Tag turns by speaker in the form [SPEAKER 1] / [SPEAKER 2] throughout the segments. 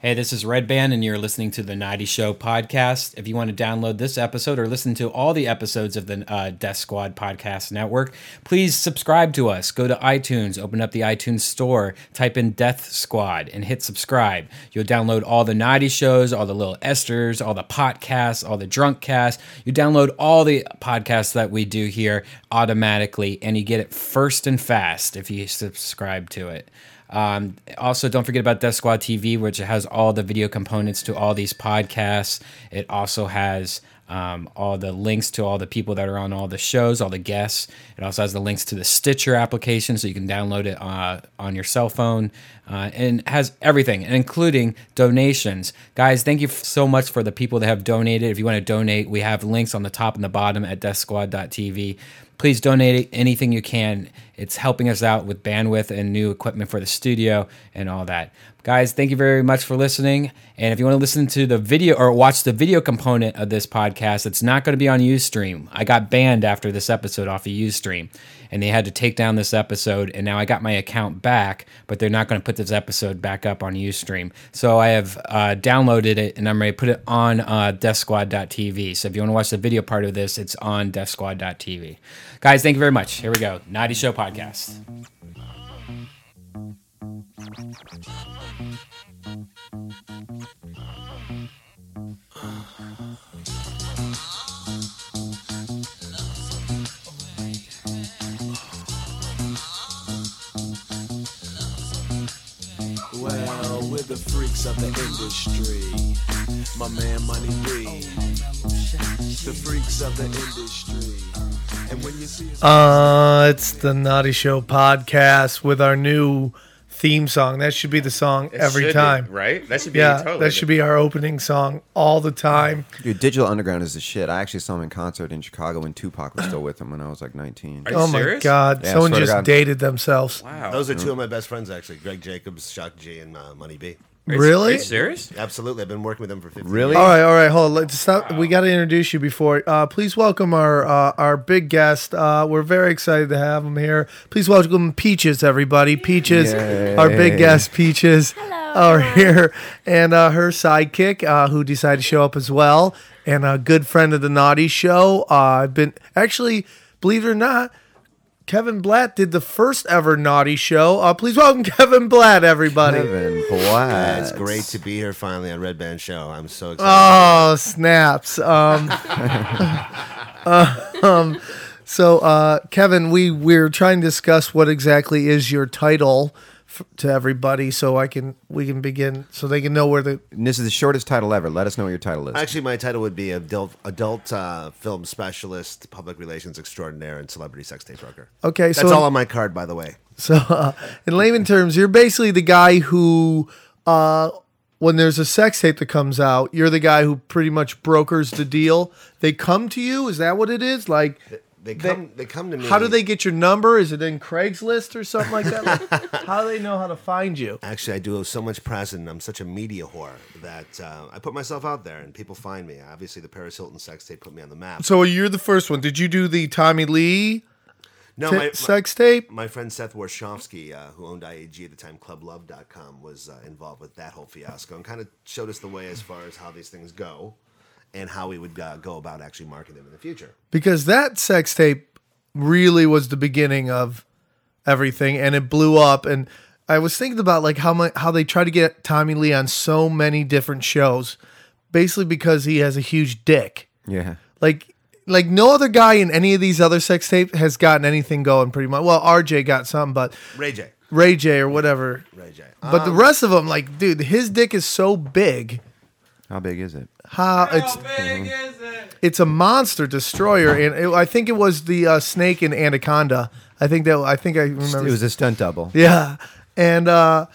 [SPEAKER 1] Hey, this is Red Band, and you're listening to the 90 Show podcast. If you want to download this episode or listen to all the episodes of the uh, Death Squad podcast network, please subscribe to us. Go to iTunes, open up the iTunes store, type in Death Squad, and hit subscribe. You'll download all the 90 shows, all the little Esters, all the podcasts, all the drunk casts. You download all the podcasts that we do here automatically, and you get it first and fast if you subscribe to it. Um, also, don't forget about Death Squad TV, which has all the video components to all these podcasts. It also has um, all the links to all the people that are on all the shows, all the guests. It also has the links to the Stitcher application, so you can download it uh, on your cell phone, uh, and has everything, including donations. Guys, thank you so much for the people that have donated. If you want to donate, we have links on the top and the bottom at DeathSquad.tv please donate anything you can. It's helping us out with bandwidth and new equipment for the studio and all that. Guys, thank you very much for listening. And if you want to listen to the video or watch the video component of this podcast, it's not going to be on Ustream. I got banned after this episode off of Ustream, and they had to take down this episode. And now I got my account back, but they're not going to put this episode back up on Ustream. So I have uh, downloaded it, and I'm ready to put it on uh, DeathSquad.tv. So if you want to watch the video part of this, it's on DeathSquad.tv. Guys, thank you very much. Here we go. Naughty Show Podcast.
[SPEAKER 2] Well, we're the freaks of the industry. My man Money B. The freaks of the industry. And when you see us.
[SPEAKER 3] Uh, it's the Naughty Show podcast with our new theme song. That should be the song
[SPEAKER 4] It
[SPEAKER 3] every
[SPEAKER 4] should be,
[SPEAKER 3] time.
[SPEAKER 4] right? That should be
[SPEAKER 3] Yeah,
[SPEAKER 4] totally.
[SPEAKER 3] that should be our opening song all the time.
[SPEAKER 5] Dude, Digital Underground is the shit. I actually saw him in concert in Chicago when Tupac was still with him when I was like 19.
[SPEAKER 4] Are you
[SPEAKER 3] Oh
[SPEAKER 4] serious?
[SPEAKER 3] my God!
[SPEAKER 5] Yeah,
[SPEAKER 3] Someone
[SPEAKER 5] swear to
[SPEAKER 3] just
[SPEAKER 5] God.
[SPEAKER 3] dated themselves.
[SPEAKER 4] Wow.
[SPEAKER 6] Those are two of my best friends, actually. Greg Jacobs, Shock G, and uh, Money B.
[SPEAKER 4] Are you-
[SPEAKER 3] Really?
[SPEAKER 4] Are you serious?
[SPEAKER 6] Absolutely, I've been working with them for 15
[SPEAKER 5] Really?
[SPEAKER 6] years.
[SPEAKER 3] All right, all right, hold. On. Let's stop. We got to introduce you before. Uh, please welcome our uh, our big guest. Uh, we're very excited to have him here. Please welcome Peaches, everybody. Peaches, our big guest, Peaches, are here, and uh, her sidekick, uh, who decided to show up as well, and a good friend of the Naughty Show. Uh, I've been actually, believe it or not. Kevin Blatt did the first ever naughty show. Uh, please welcome Kevin Blatt, everybody.
[SPEAKER 5] Kevin
[SPEAKER 6] Yeah,
[SPEAKER 5] Blatt.
[SPEAKER 6] it's great to be here finally on Red Band Show. I'm so excited.
[SPEAKER 3] Oh snaps! Um, um, so uh, Kevin, we we're trying to discuss what exactly is your title f- to everybody, so I can we can begin, so they can know where the
[SPEAKER 5] And this is the shortest title ever. Let us know what your title is.
[SPEAKER 6] Actually, my title would be adult, adult uh, film specialist, public relations extraordinaire, and celebrity sex tape broker.
[SPEAKER 3] okay.
[SPEAKER 6] That's
[SPEAKER 3] so
[SPEAKER 6] all on my card, by the way.
[SPEAKER 3] So, uh, in layman terms, you're basically the guy who, uh, when there's a sex tape that comes out, you're the guy who pretty much brokers the deal. They come to you. Is that what it is? Like,
[SPEAKER 6] They come. They, come to me.
[SPEAKER 3] how do they get your number? Is it in Craigslist or something like that? Like, how do they know how to find you?
[SPEAKER 6] Actually, I do so much press, and I'm such a media whore that uh, I put myself out there, and people find me. Obviously, the Paris Hilton sex tape put me on the map.
[SPEAKER 3] So you're the first one. Did you do the Tommy Lee
[SPEAKER 6] no,
[SPEAKER 3] t-
[SPEAKER 6] my- my-
[SPEAKER 3] sex tape?
[SPEAKER 6] my friend Seth Warshawski, uh, who owned IAG at the time, ClubLove.com, was uh, involved with that whole fiasco and kind of showed us the way as far as how these things go and how we would uh, go about actually marketing them in the future.
[SPEAKER 3] Because that sex tape really was the beginning of everything, and it blew up. And I was thinking about like how much how they try to get Tommy Lee on so many different shows, basically because he has a huge dick.
[SPEAKER 5] yeah.
[SPEAKER 3] Like like no other guy in any of these other sex tapes has gotten anything going pretty much. Well, RJ got some, but
[SPEAKER 6] Ray J.
[SPEAKER 3] Ray J or whatever.
[SPEAKER 6] Ray J.
[SPEAKER 3] But the rest of them, like, dude, his dick is so big.
[SPEAKER 5] How big is it?
[SPEAKER 3] How it's it's a monster destroyer, and it, I think it was the uh, snake in Anaconda. I think that I think I
[SPEAKER 5] It
[SPEAKER 3] remember.
[SPEAKER 5] was a stunt double.
[SPEAKER 3] yeah, and uh,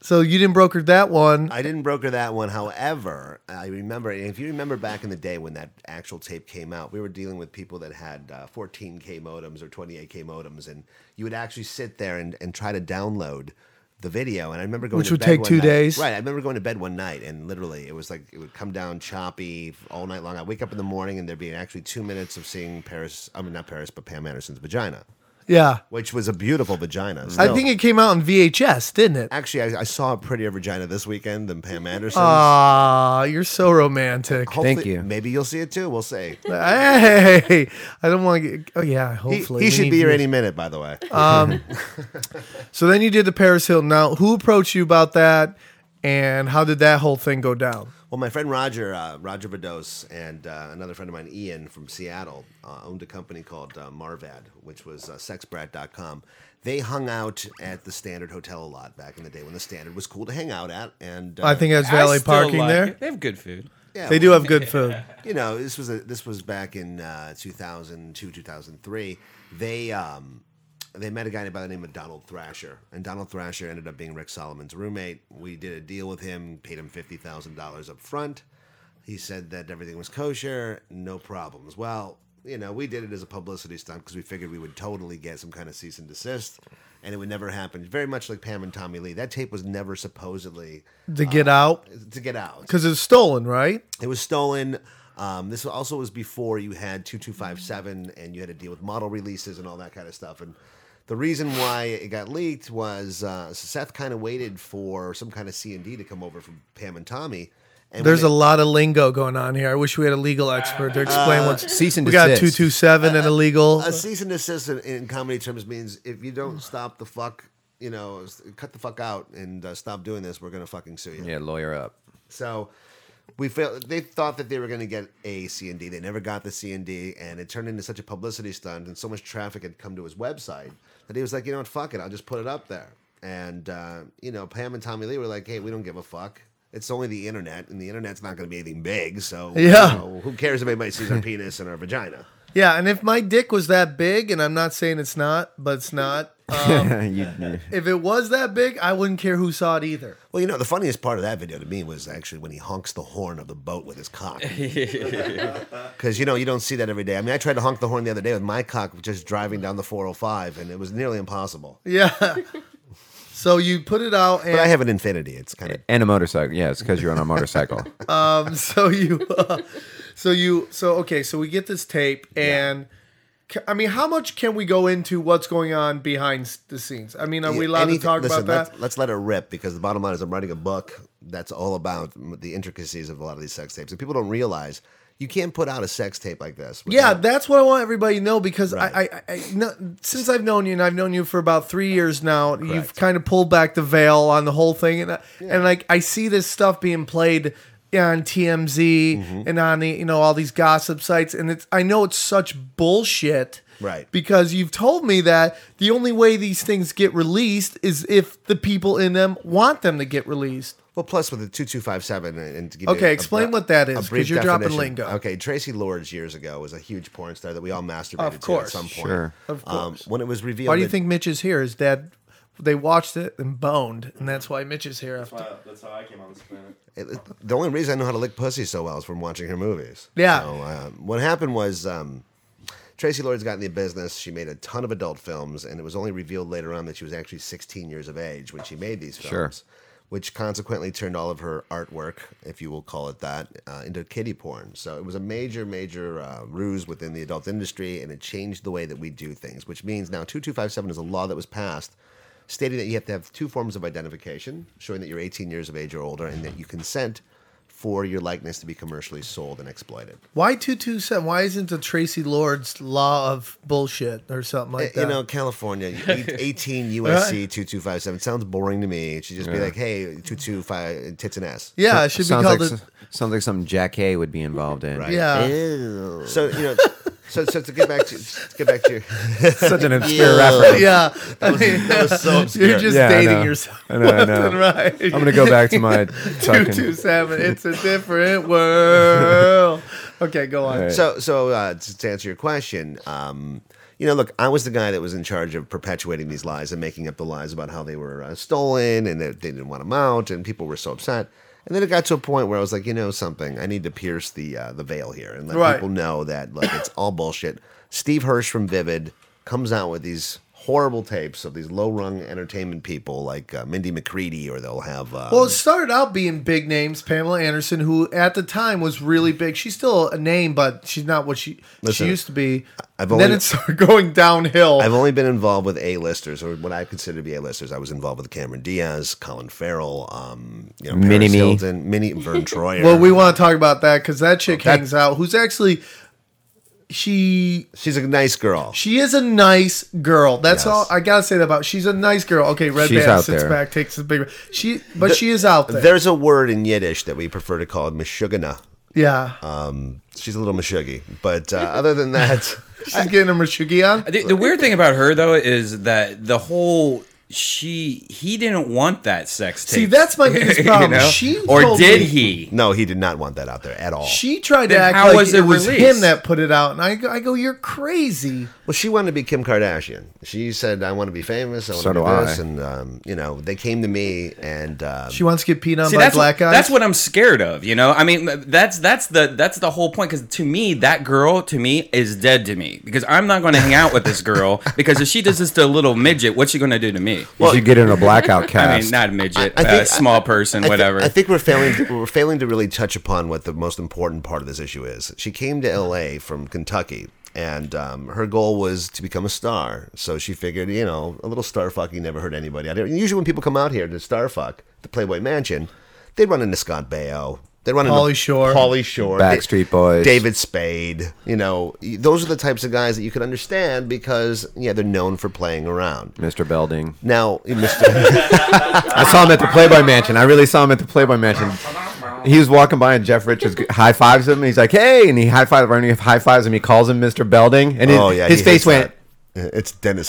[SPEAKER 3] so you didn't broker that one.
[SPEAKER 6] I didn't broker that one. However, I remember, and if you remember back in the day when that actual tape came out, we were dealing with people that had uh, 14K modems or 28K modems, and you would actually sit there and, and try to download the video. And I remember going
[SPEAKER 3] Which
[SPEAKER 6] to
[SPEAKER 3] would
[SPEAKER 6] bed
[SPEAKER 3] take
[SPEAKER 6] one
[SPEAKER 3] two
[SPEAKER 6] night-
[SPEAKER 3] days.
[SPEAKER 6] Right. I remember going to bed one night, and literally it was like it would come down choppy all night long. I wake up in the morning, and there'd be actually two minutes of seeing Paris, I mean, not Paris, but Pam Anderson's vagina.
[SPEAKER 3] Yeah.
[SPEAKER 6] which was a beautiful vagina.
[SPEAKER 3] I
[SPEAKER 6] still.
[SPEAKER 3] think it came out on VHS, didn't it?
[SPEAKER 6] actually I, I saw a prettier vagina this weekend than Pam Anderson's.
[SPEAKER 3] Ah, you're so romantic.
[SPEAKER 6] Hopefully-
[SPEAKER 5] Thank you.
[SPEAKER 6] Maybe you'll see it too. We'll see.
[SPEAKER 3] Hey, I don't want to get. Oh yeah,
[SPEAKER 6] He,
[SPEAKER 3] hopefully
[SPEAKER 6] he
[SPEAKER 3] We
[SPEAKER 6] should
[SPEAKER 3] need
[SPEAKER 6] be here
[SPEAKER 3] to-
[SPEAKER 6] any minute, by the way.
[SPEAKER 3] Uh, So then you did the Paris Hilton. Now, who approached you about that, and how did that whole thing go down?
[SPEAKER 6] Well, my friend Roger, uh, Roger Vados, and uh, another friend of mine, Ian from Seattle, uh, owned a company called uh, Marvad, which was uh, sexbrat.com. They hung out at the Standard Hotel a lot back in the day when the Standard was cool to hang out at. And uh,
[SPEAKER 3] I think that's
[SPEAKER 1] I
[SPEAKER 3] valet
[SPEAKER 1] still
[SPEAKER 3] parking
[SPEAKER 1] like
[SPEAKER 3] there.
[SPEAKER 1] it. They have good food.
[SPEAKER 6] yeah,
[SPEAKER 3] They do have good food.
[SPEAKER 6] you know, this was a, this was back in uh, 2002, 2003. They um, they met a guy by the name of Donald Thrasher, and Donald Thrasher ended up being Rick Solomon's roommate. We did a deal with him, paid him fifty thousand dollars up front. He said that everything was kosher, no problems. Well, you know, we did it as a publicity stunt because we figured we would totally get some kind of cease and desist, and it would never happen. Very much like Pam and Tommy Lee, that tape was never supposedly
[SPEAKER 3] To get out
[SPEAKER 6] to get out.
[SPEAKER 3] because it's stolen, right?
[SPEAKER 6] It was stolen. Um, this also was before you had 2257 and you had to deal with model releases and all that kind of stuff. And the reason why it got leaked was uh, Seth kind of waited for some kind of C&D to come over from Pam and Tommy. And when
[SPEAKER 3] There's
[SPEAKER 6] they-
[SPEAKER 3] a lot of lingo going on here. I wish we had a legal expert to explain what's.
[SPEAKER 5] Uh, Cease and
[SPEAKER 3] We got
[SPEAKER 5] desist. Uh,
[SPEAKER 3] two two seven and illegal.
[SPEAKER 6] a cease and desist in, in comedy terms means if you don't stop the fuck, you know, s- cut the fuck out and uh, stop doing this, we're going to fucking sue you.
[SPEAKER 5] Yeah, lawyer up.
[SPEAKER 6] So we failed. They thought that they were going to get a C and D. They never got the C and D, and it turned into such a publicity stunt, and so much traffic had come to his website that he was like, you know what, fuck it, I'll just put it up there. And uh, you know, Pam and Tommy Lee were like, hey, we don't give a fuck. It's only the internet, and the internet's not going to be anything big. So you
[SPEAKER 3] Yeah.
[SPEAKER 6] know, who cares if anybody sees our penis and our vagina?
[SPEAKER 3] Yeah, and if my dick was that big, and I'm not saying it's not, but it's not. Um,
[SPEAKER 5] You- you-
[SPEAKER 3] if it was that big, I wouldn't care who saw it either.
[SPEAKER 6] Well, you know, the funniest part of that video to me was actually when he honks the horn of the boat with his cock. Because, you know, you don't see that every day. I mean, I tried to honk the horn the other day with my cock just driving down the 405, and it was nearly impossible.
[SPEAKER 3] Yeah. so you put it out, and
[SPEAKER 6] But I have an infinity. It's kind of.
[SPEAKER 5] and a motorcycle. Yeah, it's because you're on a motorcycle.
[SPEAKER 3] so you uh, so you so okay so we get this tape and ca- i mean how much can we go into what's going on behind s- the scenes i mean are we allowed to talk
[SPEAKER 6] listen,
[SPEAKER 3] about
[SPEAKER 6] Let's,
[SPEAKER 3] that
[SPEAKER 6] let's let it rip because the bottom line is I'm writing a book that's all about the intricacies of a lot of these sex tapes. And people don't realize you can't put out a sex tape like this.
[SPEAKER 3] yeah
[SPEAKER 6] without-
[SPEAKER 3] that's what i want everybody to know because I,
[SPEAKER 6] Right.
[SPEAKER 3] I, I, I no, since i've known you and i've known you for about three years now you've kind of pulled back the veil on the whole thing and, I and like i see this stuff being played on TMZ
[SPEAKER 6] Mm-hmm.
[SPEAKER 3] and on the you know all these gossip sites and it's I know it's such bullshit
[SPEAKER 6] Right.
[SPEAKER 3] because you've told me that the only way these things get released is if the people in them want them to get released.
[SPEAKER 6] Well, plus with the two two five seven, and to give
[SPEAKER 3] Okay,
[SPEAKER 6] you a-
[SPEAKER 3] explain
[SPEAKER 6] a-
[SPEAKER 3] what that is,
[SPEAKER 6] a
[SPEAKER 3] 'cause
[SPEAKER 6] brief
[SPEAKER 3] you're dropping
[SPEAKER 6] definition.
[SPEAKER 3] lingo.
[SPEAKER 6] Okay, Tracy Lords years ago was a huge porn star that we all masturbated
[SPEAKER 3] Of
[SPEAKER 6] to at
[SPEAKER 3] course.
[SPEAKER 6] some point.
[SPEAKER 5] Sure.
[SPEAKER 3] Of
[SPEAKER 6] Um,
[SPEAKER 3] course.
[SPEAKER 6] when it was revealed,
[SPEAKER 3] Why do you
[SPEAKER 6] that-
[SPEAKER 3] think Mitch is here? Is that they watched it and boned, and that's why Mitch is here. After.
[SPEAKER 4] Wow, that's how I came on this planet.
[SPEAKER 6] it- the only reason I know how to lick pussy so well is from watching her movies.
[SPEAKER 3] Yeah.
[SPEAKER 6] So, uh, what happened was um, Tracy Lords got in the business. She made a ton of adult films, and it was only revealed later on that she was actually 16 years of age when she made these films.
[SPEAKER 5] Sure.
[SPEAKER 6] Which consequently turned all of her artwork, if you will call it that, uh, into kiddie porn. So it was a major, major uh, ruse within the adult industry, and it changed the way that we do things. Which means now 2257 is a law that was passed stating that you have to have two forms of identification, showing that you're 18 years of age or older, and that you consent for your likeness to be commercially sold and exploited.
[SPEAKER 3] Why two two seven? Why isn't the Tracy Lord's law of bullshit or something like that?
[SPEAKER 6] Eh, You know, California, you- eight- 18 USC 2257 sounds boring to me. It should just be like, hey, 225 tits and ass.
[SPEAKER 3] yeah, Uh, it should be
[SPEAKER 5] sounds
[SPEAKER 3] called.
[SPEAKER 5] like
[SPEAKER 3] a-
[SPEAKER 5] s- sounds like something Jack Hay would be involved in.
[SPEAKER 6] Right.
[SPEAKER 3] yeah,
[SPEAKER 6] So, you know, so, so to get back to, to get back to your,
[SPEAKER 5] Such an obscure reference.
[SPEAKER 3] yeah. I mean,
[SPEAKER 6] so
[SPEAKER 3] you're
[SPEAKER 6] obscure.
[SPEAKER 3] just
[SPEAKER 5] Yeah, I know.
[SPEAKER 3] dating yourself.
[SPEAKER 5] I know, I
[SPEAKER 3] left
[SPEAKER 5] know.
[SPEAKER 3] and right.
[SPEAKER 5] I'm gonna go back to my
[SPEAKER 3] two
[SPEAKER 5] fucking-
[SPEAKER 3] two seven. It's a different world. Okay, go on.
[SPEAKER 6] so so uh, to, to answer your question um, you know look i was the guy that was in charge of perpetuating these lies and making up the lies about how they were uh, stolen and that they didn't want them out and people were so upset and then it got to a point where i was like you know something i need to pierce the uh, the veil here and let
[SPEAKER 3] Right.
[SPEAKER 6] people know that like it's all bullshit steve hirsch from vivid comes out with these horrible tapes of these low rung entertainment people like uh, Mindy McCready, or they'll have. Um,
[SPEAKER 3] Well, it started out being big names. Pamela Anderson, who at the time was really big. She's still a name, but she's not what she
[SPEAKER 6] Listen,
[SPEAKER 3] she used to be.
[SPEAKER 6] I've
[SPEAKER 3] then
[SPEAKER 6] only-
[SPEAKER 3] it started going downhill.
[SPEAKER 6] I've only been involved with A-listers, or what I consider to be A-listers. I was involved with Cameron Diaz, Colin Farrell, um, you know, Paris
[SPEAKER 5] Mini-Me.
[SPEAKER 6] Hilton, Mini Vern Troyer.
[SPEAKER 3] well, we want to talk about that because
[SPEAKER 1] Oh,
[SPEAKER 3] that chick hangs out. Who's actually she?
[SPEAKER 6] she's a nice girl.
[SPEAKER 3] She is a nice girl. That's
[SPEAKER 6] Yes.
[SPEAKER 3] all I gotta say that about. She's a nice girl. Okay, red
[SPEAKER 5] She's
[SPEAKER 3] band
[SPEAKER 5] out
[SPEAKER 3] sits
[SPEAKER 5] there.
[SPEAKER 3] back, takes the big. She, but she is out there.
[SPEAKER 6] There's a word in Yiddish that we prefer to call meshugana.
[SPEAKER 3] yeah,
[SPEAKER 1] Uh,
[SPEAKER 6] Um, she's a little meshuggah, but uh, other than that,
[SPEAKER 3] she's getting a mashugi on.
[SPEAKER 1] The, the weird thing about her though is that the whole she he didn't want that sex tape.
[SPEAKER 3] See, that's my biggest problem. She
[SPEAKER 1] or
[SPEAKER 3] told
[SPEAKER 1] did
[SPEAKER 3] me-
[SPEAKER 1] he?
[SPEAKER 6] no, he did not want that out there at all.
[SPEAKER 3] She tried to
[SPEAKER 1] Then
[SPEAKER 3] act
[SPEAKER 1] how
[SPEAKER 3] like
[SPEAKER 1] was
[SPEAKER 3] it
[SPEAKER 1] it
[SPEAKER 3] was
[SPEAKER 1] released?
[SPEAKER 3] him that put it out, and I go, I go, you're crazy.
[SPEAKER 6] well, she wanted to be Kim Kardashian. She said, "I want to be famous. I want
[SPEAKER 5] So
[SPEAKER 6] to
[SPEAKER 5] do
[SPEAKER 6] be this."
[SPEAKER 5] I.
[SPEAKER 6] And um, you know, they came to me, and um,
[SPEAKER 3] She wants to get peed on
[SPEAKER 1] See,
[SPEAKER 3] by
[SPEAKER 1] that's
[SPEAKER 3] black
[SPEAKER 1] what,
[SPEAKER 3] guys.
[SPEAKER 1] that's what I'm scared of. You know, I mean, that's that's the that's the whole point. Because to me, that girl to me is dead to me because I'm not going to hang out with this girl because if she does this to a little midget, what's she going to do to me?
[SPEAKER 5] you should get in a blackout
[SPEAKER 1] I
[SPEAKER 5] cast.
[SPEAKER 1] mean, not a midget,
[SPEAKER 6] I- I
[SPEAKER 1] a
[SPEAKER 6] think-
[SPEAKER 1] small person,
[SPEAKER 6] I thi-
[SPEAKER 1] whatever.
[SPEAKER 6] I think we're failing. To, we're failing to really touch upon what the most important part of this issue is. She came to L.A. from Kentucky, and um, her goal was to become a star. So she figured, you know, a little star fucking never hurt anybody. I don't, usually, when people come out here to star fuck the Playboy Mansion, they run into Scott Baio. They run into
[SPEAKER 3] Pauly Shore.
[SPEAKER 6] Pauly Shore,
[SPEAKER 5] Backstreet
[SPEAKER 6] Da-
[SPEAKER 5] Boys.
[SPEAKER 6] David Spade. You know, y- those are the types of guys that you can understand because yeah, they're known for playing around.
[SPEAKER 5] Mr. Belding.
[SPEAKER 6] Now, Mr.
[SPEAKER 5] I saw him at the Playboy Mansion. I really saw him at the Playboy Mansion. He was walking by and Jeff Richards high fives him. And he's like, "Hey!" And he high fives Ernie. High fives him. He calls him Mr. Belding, and his,
[SPEAKER 6] oh yeah,
[SPEAKER 5] his
[SPEAKER 6] he
[SPEAKER 5] face
[SPEAKER 6] hates
[SPEAKER 5] went.
[SPEAKER 6] that. It's Dennis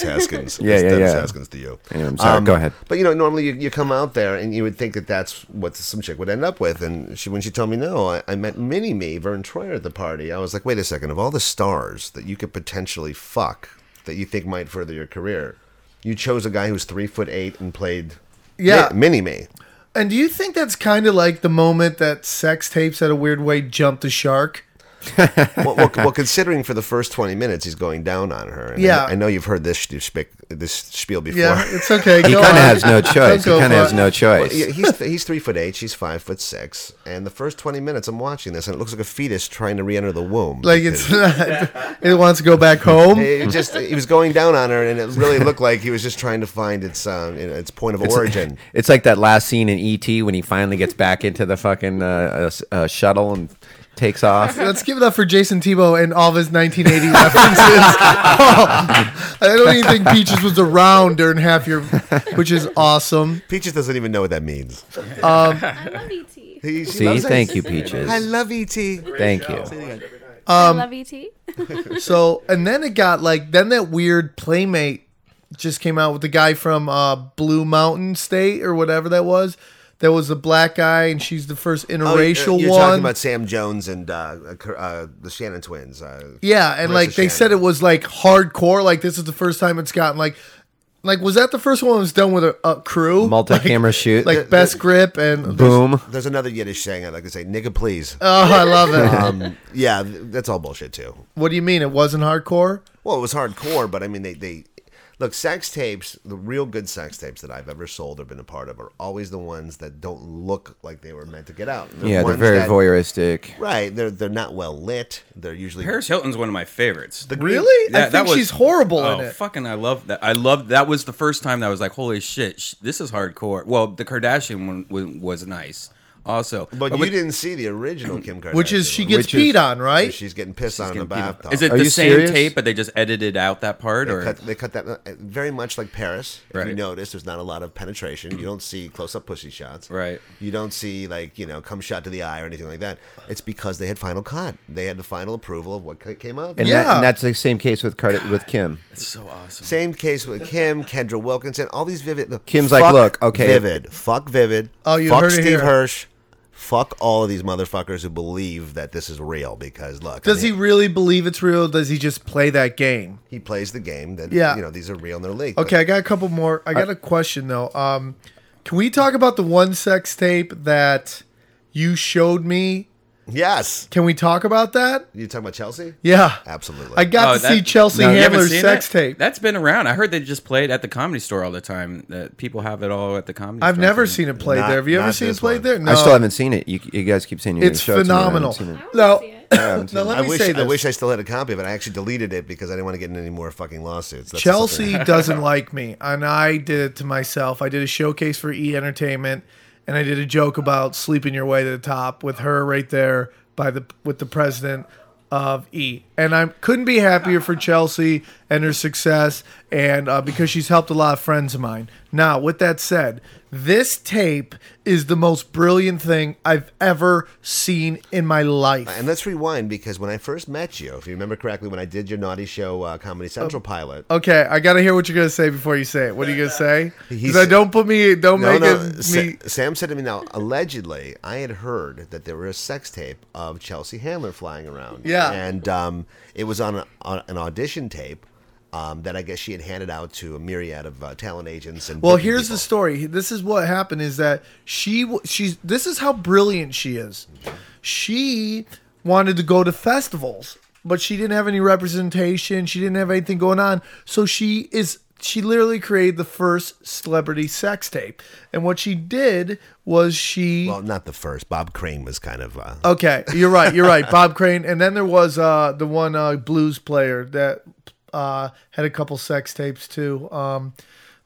[SPEAKER 6] Haskins.
[SPEAKER 5] Yeah,
[SPEAKER 6] it's
[SPEAKER 5] yeah,
[SPEAKER 6] Dennis
[SPEAKER 5] yeah.
[SPEAKER 6] Haskins to you. Um,
[SPEAKER 5] Anyway, I'm sorry. Go ahead.
[SPEAKER 6] But you know, normally you, you come out there and you would think that that's what some chick would end up with. And she, when she told me no, I, I met Mini Me Vern Troyer at the party. I was like, wait a second. Of all the stars that you could potentially fuck that you think might further your career, you chose a guy who's three foot eight and played
[SPEAKER 3] Yeah.
[SPEAKER 6] Mini Me.
[SPEAKER 3] and do you think that's kind of like the moment that sex tapes, at a weird way, jumped the shark?
[SPEAKER 6] well, well, well, considering for the first twenty minutes he's going down on her. And I-
[SPEAKER 3] Yeah.
[SPEAKER 6] I, know you've heard this sh- spic- this spiel before.
[SPEAKER 3] Yeah, it's okay.
[SPEAKER 5] He
[SPEAKER 3] go
[SPEAKER 5] kind of
[SPEAKER 3] on.
[SPEAKER 5] has no
[SPEAKER 3] Don't
[SPEAKER 5] choice. He
[SPEAKER 3] go
[SPEAKER 5] kind of
[SPEAKER 3] for
[SPEAKER 5] has
[SPEAKER 3] it.
[SPEAKER 5] no choice.
[SPEAKER 6] Yeah, he's he's three foot eight. She's five foot six. And the first twenty minutes, I'm watching this, and it looks like a fetus trying to re-enter the womb.
[SPEAKER 3] Like it's not. It wants to go back home.
[SPEAKER 6] It just he was going down on her, and it really looked like he was just trying to find its um, you know, its point of origin.
[SPEAKER 5] It's like that last scene in ET when he finally gets back into the fucking uh, uh, s- uh, shuttle and takes off.
[SPEAKER 3] Let's give it up for Jason Tebow and all of his 1980 references. I don't even think Peaches was around during half your, which is awesome.
[SPEAKER 6] Peaches doesn't even know what that means.
[SPEAKER 4] I love E ET.
[SPEAKER 6] He- she
[SPEAKER 5] See,
[SPEAKER 6] loves it.
[SPEAKER 5] thank you, Peaches.
[SPEAKER 6] I love E ET.
[SPEAKER 5] Thank you.
[SPEAKER 4] I love E ET.
[SPEAKER 3] So and then it got like then that weird playmate just came out with the guy from uh, Blue Mountain State or whatever that was. That was the black guy, and she's the first
[SPEAKER 6] Oh, you're-
[SPEAKER 3] interracial
[SPEAKER 6] you're
[SPEAKER 3] one.
[SPEAKER 6] talking about Sam Jones and uh, uh, the Shannon twins. Uh,
[SPEAKER 3] yeah, and
[SPEAKER 6] Marissa
[SPEAKER 3] like they
[SPEAKER 6] Shannon.
[SPEAKER 3] said, it was like hardcore. Like this is the first time it's gotten like, like was that the first one that was done with a, a crew?
[SPEAKER 5] Multi-camera shoot.
[SPEAKER 3] like, like best grip and
[SPEAKER 5] boom.
[SPEAKER 6] There's another Yiddish saying I like to say, "Nigga, please."
[SPEAKER 3] Oh, I love it.
[SPEAKER 6] Um, yeah, th- that's all bullshit too.
[SPEAKER 3] what do you mean it wasn't hardcore?
[SPEAKER 6] Well, it was hardcore, but I mean, they they look sex tapes. The real good sex tapes that I've ever sold or been a part of are always the ones that don't look like they were meant to get out.
[SPEAKER 5] Yeah, they're
[SPEAKER 6] ones
[SPEAKER 5] very
[SPEAKER 6] that-
[SPEAKER 5] voyeuristic.
[SPEAKER 6] Right, they're they're not well lit. They're usually
[SPEAKER 1] Paris Hilton's one of my favorites.
[SPEAKER 6] the green-
[SPEAKER 3] Really? I
[SPEAKER 1] Yeah,
[SPEAKER 3] think she's horrible
[SPEAKER 1] oh,
[SPEAKER 3] in it.
[SPEAKER 1] Fucking, I love that. I loved that was the first time that I was like, holy shit, sh- this is hardcore. Well, the Kardashian one was, was nice, also.
[SPEAKER 6] But you
[SPEAKER 1] with-
[SPEAKER 6] didn't see the original Kim Kardashian,
[SPEAKER 3] Oh, Which is she
[SPEAKER 6] one.
[SPEAKER 3] gets
[SPEAKER 5] Which is-
[SPEAKER 3] peed on, right?
[SPEAKER 6] she's getting pissed on in the
[SPEAKER 1] you know,
[SPEAKER 6] bathtub.
[SPEAKER 1] is it
[SPEAKER 5] Are
[SPEAKER 1] the
[SPEAKER 5] you
[SPEAKER 1] same
[SPEAKER 5] serious?
[SPEAKER 1] tape, but they just edited out that part, or
[SPEAKER 6] Cut, they cut that uh, very much like Paris. If you
[SPEAKER 1] Right.
[SPEAKER 6] notice, there's not a lot of penetration. You don't see close-up pussy shots.
[SPEAKER 1] Right.
[SPEAKER 6] You don't see like you know come shot to the eye or anything like that. It's because they had final cut. They had the final approval of what c- came out.
[SPEAKER 5] And,
[SPEAKER 3] Yeah.
[SPEAKER 5] that, and that's the same case with Card- with Kim.
[SPEAKER 1] it's so awesome.
[SPEAKER 6] Same case with Kim, Kendra Wilkinson, all these vivid. look,
[SPEAKER 5] Kim's like,
[SPEAKER 6] fuck
[SPEAKER 5] "Look, okay."
[SPEAKER 6] Vivid. Fuck Vivid.
[SPEAKER 3] Oh, you
[SPEAKER 6] fuck
[SPEAKER 3] heard it
[SPEAKER 6] Steve
[SPEAKER 3] here.
[SPEAKER 6] Hirsch. Fuck all of these motherfuckers who believe that this is real because look, I
[SPEAKER 3] Does he
[SPEAKER 6] mean,
[SPEAKER 3] really believe it's real? Does he just play that game?
[SPEAKER 6] He plays the game that
[SPEAKER 3] Yeah.
[SPEAKER 6] you know these are real and they're leaked.
[SPEAKER 3] Okay, I got a couple more. I got a question though. Um, can we talk about the one sex tape that you showed me
[SPEAKER 6] Yes.
[SPEAKER 3] Can we talk about that?
[SPEAKER 6] You talking about Chelsea?
[SPEAKER 3] Yeah.
[SPEAKER 6] Absolutely.
[SPEAKER 3] I got
[SPEAKER 7] Oh,
[SPEAKER 3] to
[SPEAKER 7] that-
[SPEAKER 3] see Chelsea
[SPEAKER 5] No, you haven't
[SPEAKER 3] Handler's
[SPEAKER 7] seen
[SPEAKER 3] sex
[SPEAKER 7] that?
[SPEAKER 3] tape.
[SPEAKER 7] That's been around. I heard they just play it at the comedy store all the time. That people have it all at the comedy.
[SPEAKER 3] I've
[SPEAKER 7] store.
[SPEAKER 3] never seen it played
[SPEAKER 6] Not-
[SPEAKER 3] there. Have you ever
[SPEAKER 6] not
[SPEAKER 3] seen it
[SPEAKER 6] this
[SPEAKER 3] played
[SPEAKER 6] one.
[SPEAKER 3] there? No.
[SPEAKER 5] I still haven't seen it. You, you guys keep saying you're
[SPEAKER 3] It's
[SPEAKER 5] gonna show it to me, and I haven't
[SPEAKER 3] phenomenal.
[SPEAKER 5] seen it.
[SPEAKER 3] No.
[SPEAKER 4] see it.
[SPEAKER 3] Now let
[SPEAKER 6] I
[SPEAKER 3] me
[SPEAKER 6] wish
[SPEAKER 3] say
[SPEAKER 6] I
[SPEAKER 3] this.
[SPEAKER 6] wish I still had a copy, but I actually deleted it because I didn't want to get in any more fucking lawsuits. That's
[SPEAKER 3] Chelsea
[SPEAKER 6] something-
[SPEAKER 3] doesn't like me, and I did it to myself. I did a showcase for E Entertainment, and I did a joke about sleeping your way to the top with her right there by the with the president of E. And I couldn't be happier for Chelsea and her success, and uh, because she's helped a lot of friends of mine. Now, with that said, this tape is the most brilliant thing I've ever seen in my life.
[SPEAKER 6] And let's rewind because when I first met you, if you remember correctly, when I did your naughty show uh,
[SPEAKER 3] Oh,
[SPEAKER 6] Comedy Central pilot,
[SPEAKER 3] Okay, I gotta hear what you're gonna say before you say it. What are you gonna say?
[SPEAKER 6] He
[SPEAKER 3] Because I
[SPEAKER 6] said-
[SPEAKER 3] don't put me, don't
[SPEAKER 6] no,
[SPEAKER 3] make
[SPEAKER 6] no,
[SPEAKER 3] it
[SPEAKER 6] Sa-
[SPEAKER 3] me.
[SPEAKER 6] Sam said to me now. Allegedly, I had heard that there was a sex tape of Chelsea Handler flying around.
[SPEAKER 3] Yeah.
[SPEAKER 6] and um, it was on, a, on an audition tape um, that I guess she had handed out to a myriad of uh, talent agents. And
[SPEAKER 3] Well,
[SPEAKER 6] booking
[SPEAKER 3] here's
[SPEAKER 6] people.
[SPEAKER 3] the story. This is what happened: is that she w- she's this is how brilliant she is. She wanted to go to festivals, but she didn't have any representation. She didn't have anything going on, so she is she literally created the first celebrity sex tape. And what she did was she
[SPEAKER 6] Well, not the first. Bob Crane was kind of. Uh,
[SPEAKER 3] Okay, you're right. You're right. Bob Crane, and then there was uh, the one uh, blues player that uh, had a couple sex tapes too. Um,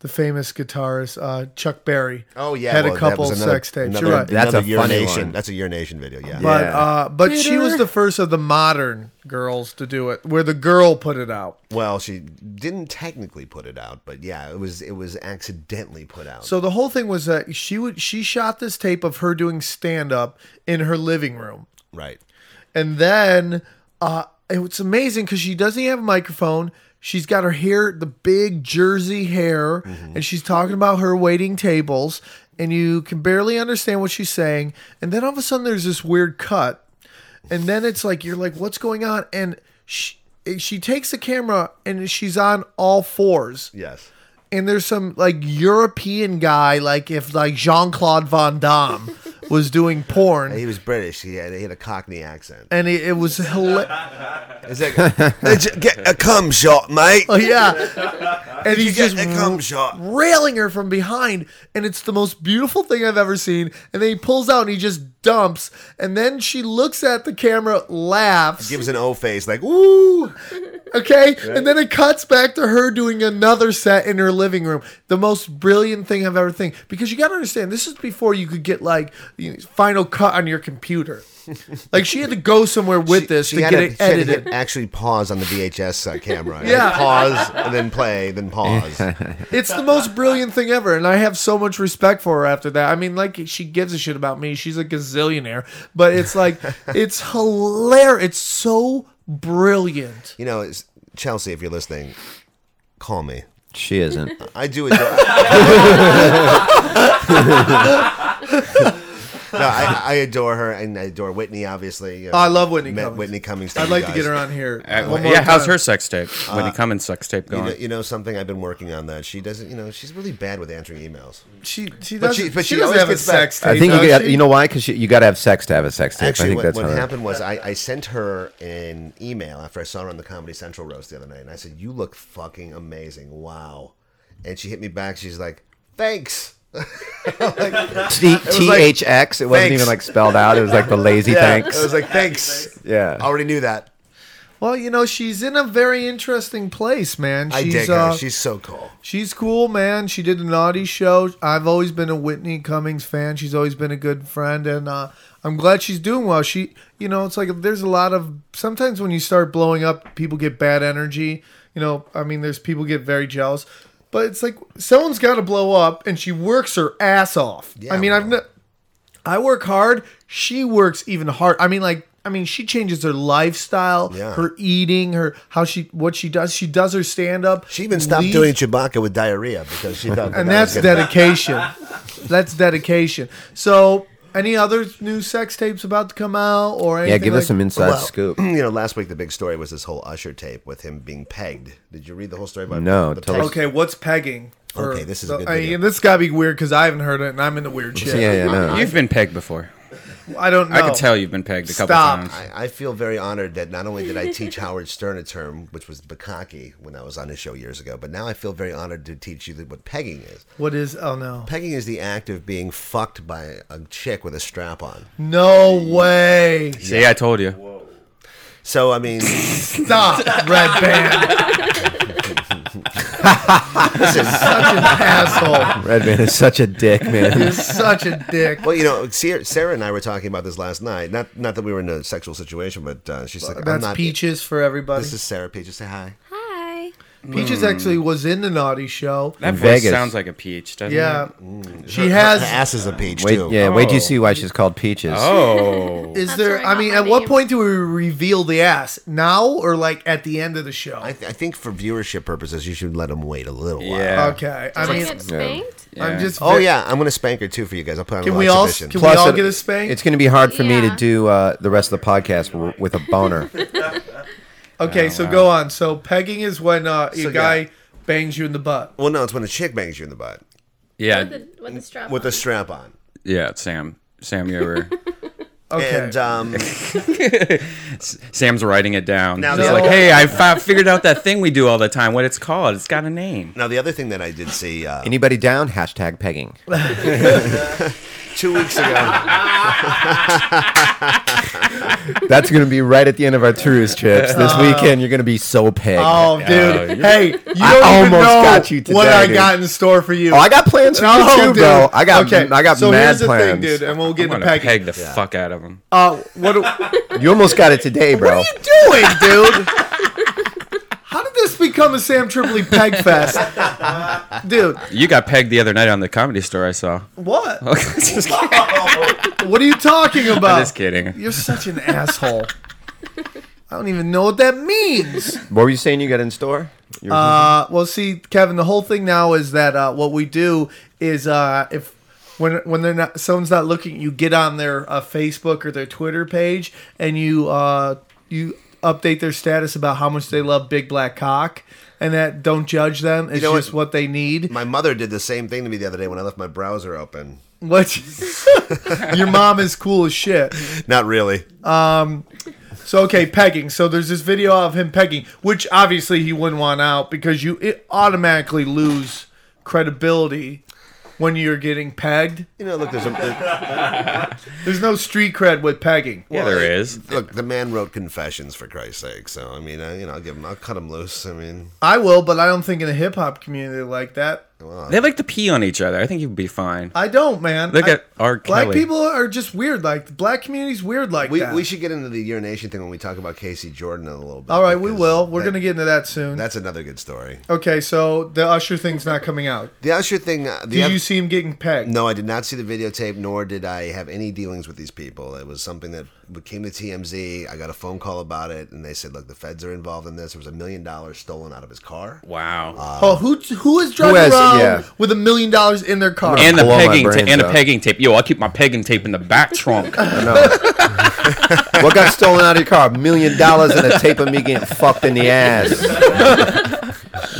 [SPEAKER 3] the famous guitarist uh, Chuck Berry.
[SPEAKER 6] Oh yeah,
[SPEAKER 3] had
[SPEAKER 6] well,
[SPEAKER 3] a
[SPEAKER 6] that
[SPEAKER 3] couple
[SPEAKER 6] was another-
[SPEAKER 3] sex tapes.
[SPEAKER 6] another-
[SPEAKER 3] You're right.
[SPEAKER 5] That's
[SPEAKER 6] another
[SPEAKER 5] a funny
[SPEAKER 6] urination.
[SPEAKER 5] one.
[SPEAKER 6] That's a urination video. Yeah.
[SPEAKER 3] But
[SPEAKER 5] Yeah.
[SPEAKER 3] uh, but she was the first of the modern girls to do it, where the girl put it out.
[SPEAKER 6] Well, she didn't technically put it out, but yeah, it was it was accidentally put out.
[SPEAKER 3] So the whole thing was that she would she shot this tape of her doing stand up in her living room.
[SPEAKER 6] right.
[SPEAKER 3] And then uh, it's amazing because she doesn't have a microphone. She's got her hair, the big Jersey hair, and she's talking about her waiting tables, and you can barely understand what she's saying. And then all of a sudden, there's this weird cut, and then it's like you're like, "What's going on?" And she, she takes the camera, and she's on all fours
[SPEAKER 6] Yes.
[SPEAKER 3] and there's some like European guy, like if like Jean Claude Van Damme was doing porn,
[SPEAKER 6] He was British. He had, he had a Cockney accent.
[SPEAKER 3] and it, it was hilarious.
[SPEAKER 6] It's like, "Did you get a cum shot, mate.
[SPEAKER 3] Oh, yeah, and he's
[SPEAKER 6] Get
[SPEAKER 3] just
[SPEAKER 6] a cum shot.
[SPEAKER 3] railing her from behind, and it's the most beautiful thing I've ever seen. And then he pulls out and he just dumps, and then she looks at the camera, laughs,
[SPEAKER 6] Gives an O face like woo.
[SPEAKER 3] okay, and then it cuts back to her doing another set in her living room. The most brilliant thing I've ever seen. Because you got to understand, this is before you could get like you know, Final Cut on your computer. like she had to go somewhere with this to
[SPEAKER 6] had
[SPEAKER 3] get
[SPEAKER 6] to-
[SPEAKER 3] it
[SPEAKER 6] she had to hit-
[SPEAKER 3] edited.
[SPEAKER 6] actually pause on the VHS uh, camera. Like,
[SPEAKER 3] Yeah.
[SPEAKER 6] pause and then play, then pause.
[SPEAKER 3] It's the most brilliant thing ever, and I have so much respect for her after that. I mean, like she gives a shit about me. She's a gazillionaire, but it's like it's hilarious. It's so brilliant.
[SPEAKER 6] you know, it's, Chelsea, if you're listening, call me.
[SPEAKER 5] She isn't.
[SPEAKER 6] I do enjoy. no, I, I adore her and I adore Whitney. Obviously, you know,
[SPEAKER 3] Oh, I love Whitney
[SPEAKER 6] Met
[SPEAKER 3] Cummings.
[SPEAKER 6] Whitney Cummings.
[SPEAKER 3] I'd
[SPEAKER 6] you
[SPEAKER 3] like to
[SPEAKER 6] guys.
[SPEAKER 3] get her on here.
[SPEAKER 7] Uh,
[SPEAKER 3] one more
[SPEAKER 7] yeah, how's
[SPEAKER 3] time.
[SPEAKER 7] her sex tape? When you come in sex tape
[SPEAKER 6] Uh, You
[SPEAKER 7] going?
[SPEAKER 6] know, you know something I've been working on that she doesn't. You know, she's really bad with answering emails.
[SPEAKER 3] She she
[SPEAKER 6] But she-
[SPEAKER 3] doesn't,
[SPEAKER 6] but
[SPEAKER 3] she
[SPEAKER 6] she
[SPEAKER 3] doesn't
[SPEAKER 6] always
[SPEAKER 3] have a
[SPEAKER 6] gets back.
[SPEAKER 3] sex tape.
[SPEAKER 5] I think
[SPEAKER 3] does
[SPEAKER 5] you got.
[SPEAKER 3] she?
[SPEAKER 5] You know why? Because you got to have sex to have a sex tape. I
[SPEAKER 6] Actually,
[SPEAKER 5] think
[SPEAKER 6] what,
[SPEAKER 5] that's
[SPEAKER 6] what
[SPEAKER 5] how that-
[SPEAKER 6] happened was I, I sent her an email after I saw her on the Comedy Central roast the other night, and I said, "You look fucking amazing! Wow!" And she hit me back. She's like, "Thanks."
[SPEAKER 5] T-
[SPEAKER 6] like-
[SPEAKER 5] THX. It wasn't
[SPEAKER 6] Thanks.
[SPEAKER 5] even like spelled out. It was like the lazy thanks.
[SPEAKER 6] I was like, "Thanks."
[SPEAKER 5] Yeah.
[SPEAKER 6] I already knew that.
[SPEAKER 3] Well, you know, she's in a very interesting place, man. She's,
[SPEAKER 6] I dig her.
[SPEAKER 3] uh,
[SPEAKER 6] she's so cool.
[SPEAKER 3] she's cool, man. She did a naughty show. I've always been a Whitney Cummings fan. She's always been a good friend, and uh, I'm glad she's doing well. She, you know, it's like there's a lot of sometimes when you start blowing up, people get bad energy. You know, I mean, there's people get very jealous, but it's like someone's got to blow up, and she works her ass off. I mean, I've.
[SPEAKER 6] well.
[SPEAKER 3] Ne- I work hard. She works even hard. I mean, like, I mean, she changes her lifestyle,
[SPEAKER 6] Yeah.
[SPEAKER 3] her eating, her how she what she does. She does her stand up.
[SPEAKER 6] She even stopped doing Chewbacca with diarrhea because she thought.
[SPEAKER 3] and
[SPEAKER 6] that was
[SPEAKER 3] that's
[SPEAKER 6] gonna-
[SPEAKER 3] dedication. that's dedication. So, any other new sex tapes about to come out or anything?
[SPEAKER 5] Yeah, give us
[SPEAKER 3] like-
[SPEAKER 5] some inside
[SPEAKER 6] Well,
[SPEAKER 5] scoop.
[SPEAKER 6] You know, last week the big story was this whole Usher tape with him being pegged. Did you read the whole story about?
[SPEAKER 5] No,
[SPEAKER 6] the
[SPEAKER 5] tell
[SPEAKER 6] peg?
[SPEAKER 5] us.
[SPEAKER 3] Okay, what's pegging? for
[SPEAKER 6] Okay, this is a
[SPEAKER 3] the-
[SPEAKER 6] good
[SPEAKER 3] I
[SPEAKER 6] video.
[SPEAKER 3] mean, this got to be weird because I haven't heard it and I'm into weird shit.
[SPEAKER 5] Yeah, yeah, no.
[SPEAKER 7] You've been pegged before.
[SPEAKER 3] I don't know.
[SPEAKER 7] I can tell you've been pegged a couple
[SPEAKER 3] Stop.
[SPEAKER 7] times.
[SPEAKER 6] I, I feel very honored that not only did I teach Howard Stern a term, which was bukkake when I was on his show years ago, but now I feel very honored to teach you that what pegging is.
[SPEAKER 3] What is? Oh no!
[SPEAKER 6] Pegging is the act of being fucked by a chick with a strap on.
[SPEAKER 3] No way!
[SPEAKER 7] See, I told you.
[SPEAKER 6] So I mean,
[SPEAKER 3] Stop, Red Band.
[SPEAKER 6] listen,
[SPEAKER 3] Such an asshole.
[SPEAKER 5] Red Man is such a dick, man.
[SPEAKER 3] You're such a dick.
[SPEAKER 6] well, you know, Sarah Sarah and I were talking about this last night. Not not that we were in a sexual situation, but uh, she's like, I'm
[SPEAKER 3] That's
[SPEAKER 6] not.
[SPEAKER 3] peaches for everybody.
[SPEAKER 6] This is Hmm. Sarah Page. Just say hi.
[SPEAKER 4] Hi.
[SPEAKER 3] peaches actually was in the naughty show.
[SPEAKER 7] That
[SPEAKER 5] In
[SPEAKER 7] voice
[SPEAKER 5] Vegas.
[SPEAKER 7] sounds like a peach, doesn't
[SPEAKER 3] Yeah,
[SPEAKER 7] it?
[SPEAKER 5] Mm.
[SPEAKER 3] she
[SPEAKER 6] Her-
[SPEAKER 3] has.
[SPEAKER 6] her ass is a peach
[SPEAKER 5] Wait,
[SPEAKER 6] too.
[SPEAKER 5] yeah, wait till you
[SPEAKER 7] Oh.
[SPEAKER 5] see why she's called Peaches.
[SPEAKER 7] Oh.
[SPEAKER 3] Is
[SPEAKER 4] That's
[SPEAKER 3] there?
[SPEAKER 4] where I
[SPEAKER 3] I
[SPEAKER 4] got
[SPEAKER 3] mean,
[SPEAKER 4] my
[SPEAKER 3] at what
[SPEAKER 4] name.
[SPEAKER 3] point do we reveal the ass? Now or like at the end of the show?
[SPEAKER 6] I, th- I think for viewership purposes, you should let them wait a little while.
[SPEAKER 7] Yeah.
[SPEAKER 3] okay. I
[SPEAKER 4] Did I
[SPEAKER 3] mean,
[SPEAKER 4] get spanked?
[SPEAKER 3] I'm just.
[SPEAKER 6] Oh
[SPEAKER 3] ve-
[SPEAKER 6] yeah, I'm gonna spank her too for you guys. I'll put on
[SPEAKER 3] Can
[SPEAKER 6] a
[SPEAKER 3] we
[SPEAKER 6] little
[SPEAKER 3] all-
[SPEAKER 6] exhibition.
[SPEAKER 3] can we all get a spank?
[SPEAKER 5] It's going to be hard for me to
[SPEAKER 4] Yeah.
[SPEAKER 5] do uh, the rest of the podcast w- with a boner.
[SPEAKER 3] Okay, so go on. So pegging is when uh, a
[SPEAKER 6] So,
[SPEAKER 3] guy
[SPEAKER 6] yeah.
[SPEAKER 3] bangs you in the butt.
[SPEAKER 6] well, no, it's when a chick bangs you in the butt
[SPEAKER 7] Yeah.
[SPEAKER 4] With the, with the strap
[SPEAKER 6] with
[SPEAKER 4] on.
[SPEAKER 6] a strap on.
[SPEAKER 7] Yeah, Sam. Sam, you ever.
[SPEAKER 3] Okay.
[SPEAKER 5] uh,
[SPEAKER 6] And um,
[SPEAKER 7] Sam's writing it down.
[SPEAKER 6] Now
[SPEAKER 7] Just
[SPEAKER 6] the-
[SPEAKER 7] like, hey, I fi- figured out that thing we do all the time. What it's called? It's got a name.
[SPEAKER 6] now the other thing that I did see uh,
[SPEAKER 5] Anybody down? Hashtag pegging.
[SPEAKER 6] two weeks ago.
[SPEAKER 5] That's going to be right at the end of our tours, Chips. This weekend, you're going to be so pegged.
[SPEAKER 3] Uh, oh, dude. hey, you don't even
[SPEAKER 5] almost
[SPEAKER 3] know
[SPEAKER 5] got you today,
[SPEAKER 3] what I
[SPEAKER 5] dude.
[SPEAKER 3] got in store for you.
[SPEAKER 5] Oh, I got plans for
[SPEAKER 3] No,
[SPEAKER 5] you too, bro.
[SPEAKER 3] dude.
[SPEAKER 5] I got,
[SPEAKER 3] Okay,
[SPEAKER 5] I got
[SPEAKER 3] so
[SPEAKER 5] mad
[SPEAKER 3] here's the
[SPEAKER 5] plans.
[SPEAKER 3] thing, dude, and we'll get
[SPEAKER 7] I'm
[SPEAKER 3] into
[SPEAKER 7] gonna
[SPEAKER 3] pegging.
[SPEAKER 7] peg the fuck out of him.
[SPEAKER 3] Uh, what? Are,
[SPEAKER 5] You almost got it today, bro.
[SPEAKER 3] doing, dude? How did this become a Sam Tripoli peg fest? Dude,
[SPEAKER 7] You got pegged the other night on the comedy store. I saw.
[SPEAKER 3] what?
[SPEAKER 7] Just kidding.
[SPEAKER 3] What are you talking about?
[SPEAKER 7] Just kidding.
[SPEAKER 3] You're such an asshole. I don't even know what that means.
[SPEAKER 5] What were you saying you got in store? You were-
[SPEAKER 3] Uh, well, see, Kevin, the whole thing now is that uh, what we do is uh, if when when they're not someone's not looking, you get on their uh, Facebook or their Twitter page and you uh, you update their status about how much they love Big Black Cock and that don't judge them. It's
[SPEAKER 6] know
[SPEAKER 3] just what, they need.
[SPEAKER 6] My mother did the same thing to me the other day when I left my browser open.
[SPEAKER 3] What? Your mom is cool as shit.
[SPEAKER 6] Not really.
[SPEAKER 3] So okay, pegging. So there's this video of him pegging, which obviously he wouldn't want out because you it automatically lose credibility when you're getting pegged.
[SPEAKER 6] You know, look, there's a there-
[SPEAKER 3] There's no street cred with pegging.
[SPEAKER 7] Yeah, there is.
[SPEAKER 6] look. The man wrote confessions for Christ's sake. So I mean, I, you know, I'll give him. I'll cut him loose. I mean,
[SPEAKER 3] I will, but I don't think in a hip hop community like that.
[SPEAKER 7] They like to pee on each other. I think you'd be fine.
[SPEAKER 3] I don't, man.
[SPEAKER 7] Look
[SPEAKER 3] I-
[SPEAKER 7] at R.
[SPEAKER 3] black
[SPEAKER 7] Kelly.
[SPEAKER 3] people are just weird. Like the black community's weird like
[SPEAKER 6] we,
[SPEAKER 3] that.
[SPEAKER 6] we should get into the urination thing when we talk about Casey Jordan a little bit.
[SPEAKER 3] All right, we
[SPEAKER 6] because
[SPEAKER 3] will. We're
[SPEAKER 6] that-
[SPEAKER 3] gonna get into that soon.
[SPEAKER 6] That's another good story.
[SPEAKER 3] okay, so the Usher thing's not coming out.
[SPEAKER 6] The Usher thing. uh, The
[SPEAKER 3] Did
[SPEAKER 6] other-
[SPEAKER 3] you see him getting pegged?
[SPEAKER 6] No, I did not see the videotape, nor did I have any dealings with these people. It was something that came to TMZ. I got a phone call about it, and they said, "Look, the feds are involved in this. There was a million dollars stolen out of his car."
[SPEAKER 7] Wow.
[SPEAKER 5] Ah,
[SPEAKER 3] Oh, who who is driving
[SPEAKER 5] has-
[SPEAKER 3] around
[SPEAKER 5] yeah.
[SPEAKER 3] with a million dollars in their car?
[SPEAKER 7] and the
[SPEAKER 5] blow my
[SPEAKER 7] pegging ta-
[SPEAKER 5] brains
[SPEAKER 7] and a
[SPEAKER 5] out.
[SPEAKER 7] pegging tape. Yo, I keep my pegging tape in the back trunk.
[SPEAKER 5] what got stolen out of your car? A million dollars and a tape of me getting fucked in the ass.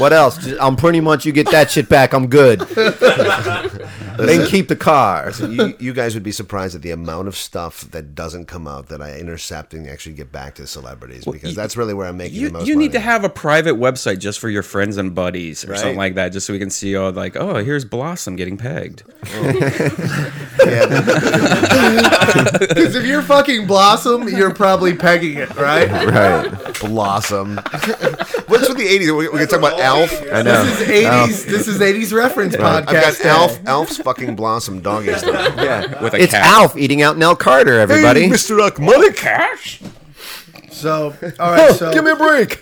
[SPEAKER 5] what else? Just- I'm pretty much you get that shit back. I'm good. they can keep the car.
[SPEAKER 6] you, you guys would be surprised at the amount of stuff that doesn't come out that I intercept and actually get back to celebrities because
[SPEAKER 7] you-
[SPEAKER 6] that's really where I'm making
[SPEAKER 7] you,
[SPEAKER 6] the most.
[SPEAKER 7] you need
[SPEAKER 6] money.
[SPEAKER 7] to have a private website just for your friends and buddies or
[SPEAKER 6] Right.
[SPEAKER 7] something like that, just so we can see all like, oh, here's Blossom getting pegged.
[SPEAKER 6] Yeah,
[SPEAKER 3] Because if you're fucking Blossom, you're probably pegging it, right?
[SPEAKER 5] Right.
[SPEAKER 6] blossom. What's with the '80s? We, we can talk about Alf.
[SPEAKER 5] I know.
[SPEAKER 3] This is 80s. This is 80s reference
[SPEAKER 6] I've got
[SPEAKER 3] podcast.
[SPEAKER 6] Alf. Alf's fucking blossom doggy style.
[SPEAKER 5] Yeah.
[SPEAKER 7] With a
[SPEAKER 5] It's
[SPEAKER 7] cat.
[SPEAKER 5] Alf eating out Nell Carter, everybody.
[SPEAKER 6] Mr. Duck, money cash.
[SPEAKER 3] So, all
[SPEAKER 6] Oh,
[SPEAKER 3] right. So
[SPEAKER 5] a break.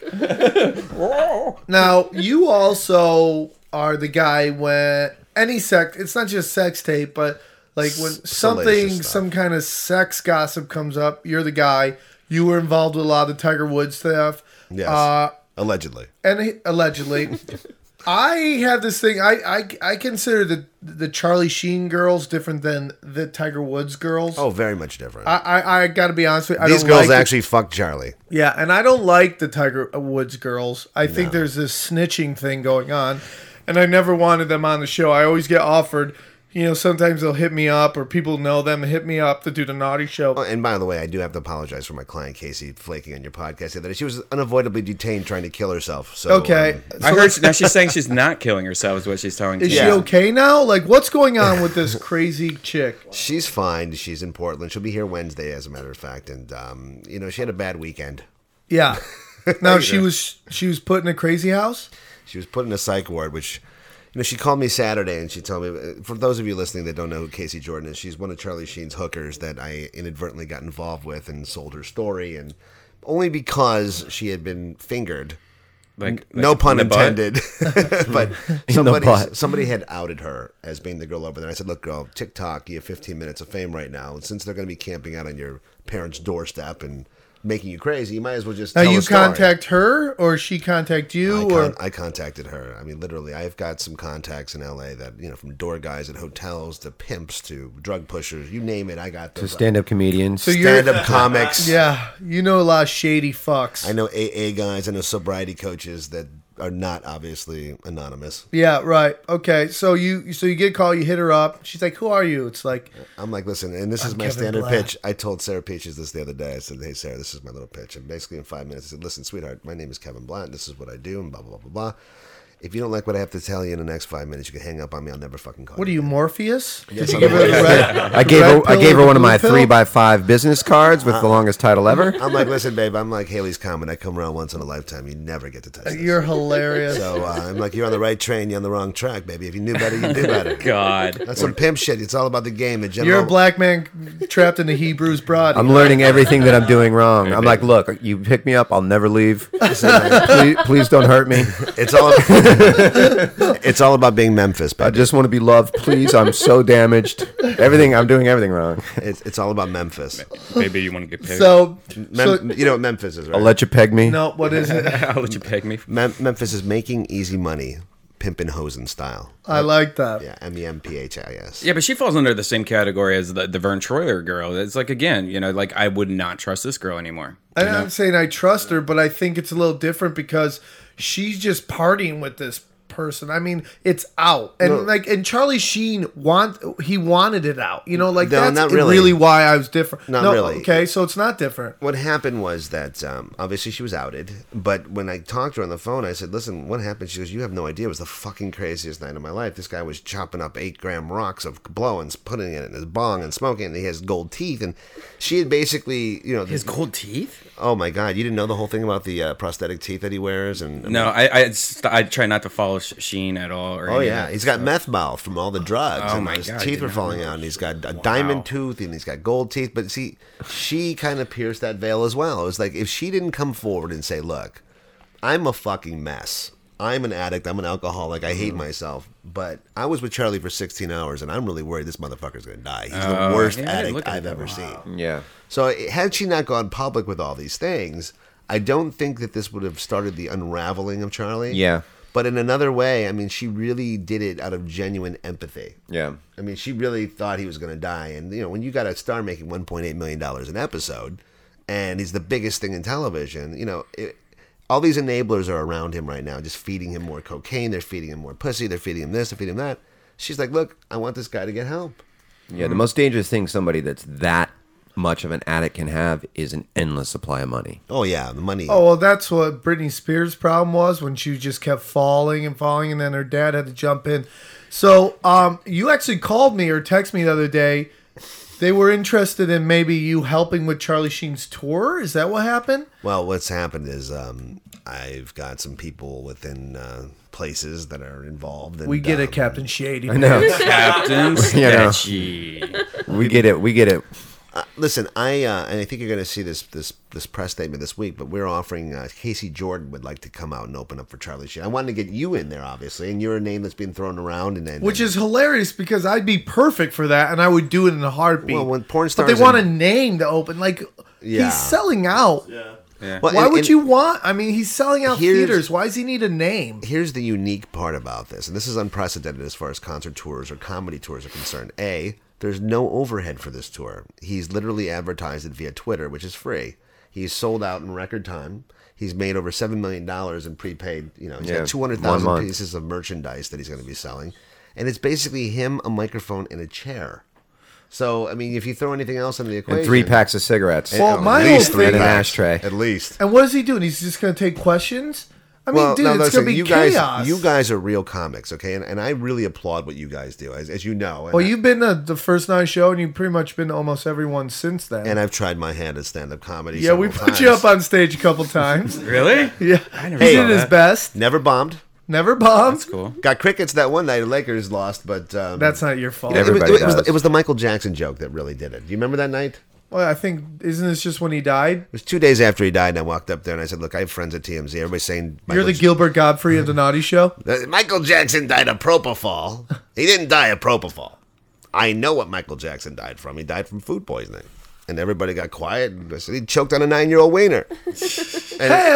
[SPEAKER 3] now you also are the guy when any sex. It's not just sex tape, but like when something,
[SPEAKER 6] salacious stuff.
[SPEAKER 3] some kind of sex gossip comes up, you're the guy. You were involved with a lot of the Tiger Woods stuff.
[SPEAKER 6] Yes.
[SPEAKER 3] Uh,
[SPEAKER 6] Allegedly.
[SPEAKER 3] and he- allegedly i have this thing I, I i consider the the charlie sheen girls different than the tiger woods girls
[SPEAKER 6] Oh, very much different.
[SPEAKER 3] I, I, I gotta be honest with you. I
[SPEAKER 6] These
[SPEAKER 3] don't
[SPEAKER 6] girls
[SPEAKER 3] like the-
[SPEAKER 6] actually fuck Charlie.
[SPEAKER 3] yeah, and I don't like the Tiger Woods girls. I think there's this snitching thing going on, and I never wanted them on the show. I always get offered you know, sometimes they'll hit me up or people know them hit me up to do the naughty show.
[SPEAKER 6] Oh, and by the way, I do have to apologize for my client Casey flaking on your podcast the other day. She was unavoidably detained trying to kill herself. So
[SPEAKER 3] okay.
[SPEAKER 6] um,
[SPEAKER 3] So
[SPEAKER 7] I heard
[SPEAKER 3] let's-
[SPEAKER 7] she, now she's saying she's not killing herself. Is what she's telling.
[SPEAKER 3] is
[SPEAKER 7] Jim.
[SPEAKER 3] she okay now? Like, what's going on with this crazy chick?
[SPEAKER 6] she's fine. She's in Portland. She'll be here Wednesday, as a matter of fact. And um, you know, she had a bad weekend.
[SPEAKER 3] Yeah. Now she was she was put in a crazy house.
[SPEAKER 6] She was put in a psych ward, which. You know, she called me Saturday and she told me. For those of you listening that don't know who Casey Jordan is, she's one of Charlie Sheen's hookers that I inadvertently got involved with and sold her story, and only because she had been fingered
[SPEAKER 7] Like, like
[SPEAKER 6] no pun
[SPEAKER 7] in the butt?
[SPEAKER 6] intended. but
[SPEAKER 5] the
[SPEAKER 6] somebody,
[SPEAKER 5] butt.
[SPEAKER 6] somebody had outed her as being the girl over there. I said, "Look, girl, TikTok, you have 15 minutes of fame right now, and since they're going to be camping out on your parents' doorstep and making you crazy, you might as well just."
[SPEAKER 3] Now
[SPEAKER 6] tell
[SPEAKER 3] you
[SPEAKER 6] a story."
[SPEAKER 3] contact her or she contact
[SPEAKER 6] I,
[SPEAKER 3] you
[SPEAKER 6] con-
[SPEAKER 3] or
[SPEAKER 6] I contacted her. I mean, literally, I've got some contacts in LA that you know, from door guys at hotels to pimps to drug pushers, you name it. I got
[SPEAKER 5] To
[SPEAKER 6] those
[SPEAKER 5] stand-up comedians.
[SPEAKER 3] So you- you're-
[SPEAKER 6] stand-up comics.
[SPEAKER 3] yeah, you know a lot of shady fucks.
[SPEAKER 6] I know AA guys. I know sobriety coaches that are not obviously anonymous.
[SPEAKER 3] Yeah, right. Okay, so you so you get a call, you hit her up. She's like, "Who are you?" It's like,
[SPEAKER 6] I'm like, listen, and this is my
[SPEAKER 3] Kevin
[SPEAKER 6] standard
[SPEAKER 3] Black.
[SPEAKER 6] pitch. I told Sarah Peaches this the other day. I said, hey, Sarah, this is my little pitch. And basically, in five minutes, I said, listen, sweetheart, my name is Kevin Blunt. This is what I do, and blah, blah, blah, blah, blah. If you don't like what I have to tell you in the next five minutes, you can hang up on me. I'll never fucking call
[SPEAKER 3] "What are you,
[SPEAKER 6] you.
[SPEAKER 3] Morpheus?" Did you
[SPEAKER 6] I'm
[SPEAKER 3] give her the
[SPEAKER 6] Morpheus.
[SPEAKER 3] red-
[SPEAKER 5] I
[SPEAKER 3] the
[SPEAKER 5] gave
[SPEAKER 3] red
[SPEAKER 5] her I
[SPEAKER 3] pill
[SPEAKER 5] gave
[SPEAKER 3] or
[SPEAKER 5] her
[SPEAKER 3] the
[SPEAKER 5] one of
[SPEAKER 3] blue
[SPEAKER 5] my
[SPEAKER 3] pill?
[SPEAKER 5] three by five business cards with the longest title ever.
[SPEAKER 6] I'm like, listen, babe, I'm like Haley's comment. I come around once in a lifetime. You never get to touch this.
[SPEAKER 3] Uh, You're hilarious.
[SPEAKER 6] so uh, I'm like, you're on the right train. You're on the wrong track, baby. If you knew better, you'd do better.
[SPEAKER 7] God.
[SPEAKER 6] That's some pimp shit. It's all about the game. The general,
[SPEAKER 3] You're a black man trapped in a Hebrew's body.
[SPEAKER 5] I'm learning everything that I'm doing wrong. I'm like, look, you pick me up, I'll never leave. please, please don't hurt me.
[SPEAKER 6] It's all. it's all about being Memphis,
[SPEAKER 5] I
[SPEAKER 6] baby.
[SPEAKER 5] just want to be loved. Please, I'm so damaged. Everything I'm doing everything wrong.
[SPEAKER 6] It's, it's all about Memphis.
[SPEAKER 7] Maybe you want to get pegged.
[SPEAKER 3] so, so
[SPEAKER 6] Mem- you know what Memphis is, right?
[SPEAKER 5] I'll let you peg me.
[SPEAKER 3] no, what is it?
[SPEAKER 7] I'll let you peg me.
[SPEAKER 6] Mem- Memphis is making easy money, pimpin' hosen style.
[SPEAKER 3] I like that.
[SPEAKER 6] Yeah, M E M P H I S.
[SPEAKER 7] Yeah, but she falls under the same category as the, the Vern Troyer girl. It's like again, you know, like I would not trust this girl anymore.
[SPEAKER 3] I, I'm saying I trust her, but I think it's a little different because she's just partying with this person. I mean, it's out, and like, and Charlie Sheen want he wanted it out. You know, like
[SPEAKER 6] No,
[SPEAKER 3] that's
[SPEAKER 6] not
[SPEAKER 3] really.
[SPEAKER 6] really.
[SPEAKER 3] why I was different.
[SPEAKER 6] Not
[SPEAKER 3] no,
[SPEAKER 6] really.
[SPEAKER 3] Okay, so it's not different.
[SPEAKER 6] What happened was that um, obviously she was outed, but when I talked to her on the phone, I said, "Listen, what happened?" She goes, "You have no idea. It was the fucking craziest night of my life. This guy was chopping up eight gram rocks of blow and putting it in his bong and smoking. And he has gold teeth, and she had basically, you know,
[SPEAKER 7] His gold teeth?
[SPEAKER 6] oh my god, you didn't know the whole thing about the uh, prosthetic teeth that he wears, and
[SPEAKER 7] No, I I, st- I try not to follow Sh- Sheen at all. Or
[SPEAKER 6] Oh
[SPEAKER 7] any of
[SPEAKER 6] yeah,
[SPEAKER 7] that
[SPEAKER 6] he's got meth mouth from all the drugs.
[SPEAKER 7] uh, Oh,
[SPEAKER 6] and
[SPEAKER 7] my
[SPEAKER 6] his
[SPEAKER 7] God, I
[SPEAKER 6] teeth
[SPEAKER 7] did
[SPEAKER 6] are
[SPEAKER 7] not
[SPEAKER 6] falling
[SPEAKER 7] know
[SPEAKER 6] out, and he's got a
[SPEAKER 7] Wow.
[SPEAKER 6] diamond tooth, and he's got gold teeth. But see, she kind of pierced that veil as well. It was like if she didn't come forward and say, "Look, I'm a fucking mess. I'm an addict. I'm an alcoholic. I
[SPEAKER 7] Mm.
[SPEAKER 6] hate myself." But I was with Charlie for 16 hours, and I'm really worried this motherfucker's gonna die. He's the worst
[SPEAKER 7] Oh, yeah, I didn't
[SPEAKER 6] addict
[SPEAKER 7] look at Mm.
[SPEAKER 6] I've
[SPEAKER 7] that.
[SPEAKER 6] ever seen.
[SPEAKER 5] Yeah.
[SPEAKER 6] So it- had she not gone public with all these things, I don't think that this would have started the unraveling of Charlie.
[SPEAKER 5] Yeah.
[SPEAKER 6] But in another way, I mean, she really did it out of genuine empathy.
[SPEAKER 5] Yeah.
[SPEAKER 6] I mean, she really thought he was going to die, and you know, when you got a star making 1.8 million dollars an episode, and he's the biggest thing in television, you know. It, all these enablers are around him right now, just feeding him more cocaine. They're feeding him more pussy. They're feeding him this. They're feeding him that. She's like, "Look, I want this guy to get help."
[SPEAKER 5] Yeah. The most dangerous thing somebody that's that much of an addict can have is an endless supply of money.
[SPEAKER 6] Oh yeah, the money.
[SPEAKER 3] Oh well, that's what Britney Spears' problem was when she just kept falling and falling, and then her dad had to jump in. So, um, you actually called me or texted me the other day. They were interested in maybe you helping with Charlie Sheen's tour. Is that what happened?
[SPEAKER 6] Well, what's happened is um, I've got some people within uh, places that are involved. And,
[SPEAKER 3] We get
[SPEAKER 6] um,
[SPEAKER 3] it, Captain Shady.
[SPEAKER 5] I know.
[SPEAKER 7] Captain
[SPEAKER 5] Yeah.
[SPEAKER 7] Sketchy.
[SPEAKER 5] We get it. We get it.
[SPEAKER 6] Listen, I uh, and I think you're going to see this this this press statement this week, but we're offering uh, Casey Jordan would like to come out and open up for Charlie Sheen. I wanted to get you in there, obviously, and you're a name that's been thrown around, and, and
[SPEAKER 3] Which is hilarious because I'd be perfect for that, and I would do it in a heartbeat.
[SPEAKER 6] Well, when porn
[SPEAKER 3] but they
[SPEAKER 6] stars
[SPEAKER 3] want
[SPEAKER 6] and-
[SPEAKER 3] a name to open. Like
[SPEAKER 6] Yeah.
[SPEAKER 3] he's selling out.
[SPEAKER 6] Well,
[SPEAKER 3] Why
[SPEAKER 6] and-
[SPEAKER 3] would
[SPEAKER 6] and-
[SPEAKER 3] you want? I mean, he's selling out
[SPEAKER 6] Here's-
[SPEAKER 3] theaters. Why does he need a name?
[SPEAKER 6] here's the unique part about this, and this is unprecedented as far as concert tours or comedy tours are concerned. A, there's no overhead for this tour. He's literally advertised it via Twitter, which is free. He's sold out in record time. He's made over seven million dollars in prepaid. You know, he's
[SPEAKER 5] Yeah,
[SPEAKER 6] got two hundred
[SPEAKER 5] one
[SPEAKER 6] thousand
[SPEAKER 5] month.
[SPEAKER 6] pieces of merchandise that he's going to be selling. and it's basically him, a microphone, and a chair. So I mean, if you throw anything else into the equation,
[SPEAKER 5] and three packs of cigarettes.
[SPEAKER 3] Well,
[SPEAKER 6] at
[SPEAKER 3] Oh, my
[SPEAKER 6] least
[SPEAKER 3] whole
[SPEAKER 6] three
[SPEAKER 3] thing-
[SPEAKER 5] And an
[SPEAKER 6] packs,
[SPEAKER 5] ashtray.
[SPEAKER 6] at least.
[SPEAKER 3] And what is he doing? He's just going to take questions? I mean,
[SPEAKER 6] well,
[SPEAKER 3] dude,
[SPEAKER 6] no,
[SPEAKER 3] it's
[SPEAKER 6] listen,
[SPEAKER 3] going to be
[SPEAKER 6] you guys,
[SPEAKER 3] chaos.
[SPEAKER 6] you guys are real comics, okay? And, and I really applaud what you guys do, as, as you know. And
[SPEAKER 3] Well,
[SPEAKER 6] I-
[SPEAKER 3] you've been to the first night show, and you've pretty much been to almost everyone since then.
[SPEAKER 6] and I've tried my hand at stand-up comedy.
[SPEAKER 3] yeah, we
[SPEAKER 6] several
[SPEAKER 3] put you
[SPEAKER 6] times.
[SPEAKER 3] up on stage a couple times.
[SPEAKER 7] Really?
[SPEAKER 3] yeah,
[SPEAKER 7] never
[SPEAKER 3] he
[SPEAKER 7] saw
[SPEAKER 3] did his
[SPEAKER 7] that.
[SPEAKER 3] best.
[SPEAKER 6] Never bombed.
[SPEAKER 3] Never bombed. That's,
[SPEAKER 7] Cool.
[SPEAKER 6] Got crickets that one night. Lakers lost, but um,
[SPEAKER 3] not your fault.
[SPEAKER 6] it was,
[SPEAKER 5] Everybody
[SPEAKER 6] it, was,
[SPEAKER 5] does.
[SPEAKER 6] it was the Michael Jackson joke that really did it. Do you remember that night? It
[SPEAKER 3] Well, I think isn't this just when he died?
[SPEAKER 6] was two days after he died, and I walked up there and I said, "Look, I have friends at TMZ. Everybody's saying
[SPEAKER 3] You're
[SPEAKER 6] Michael,
[SPEAKER 3] the Gilbert Godfrey of the Naughty Show.
[SPEAKER 6] J- uh, Michael Jackson died of propofol. he didn't die of propofol. I know what Michael Jackson died from. He died from food poisoning." And everybody got quiet. And I said, he choked on a nine-year-old wiener.
[SPEAKER 3] Hey,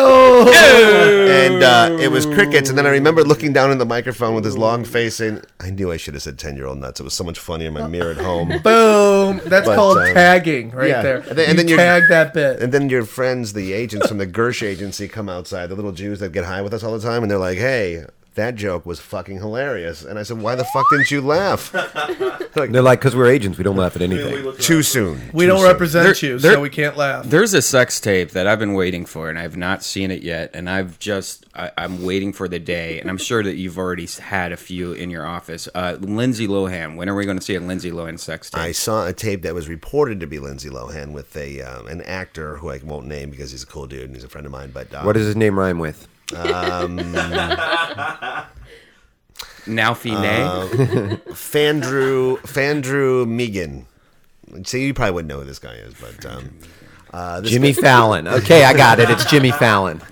[SPEAKER 6] and uh, it was crickets. And then I remember looking down in the microphone with his long face, and I knew I should have said ten year old nuts. It was so much funnier in my mirror at home.
[SPEAKER 3] boom! That's
[SPEAKER 6] But,
[SPEAKER 3] called
[SPEAKER 6] uh,
[SPEAKER 3] tagging right
[SPEAKER 6] yeah.
[SPEAKER 3] there.
[SPEAKER 6] And then- and
[SPEAKER 3] you
[SPEAKER 6] then you're-
[SPEAKER 3] tag that bit.
[SPEAKER 6] And then your friends, the agents from the Gersh agency, come outside. The little Jews that get high with us all the time, and they're like, "Hey, that joke was fucking hilarious." And I said, "Why the fuck didn't you laugh?"
[SPEAKER 5] They're like, because we're agents, we don't laugh at anything.
[SPEAKER 6] Too soon.
[SPEAKER 3] we
[SPEAKER 6] Too
[SPEAKER 3] don't
[SPEAKER 6] soon.
[SPEAKER 3] represent
[SPEAKER 7] They're-
[SPEAKER 3] you,
[SPEAKER 7] they're-
[SPEAKER 3] so we can't laugh.
[SPEAKER 7] There's a sex tape that I've been waiting for, and I've not seen it yet. And I've just, I, I'm waiting for the day. And I'm sure that you've already had a few in your office. Uh, Lindsay Lohan. When are we going to see a Lindsay Lohan sex tape?
[SPEAKER 6] I saw a tape that was reported to be Lindsay Lohan with a um, an actor who I won't name because he's a cool dude and he's a friend of mine. But uh,
[SPEAKER 5] What does his name rhyme with?
[SPEAKER 7] Nalfi Nay?
[SPEAKER 6] Fandrew Fandrew Megan. See, you probably wouldn't know who this guy is, but um, uh, this
[SPEAKER 5] Jimmy
[SPEAKER 6] guy-
[SPEAKER 5] Fallon. Okay, I got it. It's Jimmy Fallon.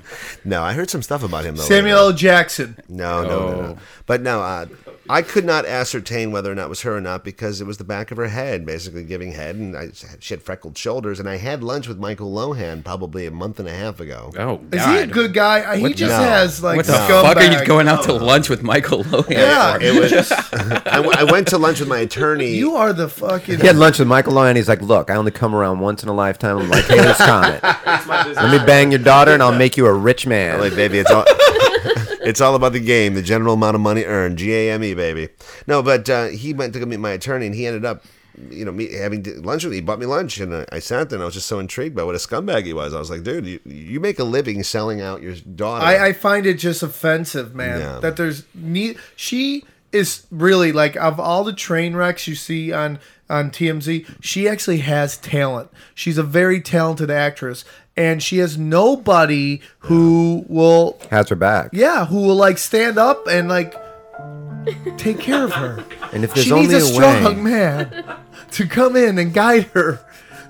[SPEAKER 6] no, I heard some stuff about him. Though,
[SPEAKER 3] Samuel
[SPEAKER 6] later.
[SPEAKER 3] L. Jackson.
[SPEAKER 6] No, no, no,
[SPEAKER 5] Oh.
[SPEAKER 6] no. But no, uh, I could not ascertain whether or not it was her or not because it was the back of her head, basically giving head, and I, she had freckled shoulders. And I had lunch with Michael Lohan probably a month and a half ago.
[SPEAKER 7] Oh, God.
[SPEAKER 3] Is he a good guy? Uh, He just
[SPEAKER 6] No.
[SPEAKER 3] has like
[SPEAKER 7] What the
[SPEAKER 3] scumbag.
[SPEAKER 7] fuck are you going out to lunch with Michael Lohan?
[SPEAKER 3] Yeah,
[SPEAKER 6] It was. I, w- I went to lunch with my attorney.
[SPEAKER 3] you are the fucking.
[SPEAKER 5] He had lunch with Michael Lohan. He's like, look, I only come around once in a lifetime. I'm like, hey, let's comment. Let me bang your daughter, and I'll make you a rich man.
[SPEAKER 6] Like, baby, it's all it's all about the game, the general amount of money earned, G A M E, baby. No, but uh, he went to go meet my attorney, and he ended up, you know, me having di- lunch with me. He bought me lunch, and uh, I, I sat there, and I was just so intrigued by what a scumbag he was. I was like, dude, you, you make a living selling out your daughter.
[SPEAKER 3] I, I find it just offensive, man.
[SPEAKER 6] Yeah.
[SPEAKER 3] That there's ne- she is really like of all the train wrecks you see on on TMZ, she actually has talent. She's a very talented actress, and she has nobody who will
[SPEAKER 5] Has her back.
[SPEAKER 3] yeah who will like stand up and like take care of her.
[SPEAKER 5] And if there's
[SPEAKER 3] she
[SPEAKER 5] only
[SPEAKER 3] needs a
[SPEAKER 5] way,
[SPEAKER 3] strong man to come in and guide her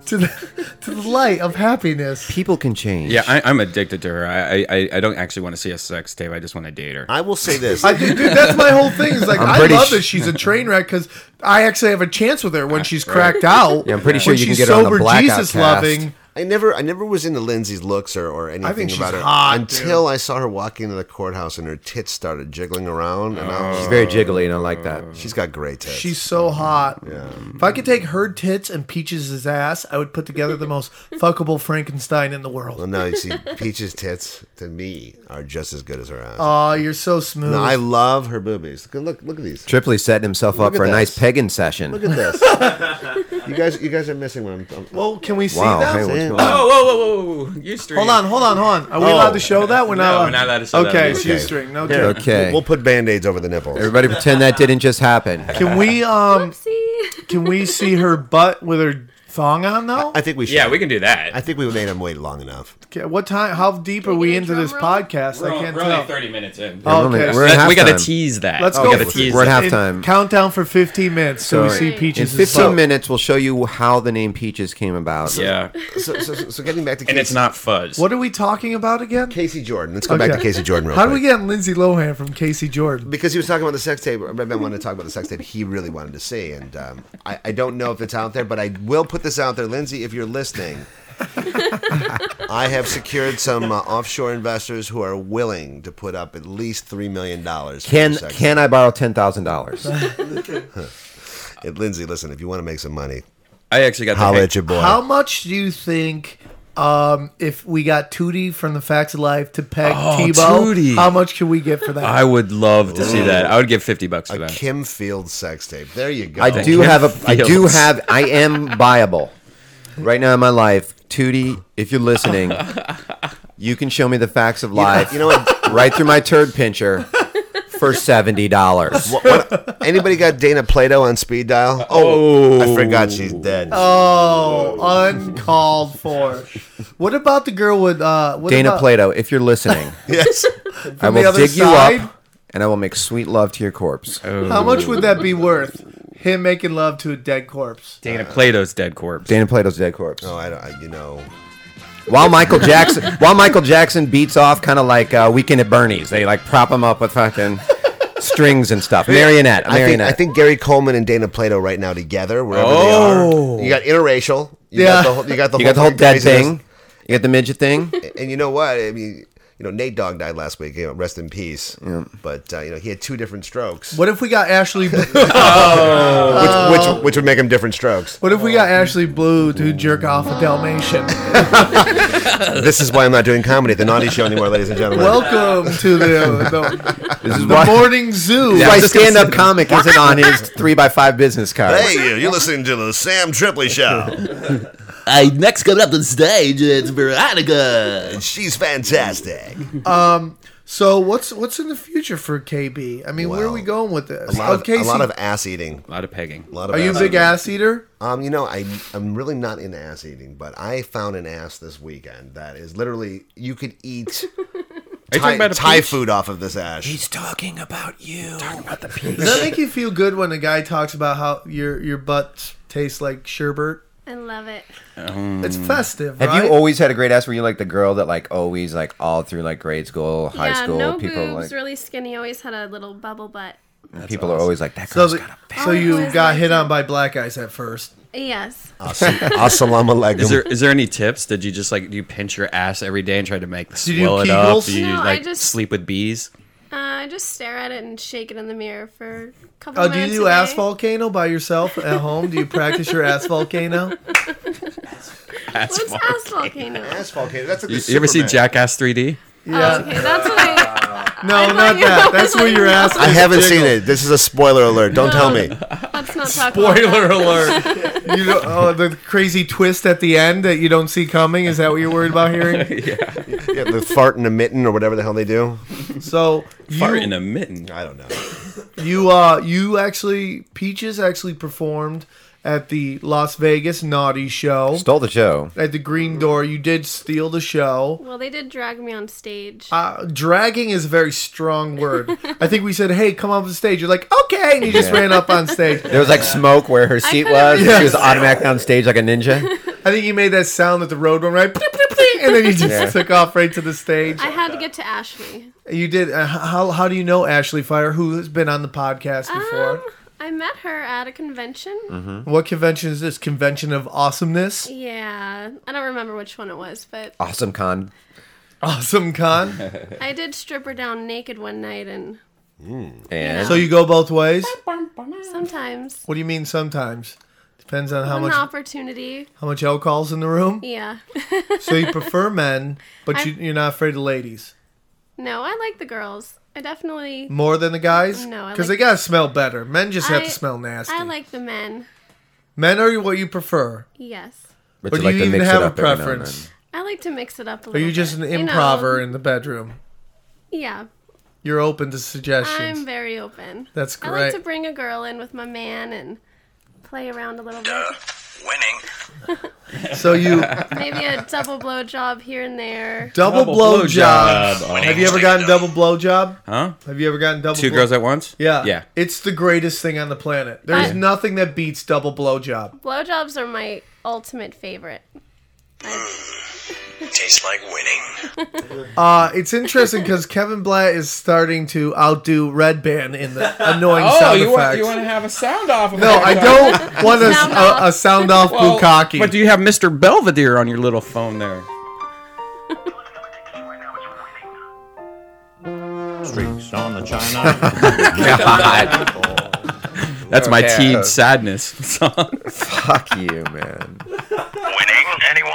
[SPEAKER 3] to the to the light of happiness.
[SPEAKER 5] people can change.
[SPEAKER 7] Yeah, I, I'm addicted to her. I, I, I don't actually want to see a sex tape. I just want to date her.
[SPEAKER 6] I will say this.
[SPEAKER 3] I, dude, dude, that's my whole thing. Is like
[SPEAKER 5] I'm
[SPEAKER 3] I
[SPEAKER 5] pretty
[SPEAKER 3] love
[SPEAKER 5] su-
[SPEAKER 3] that she's a train wreck because I actually have a chance with her when she's cracked out.
[SPEAKER 5] Yeah, I'm pretty sure
[SPEAKER 3] when
[SPEAKER 5] you can
[SPEAKER 3] she's
[SPEAKER 5] get her on the
[SPEAKER 3] sober,
[SPEAKER 5] blackout
[SPEAKER 3] Jesus
[SPEAKER 5] cast.
[SPEAKER 3] loving.
[SPEAKER 6] I never, I never was into Lindsay's looks or, or anything
[SPEAKER 3] she's
[SPEAKER 6] about her
[SPEAKER 3] hot,
[SPEAKER 6] until I saw her walk into the courthouse and her tits started jiggling around, and I
[SPEAKER 5] She's
[SPEAKER 6] was,
[SPEAKER 5] very jiggly, and I like that.
[SPEAKER 6] she's got great tits.
[SPEAKER 3] Oh. She's so hot. If I could take her tits and Peaches' ass, I would put together the most fuckable Frankenstein in the
[SPEAKER 6] well,
[SPEAKER 3] world.
[SPEAKER 6] no, you see, Peach's tits to me are just as good as her ass.
[SPEAKER 3] Oh, you're so smooth.
[SPEAKER 6] No, I love her boobies. Look, look, look at these.
[SPEAKER 5] Tripoli setting himself up
[SPEAKER 6] at
[SPEAKER 5] for a
[SPEAKER 6] this.
[SPEAKER 5] nice pegging session.
[SPEAKER 6] Look at this. you guys, you guys are missing one. I'm, I'm-
[SPEAKER 3] well, can we see
[SPEAKER 5] Wow,
[SPEAKER 3] that?
[SPEAKER 5] hey, what's Oh.
[SPEAKER 6] Yeah.
[SPEAKER 5] going
[SPEAKER 7] whoa,
[SPEAKER 5] on?
[SPEAKER 7] whoa, whoa, whoa. You
[SPEAKER 3] hold on, hold on, hold on. Are we allowed to show that? We're not
[SPEAKER 7] No,
[SPEAKER 3] allowed.
[SPEAKER 7] we're not allowed to show that.
[SPEAKER 3] okay,
[SPEAKER 7] Okay.
[SPEAKER 3] Okay, shoestring. No
[SPEAKER 6] Here,
[SPEAKER 3] joke.
[SPEAKER 5] Okay.
[SPEAKER 6] We'll, we'll put band-aids over the nipples.
[SPEAKER 5] Everybody pretend that didn't just happen.
[SPEAKER 3] Can we um?
[SPEAKER 4] Oopsie.
[SPEAKER 3] Can we see her butt with her thong on though?
[SPEAKER 6] I think we should.
[SPEAKER 7] Yeah, we can do
[SPEAKER 6] I
[SPEAKER 7] that.
[SPEAKER 6] think we made them wait long enough.
[SPEAKER 3] Okay, what time? How deep are
[SPEAKER 4] we
[SPEAKER 3] we
[SPEAKER 4] get a
[SPEAKER 3] into
[SPEAKER 4] drum
[SPEAKER 3] this
[SPEAKER 4] roll?
[SPEAKER 3] podcast? I can't
[SPEAKER 7] only
[SPEAKER 3] tell.
[SPEAKER 7] 30 minutes in.
[SPEAKER 3] Oh,
[SPEAKER 5] We're
[SPEAKER 3] okay.
[SPEAKER 5] only- we're at
[SPEAKER 7] That- we gotta
[SPEAKER 5] halftime.
[SPEAKER 7] tease that.
[SPEAKER 3] Let's
[SPEAKER 7] we
[SPEAKER 3] go.
[SPEAKER 7] gotta
[SPEAKER 3] for-
[SPEAKER 7] tease
[SPEAKER 5] We're at
[SPEAKER 7] that.
[SPEAKER 5] half- halftime.
[SPEAKER 3] Countdown for 15 minutes so,
[SPEAKER 5] So,
[SPEAKER 3] we see
[SPEAKER 4] in
[SPEAKER 5] In
[SPEAKER 3] Peaches.
[SPEAKER 5] 15 minutes, we'll show you how the name Peaches came about.
[SPEAKER 7] Yeah,
[SPEAKER 6] So, so, so getting back to
[SPEAKER 7] and
[SPEAKER 6] Casey,
[SPEAKER 7] it's not fuzz.
[SPEAKER 3] What are we talking about again?
[SPEAKER 6] Casey Jordan. Let's go back to
[SPEAKER 3] Okay.
[SPEAKER 6] Casey Jordan real
[SPEAKER 3] How do
[SPEAKER 6] quick.
[SPEAKER 3] we get Lindsay Lohan from Casey Jordan?
[SPEAKER 6] because he was talking about the sex tape. Red Man wanted to talk about the sex tape he really wanted to see, and um, I, I don't know if it's out there, but I will put this out there, Lindsay, if you're listening. I have secured some uh, offshore investors who are willing to put up at least three million dollars.
[SPEAKER 5] Can can I borrow ten thousand dollars?
[SPEAKER 6] Lindsay? Listen, if you want to make some money,
[SPEAKER 7] I actually got the
[SPEAKER 6] holla
[SPEAKER 7] hang-
[SPEAKER 6] at your boy.
[SPEAKER 3] How much do you think um, if we got Tootie from the Facts of Life to peg
[SPEAKER 7] Oh,
[SPEAKER 3] Tebow,
[SPEAKER 7] Tootie.
[SPEAKER 3] how much can we get for that?
[SPEAKER 7] I would love to see that. I would give fifty bucks for
[SPEAKER 6] A
[SPEAKER 7] that.
[SPEAKER 6] Kim Fields sex tape. There you go.
[SPEAKER 5] I do
[SPEAKER 7] Kim
[SPEAKER 5] have a. I do
[SPEAKER 7] Fields.
[SPEAKER 5] have. I am buyable right now in my life. Tootie, if you're listening, you can show me the facts of life.
[SPEAKER 6] you know what?
[SPEAKER 5] right through my turd pincher for seventy dollars.
[SPEAKER 6] What- what- anybody got Dana Plato on speed dial? Oh, I forgot she's dead.
[SPEAKER 3] oh, uncalled for. What about the girl with uh, what
[SPEAKER 5] Dana
[SPEAKER 3] about-
[SPEAKER 5] Plato, if you're listening,
[SPEAKER 6] yes.
[SPEAKER 5] I
[SPEAKER 3] the
[SPEAKER 5] will
[SPEAKER 3] other
[SPEAKER 5] dig
[SPEAKER 3] side?
[SPEAKER 5] you up and I will make sweet love to your corpse.
[SPEAKER 6] Oh.
[SPEAKER 3] How much would that be worth? Him making love to a dead corpse.
[SPEAKER 7] Dana Plato's dead corpse.
[SPEAKER 5] Dana Plato's dead corpse.
[SPEAKER 6] No, I don't. I, you know.
[SPEAKER 5] While Michael Jackson, while Michael Jackson beats off, kind of like uh, Weekend at Bernie's, they like prop him up with fucking strings and stuff. Marionette, a
[SPEAKER 6] I think,
[SPEAKER 5] marionette.
[SPEAKER 6] I think Gary Coleman and Dana Plato right now together, wherever
[SPEAKER 7] Oh.
[SPEAKER 6] they are. You got interracial. You
[SPEAKER 3] Yeah.
[SPEAKER 6] Got the whole, you got the
[SPEAKER 5] you got
[SPEAKER 6] whole,
[SPEAKER 5] the whole
[SPEAKER 6] fucking
[SPEAKER 5] dead
[SPEAKER 6] craziness.
[SPEAKER 5] thing. You got the midget thing.
[SPEAKER 6] and you know what? I mean, you know, Nate Dogg died last week. You know, rest in peace. But uh, you know, he had two different strokes, Uh,
[SPEAKER 3] What if we got Ashley?
[SPEAKER 6] which, which which would make him different strokes.
[SPEAKER 3] What if we got Ashley Blue to jerk off a Dalmatian?
[SPEAKER 6] this is why I'm not doing comedy at the Naughty Show anymore, ladies and gentlemen.
[SPEAKER 3] Welcome to the the,
[SPEAKER 5] This is
[SPEAKER 3] the
[SPEAKER 5] why,
[SPEAKER 3] morning zoo.
[SPEAKER 5] this is why stand-up comic isn't on his three by five business card.
[SPEAKER 6] Hey, you, you're listening to the Sam Tripley Show.
[SPEAKER 8] I next coming up on stage, it's Veronica.
[SPEAKER 6] And she's fantastic.
[SPEAKER 3] So what's what's in the future for KB? I mean, where are
[SPEAKER 6] Wow.
[SPEAKER 3] we going with this?
[SPEAKER 6] A lot of,
[SPEAKER 3] Okay,
[SPEAKER 6] a lot
[SPEAKER 3] so-
[SPEAKER 6] of ass eating.
[SPEAKER 7] A lot of pegging.
[SPEAKER 6] A lot of
[SPEAKER 3] are you a
[SPEAKER 6] ass
[SPEAKER 3] big
[SPEAKER 6] eating.
[SPEAKER 3] ass eater?
[SPEAKER 6] Um, you know, I I'm really not into ass eating, but I found an ass this weekend that is literally you could eat
[SPEAKER 7] Are you talking
[SPEAKER 6] Thai,
[SPEAKER 7] about a
[SPEAKER 6] Thai
[SPEAKER 7] peach?
[SPEAKER 6] food off of this ass.
[SPEAKER 3] Does that make you feel good when a guy talks about how your your butt tastes like sherbet?
[SPEAKER 4] I love it.
[SPEAKER 3] It's
[SPEAKER 6] Mm.
[SPEAKER 3] festive,
[SPEAKER 5] Have
[SPEAKER 3] right?
[SPEAKER 5] you always had a great ass? Were you like the girl that like always like all through like grade school, high
[SPEAKER 4] yeah,
[SPEAKER 5] school,
[SPEAKER 4] no
[SPEAKER 5] people
[SPEAKER 4] boobs,
[SPEAKER 5] like
[SPEAKER 4] really skinny. Always had a little bubble butt.
[SPEAKER 5] people are always like that
[SPEAKER 3] so,
[SPEAKER 5] girl's
[SPEAKER 3] the-
[SPEAKER 5] got a
[SPEAKER 3] so
[SPEAKER 4] Oh,
[SPEAKER 3] you
[SPEAKER 4] is
[SPEAKER 3] got
[SPEAKER 4] that-
[SPEAKER 3] hit on by black eyes at first.
[SPEAKER 4] Yes.
[SPEAKER 6] Oh. Uh, Assalamu alaikum.
[SPEAKER 7] Is there is there any tips? Did you just like do you pinch your ass every day and try to make
[SPEAKER 3] you do
[SPEAKER 7] swell it up?
[SPEAKER 3] Kegels?
[SPEAKER 7] Do you
[SPEAKER 4] No, I
[SPEAKER 7] like
[SPEAKER 4] just-
[SPEAKER 7] sleep with bees?
[SPEAKER 4] Uh, I just stare at it and shake it in the mirror for a couple
[SPEAKER 3] Oh, do you
[SPEAKER 4] minutes.
[SPEAKER 3] do
[SPEAKER 4] a day.
[SPEAKER 3] ass volcano by yourself at home? Do you practice your ass volcano?
[SPEAKER 7] Ass
[SPEAKER 4] What's
[SPEAKER 7] fuck.
[SPEAKER 4] ass volcano?
[SPEAKER 6] Ass volcano. That's like
[SPEAKER 7] You,
[SPEAKER 6] the
[SPEAKER 7] you ever see
[SPEAKER 6] Superman.
[SPEAKER 7] Jackass 3D?
[SPEAKER 4] Oh, okay, that's what I.
[SPEAKER 3] No,
[SPEAKER 4] thought
[SPEAKER 3] not
[SPEAKER 4] you-
[SPEAKER 3] that.
[SPEAKER 4] I
[SPEAKER 3] That's
[SPEAKER 4] was
[SPEAKER 3] where
[SPEAKER 4] like,
[SPEAKER 3] your
[SPEAKER 4] no.
[SPEAKER 3] ass.
[SPEAKER 6] I haven't seen it. This is a spoiler alert. Don't tell me.
[SPEAKER 4] Let's not talk. about
[SPEAKER 3] Spoiler
[SPEAKER 4] that.
[SPEAKER 3] alert! You know, oh, the crazy twist at the end that you don't see coming. Is that what you're worried about hearing?
[SPEAKER 6] Yeah, the fart in a mitten or whatever the hell they do.
[SPEAKER 3] So
[SPEAKER 7] Fart
[SPEAKER 3] you,
[SPEAKER 7] in a mitten.
[SPEAKER 6] I don't know.
[SPEAKER 3] you, uh, you actually, Peaches actually performed at the Las Vegas Naughty Show
[SPEAKER 5] stole the show.
[SPEAKER 3] at the Green Door. You did steal the show.
[SPEAKER 4] Well, they did drag me on stage.
[SPEAKER 3] Uh, dragging is a very strong word. I think we said, "Hey, come up on stage." You're like, "Okay," and you just ran up on stage.
[SPEAKER 5] There was like smoke where her seat
[SPEAKER 4] could've
[SPEAKER 5] was.
[SPEAKER 4] been-
[SPEAKER 5] She was automatically on stage like a ninja.
[SPEAKER 3] I think you made that sound that the road went right, and then you just
[SPEAKER 5] Yeah.
[SPEAKER 3] took off right to the stage.
[SPEAKER 4] I had to get to Ashley.
[SPEAKER 3] You did. Uh, how how do you know Ashley Fire, who has been on the podcast before?
[SPEAKER 4] Um, I met her at a convention.
[SPEAKER 3] what convention is this? Convention of Awesomeness,
[SPEAKER 4] Yeah, I don't remember which one it was, but
[SPEAKER 5] Awesome con.
[SPEAKER 3] Awesome Con.
[SPEAKER 4] I did strip her down naked one night, and
[SPEAKER 5] And
[SPEAKER 3] so you go both ways.
[SPEAKER 4] sometimes
[SPEAKER 3] What do you mean? Sometimes depends on how
[SPEAKER 4] an
[SPEAKER 3] much
[SPEAKER 4] opportunity.
[SPEAKER 3] how much alcohol's in the room.
[SPEAKER 4] Yeah.
[SPEAKER 3] So you prefer men, but you, you're not afraid of ladies
[SPEAKER 4] no, I like the girls. I definitely.
[SPEAKER 3] more than the guys.
[SPEAKER 4] No, I
[SPEAKER 3] because
[SPEAKER 4] like-
[SPEAKER 3] they gotta smell better. Men just have
[SPEAKER 4] I-
[SPEAKER 3] to smell nasty.
[SPEAKER 4] I like the men.
[SPEAKER 3] men are what you prefer.
[SPEAKER 4] Yes.
[SPEAKER 5] but
[SPEAKER 3] Or do
[SPEAKER 5] like
[SPEAKER 3] you
[SPEAKER 5] to
[SPEAKER 3] even
[SPEAKER 5] mix it
[SPEAKER 3] have a
[SPEAKER 5] up every now and then.
[SPEAKER 3] preference?
[SPEAKER 4] I like to mix it up a
[SPEAKER 3] Are
[SPEAKER 4] little.
[SPEAKER 3] you just an
[SPEAKER 4] bit, you know.
[SPEAKER 3] improver in the bedroom?
[SPEAKER 4] yeah,
[SPEAKER 3] You're open to suggestions.
[SPEAKER 4] I'm very open.
[SPEAKER 3] That's
[SPEAKER 4] I like
[SPEAKER 3] great.
[SPEAKER 4] to bring a girl in with my man and play around a little bit.
[SPEAKER 3] so you
[SPEAKER 4] Maybe a double blow job here and there.
[SPEAKER 3] Double,
[SPEAKER 7] Double
[SPEAKER 3] blow,
[SPEAKER 7] blow
[SPEAKER 3] jobs.
[SPEAKER 7] job.
[SPEAKER 3] Have you ever gotten double blow job?
[SPEAKER 7] Huh?
[SPEAKER 3] Have you ever gotten double
[SPEAKER 7] Two
[SPEAKER 3] blow-
[SPEAKER 7] girls at once?
[SPEAKER 3] Yeah.
[SPEAKER 7] Yeah.
[SPEAKER 3] It's the greatest thing on the planet. There's
[SPEAKER 4] I-
[SPEAKER 3] nothing that beats double blow job.
[SPEAKER 4] Blowjobs are my ultimate favorite.
[SPEAKER 9] Tastes like winning.
[SPEAKER 3] Uh, it's interesting because Kevin Blatt is starting to outdo Red Band in the annoying
[SPEAKER 7] Oh,
[SPEAKER 3] sound
[SPEAKER 7] you want,
[SPEAKER 3] effects.
[SPEAKER 7] you want to have a sound off? Of
[SPEAKER 3] no, I don't want a,
[SPEAKER 4] Sound
[SPEAKER 3] a,
[SPEAKER 4] off.
[SPEAKER 3] a sound off bukkake.
[SPEAKER 7] Oh, But do you have Mr. Belvedere on your little phone there?
[SPEAKER 10] Streaks on the china.
[SPEAKER 7] That's my
[SPEAKER 5] Okay.
[SPEAKER 7] teen sadness song.
[SPEAKER 5] Fuck you, man.
[SPEAKER 9] Winning, anyone?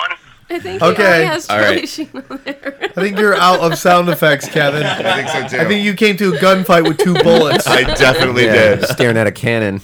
[SPEAKER 4] I think he
[SPEAKER 3] Okay.
[SPEAKER 4] only has
[SPEAKER 7] All
[SPEAKER 4] Charlie
[SPEAKER 7] right.
[SPEAKER 4] Sheen on there.
[SPEAKER 3] I think you're out of sound effects, Kevin.
[SPEAKER 9] I think so too.
[SPEAKER 3] I think you came to a gunfight with two bullets.
[SPEAKER 9] I definitely
[SPEAKER 5] Yeah,
[SPEAKER 9] did.
[SPEAKER 5] staring at a cannon.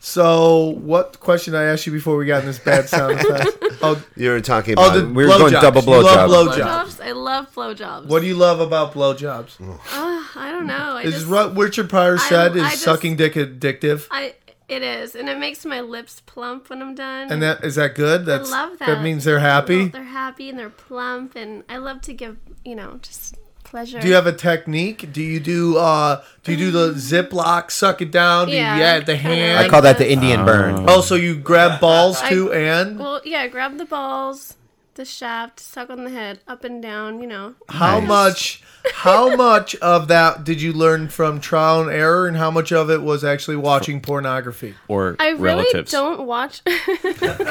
[SPEAKER 3] So, what question did I asked you before we got in this bad sound effect? Oh,
[SPEAKER 6] You were talking
[SPEAKER 3] oh,
[SPEAKER 6] about
[SPEAKER 3] the
[SPEAKER 5] Uh, we were going
[SPEAKER 3] blowjobs.
[SPEAKER 5] double
[SPEAKER 3] You love
[SPEAKER 5] blowjob.
[SPEAKER 3] blowjobs.
[SPEAKER 4] Blowjobs? I love blowjobs.
[SPEAKER 3] What do you love about blowjobs?
[SPEAKER 5] Mm.
[SPEAKER 4] Ugh, I don't know. I
[SPEAKER 3] Is
[SPEAKER 4] just,
[SPEAKER 3] what Richard Pryor said is
[SPEAKER 4] I just-
[SPEAKER 3] sucking dick addictive,
[SPEAKER 4] I it is, and it makes my lips plump when I'm done.
[SPEAKER 3] and that is that good. That's
[SPEAKER 4] love
[SPEAKER 3] that
[SPEAKER 4] that.
[SPEAKER 3] means they're
[SPEAKER 4] Well,
[SPEAKER 3] happy.
[SPEAKER 4] they're happy and they're plump, and I love to give you know just pleasure.
[SPEAKER 3] Do you have a technique? Do you do uh do you do the Ziploc, suck it down? Do you-
[SPEAKER 4] Mm. Yeah.
[SPEAKER 3] yeah, the
[SPEAKER 4] Kinda
[SPEAKER 3] hand.
[SPEAKER 5] I call that the Indian burn.
[SPEAKER 3] Oh, so you grab balls too, and
[SPEAKER 4] Well, yeah. Grab the balls, the shaft, suck on the head, up and down. You know,
[SPEAKER 3] how much? How much of that did you learn from trial and error, and how much of it was actually watching pornography?
[SPEAKER 7] or
[SPEAKER 4] I really
[SPEAKER 7] relatives.
[SPEAKER 4] don't watch.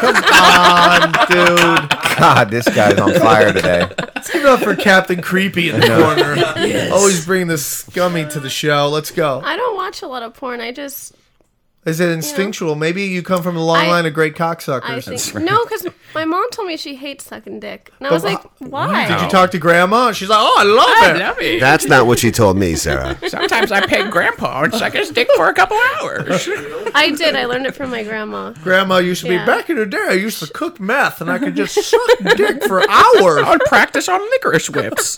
[SPEAKER 3] Um, dude,
[SPEAKER 5] God, this guy's on fire today.
[SPEAKER 3] let's give it up for Captain Creepy in the corner. Always bringing the scummy to the show. Let's go.
[SPEAKER 4] I don't watch a lot of porn. I just
[SPEAKER 3] Is it instinctual? Maybe you come from a long
[SPEAKER 4] I-
[SPEAKER 3] line of great
[SPEAKER 4] I
[SPEAKER 3] cocksuckers.
[SPEAKER 4] think no, because my mom told me she hates sucking dick, and I was like, why?
[SPEAKER 3] Did you talk to Grandma? She's like, "Oh, I love it."
[SPEAKER 6] That's not what she told me, Sarah.
[SPEAKER 7] Sometimes I pay grandpa and suck his dick for a couple hours.
[SPEAKER 4] I did. I learned it from my grandma.
[SPEAKER 3] Grandma used to
[SPEAKER 4] Yeah.
[SPEAKER 3] be back in the day. I used to cook meth, and I could just suck dick for hours.
[SPEAKER 7] would practice on licorice whips.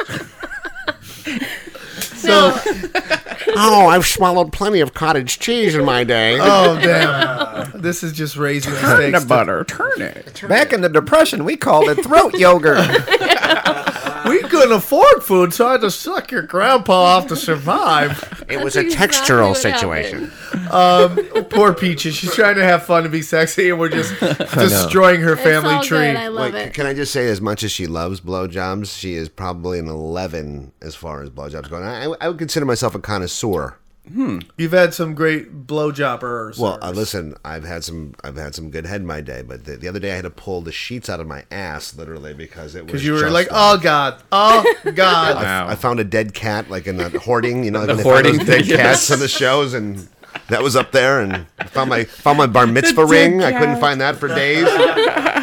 [SPEAKER 4] No,
[SPEAKER 9] Oh, I've swallowed plenty of cottage cheese in my day.
[SPEAKER 3] Oh damn! This is just raising mistakes. to-
[SPEAKER 7] turn it.
[SPEAKER 5] Back in the Depression, we called it throat yogurt.
[SPEAKER 3] We couldn't afford food, so I had to suck your grandpa off to survive.
[SPEAKER 9] it was a
[SPEAKER 4] that's exactly
[SPEAKER 9] textural
[SPEAKER 4] what
[SPEAKER 9] situation.
[SPEAKER 3] Poor Peaches. She's trying to have fun and be sexy, and we're just destroying her family
[SPEAKER 4] it's all
[SPEAKER 3] tree.
[SPEAKER 4] Good. I love
[SPEAKER 6] Wait,
[SPEAKER 4] it.
[SPEAKER 6] can I just say, as much as she loves blowjobs, she is probably an 11 as far as blowjobs go. And I, I would consider myself a connoisseur.
[SPEAKER 3] You've had some great blowjobbers.
[SPEAKER 6] Well, uh, listen, I've had some, I've had some good head in my day, but the, the other day I had to pull the sheets out of my ass literally because it was.
[SPEAKER 3] because you were
[SPEAKER 6] just
[SPEAKER 3] like,
[SPEAKER 6] a-
[SPEAKER 3] "Oh God, oh God."
[SPEAKER 7] Wow.
[SPEAKER 6] I found a dead cat, like in the hoarding, you know, like
[SPEAKER 7] The
[SPEAKER 6] when they found those
[SPEAKER 7] hoarding,
[SPEAKER 6] dead
[SPEAKER 7] yes.
[SPEAKER 6] cats on the shows, and that was up there, and I found my found my bar mitzvah ring. I couldn't find that for days.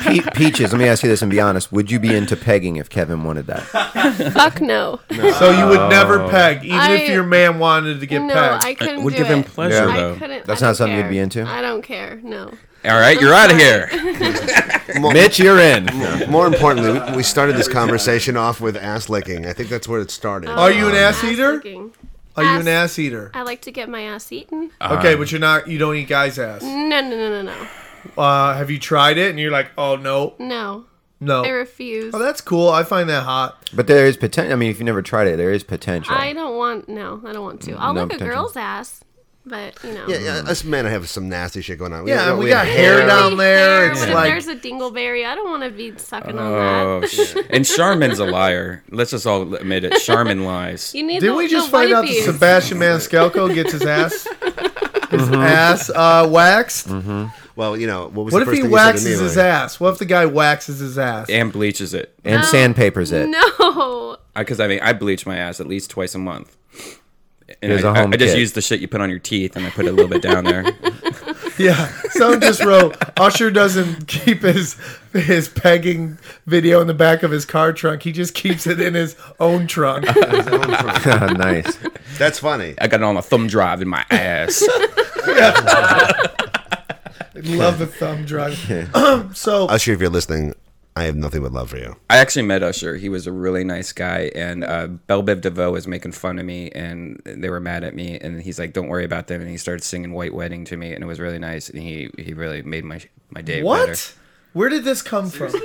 [SPEAKER 5] Pe- Peaches, let me ask you this and be honest. Would you be into pegging if Kevin wanted that?
[SPEAKER 4] Fuck no. No,
[SPEAKER 3] So you would never peg, even if
[SPEAKER 4] I-
[SPEAKER 3] your man wanted to get pegged.
[SPEAKER 4] I couldn't
[SPEAKER 7] would
[SPEAKER 4] do
[SPEAKER 7] give
[SPEAKER 4] it.
[SPEAKER 7] him pleasure,
[SPEAKER 5] Yeah.
[SPEAKER 4] I
[SPEAKER 7] though.
[SPEAKER 4] couldn't.
[SPEAKER 5] That's
[SPEAKER 4] I
[SPEAKER 5] not
[SPEAKER 4] don't
[SPEAKER 5] something you'd
[SPEAKER 4] care.
[SPEAKER 5] be into?
[SPEAKER 4] I don't care. No.
[SPEAKER 7] All right, you're out of here.
[SPEAKER 5] Mitch, you're in.
[SPEAKER 6] More importantly, we, we started this conversation off with ass licking. I think that's where it started.
[SPEAKER 3] Are you an ass
[SPEAKER 4] Ass
[SPEAKER 3] eater?
[SPEAKER 4] licking.
[SPEAKER 3] Are you an
[SPEAKER 4] Ass-
[SPEAKER 3] ass eater?
[SPEAKER 4] I like to get my ass eaten.
[SPEAKER 7] Ah.
[SPEAKER 3] Okay, but you're not. You don't eat guys' ass.
[SPEAKER 4] No, no, no, no, no,
[SPEAKER 3] Uh, have you tried it? And you're like, oh no,
[SPEAKER 4] no. I
[SPEAKER 3] no.
[SPEAKER 4] refuse.
[SPEAKER 3] Oh, that's cool. I find that hot.
[SPEAKER 5] But there is potential. I mean, if you never tried it, there is potential.
[SPEAKER 4] I don't want. No, I don't want to. I'll
[SPEAKER 5] No
[SPEAKER 4] look
[SPEAKER 5] potential.
[SPEAKER 4] a girl's ass, but you know.
[SPEAKER 6] Yeah, yeah, us men have some nasty shit going on.
[SPEAKER 3] Mm. Yeah,
[SPEAKER 6] you know,
[SPEAKER 3] we got hair
[SPEAKER 4] Hair,
[SPEAKER 3] down there. It's
[SPEAKER 4] what if
[SPEAKER 3] like-
[SPEAKER 4] there's a dingleberry. I don't want to be sucking on that.
[SPEAKER 7] Oh, sh- and Charmin's a liar. Let's just all admit it. Charmin lies.
[SPEAKER 4] You need.
[SPEAKER 3] Did
[SPEAKER 4] the,
[SPEAKER 3] we just
[SPEAKER 4] the
[SPEAKER 3] find out that
[SPEAKER 4] wipes.
[SPEAKER 3] Sebastian Maniscalco gets his ass his ass uh, waxed?
[SPEAKER 6] Well, you know, what was
[SPEAKER 3] What
[SPEAKER 6] Mm-hmm. the
[SPEAKER 3] if he
[SPEAKER 6] first thing you said to me,
[SPEAKER 3] waxes his
[SPEAKER 6] like,
[SPEAKER 3] ass? What if the guy waxes his ass?
[SPEAKER 7] And bleaches it.
[SPEAKER 5] and sandpapers it.
[SPEAKER 4] No.
[SPEAKER 7] Because I, mean, I bleach my ass at least twice a month. And
[SPEAKER 5] There's
[SPEAKER 7] I,
[SPEAKER 5] a home
[SPEAKER 7] I, I just
[SPEAKER 5] kit.
[SPEAKER 7] use the shit you put on your teeth and I put a little bit down there.
[SPEAKER 3] Yeah, someone just wrote Usher doesn't keep his his pegging video in the back of his car trunk. He just keeps it in his own trunk.
[SPEAKER 5] nice.
[SPEAKER 6] That's funny.
[SPEAKER 7] I got it on a thumb drive in my ass.
[SPEAKER 3] Love the thumb drive. so
[SPEAKER 6] Usher, if you're listening, I have nothing but love for you.
[SPEAKER 7] I actually met Usher. He was a really nice guy, and uh, Belle Biv DeVoe was making fun of me, and they were mad at me. And he's like, "Don't worry about them." And he started singing "White Wedding" to me, and it was really nice. And he he really made my my day.
[SPEAKER 3] What?
[SPEAKER 7] better.
[SPEAKER 3] Where did this come from?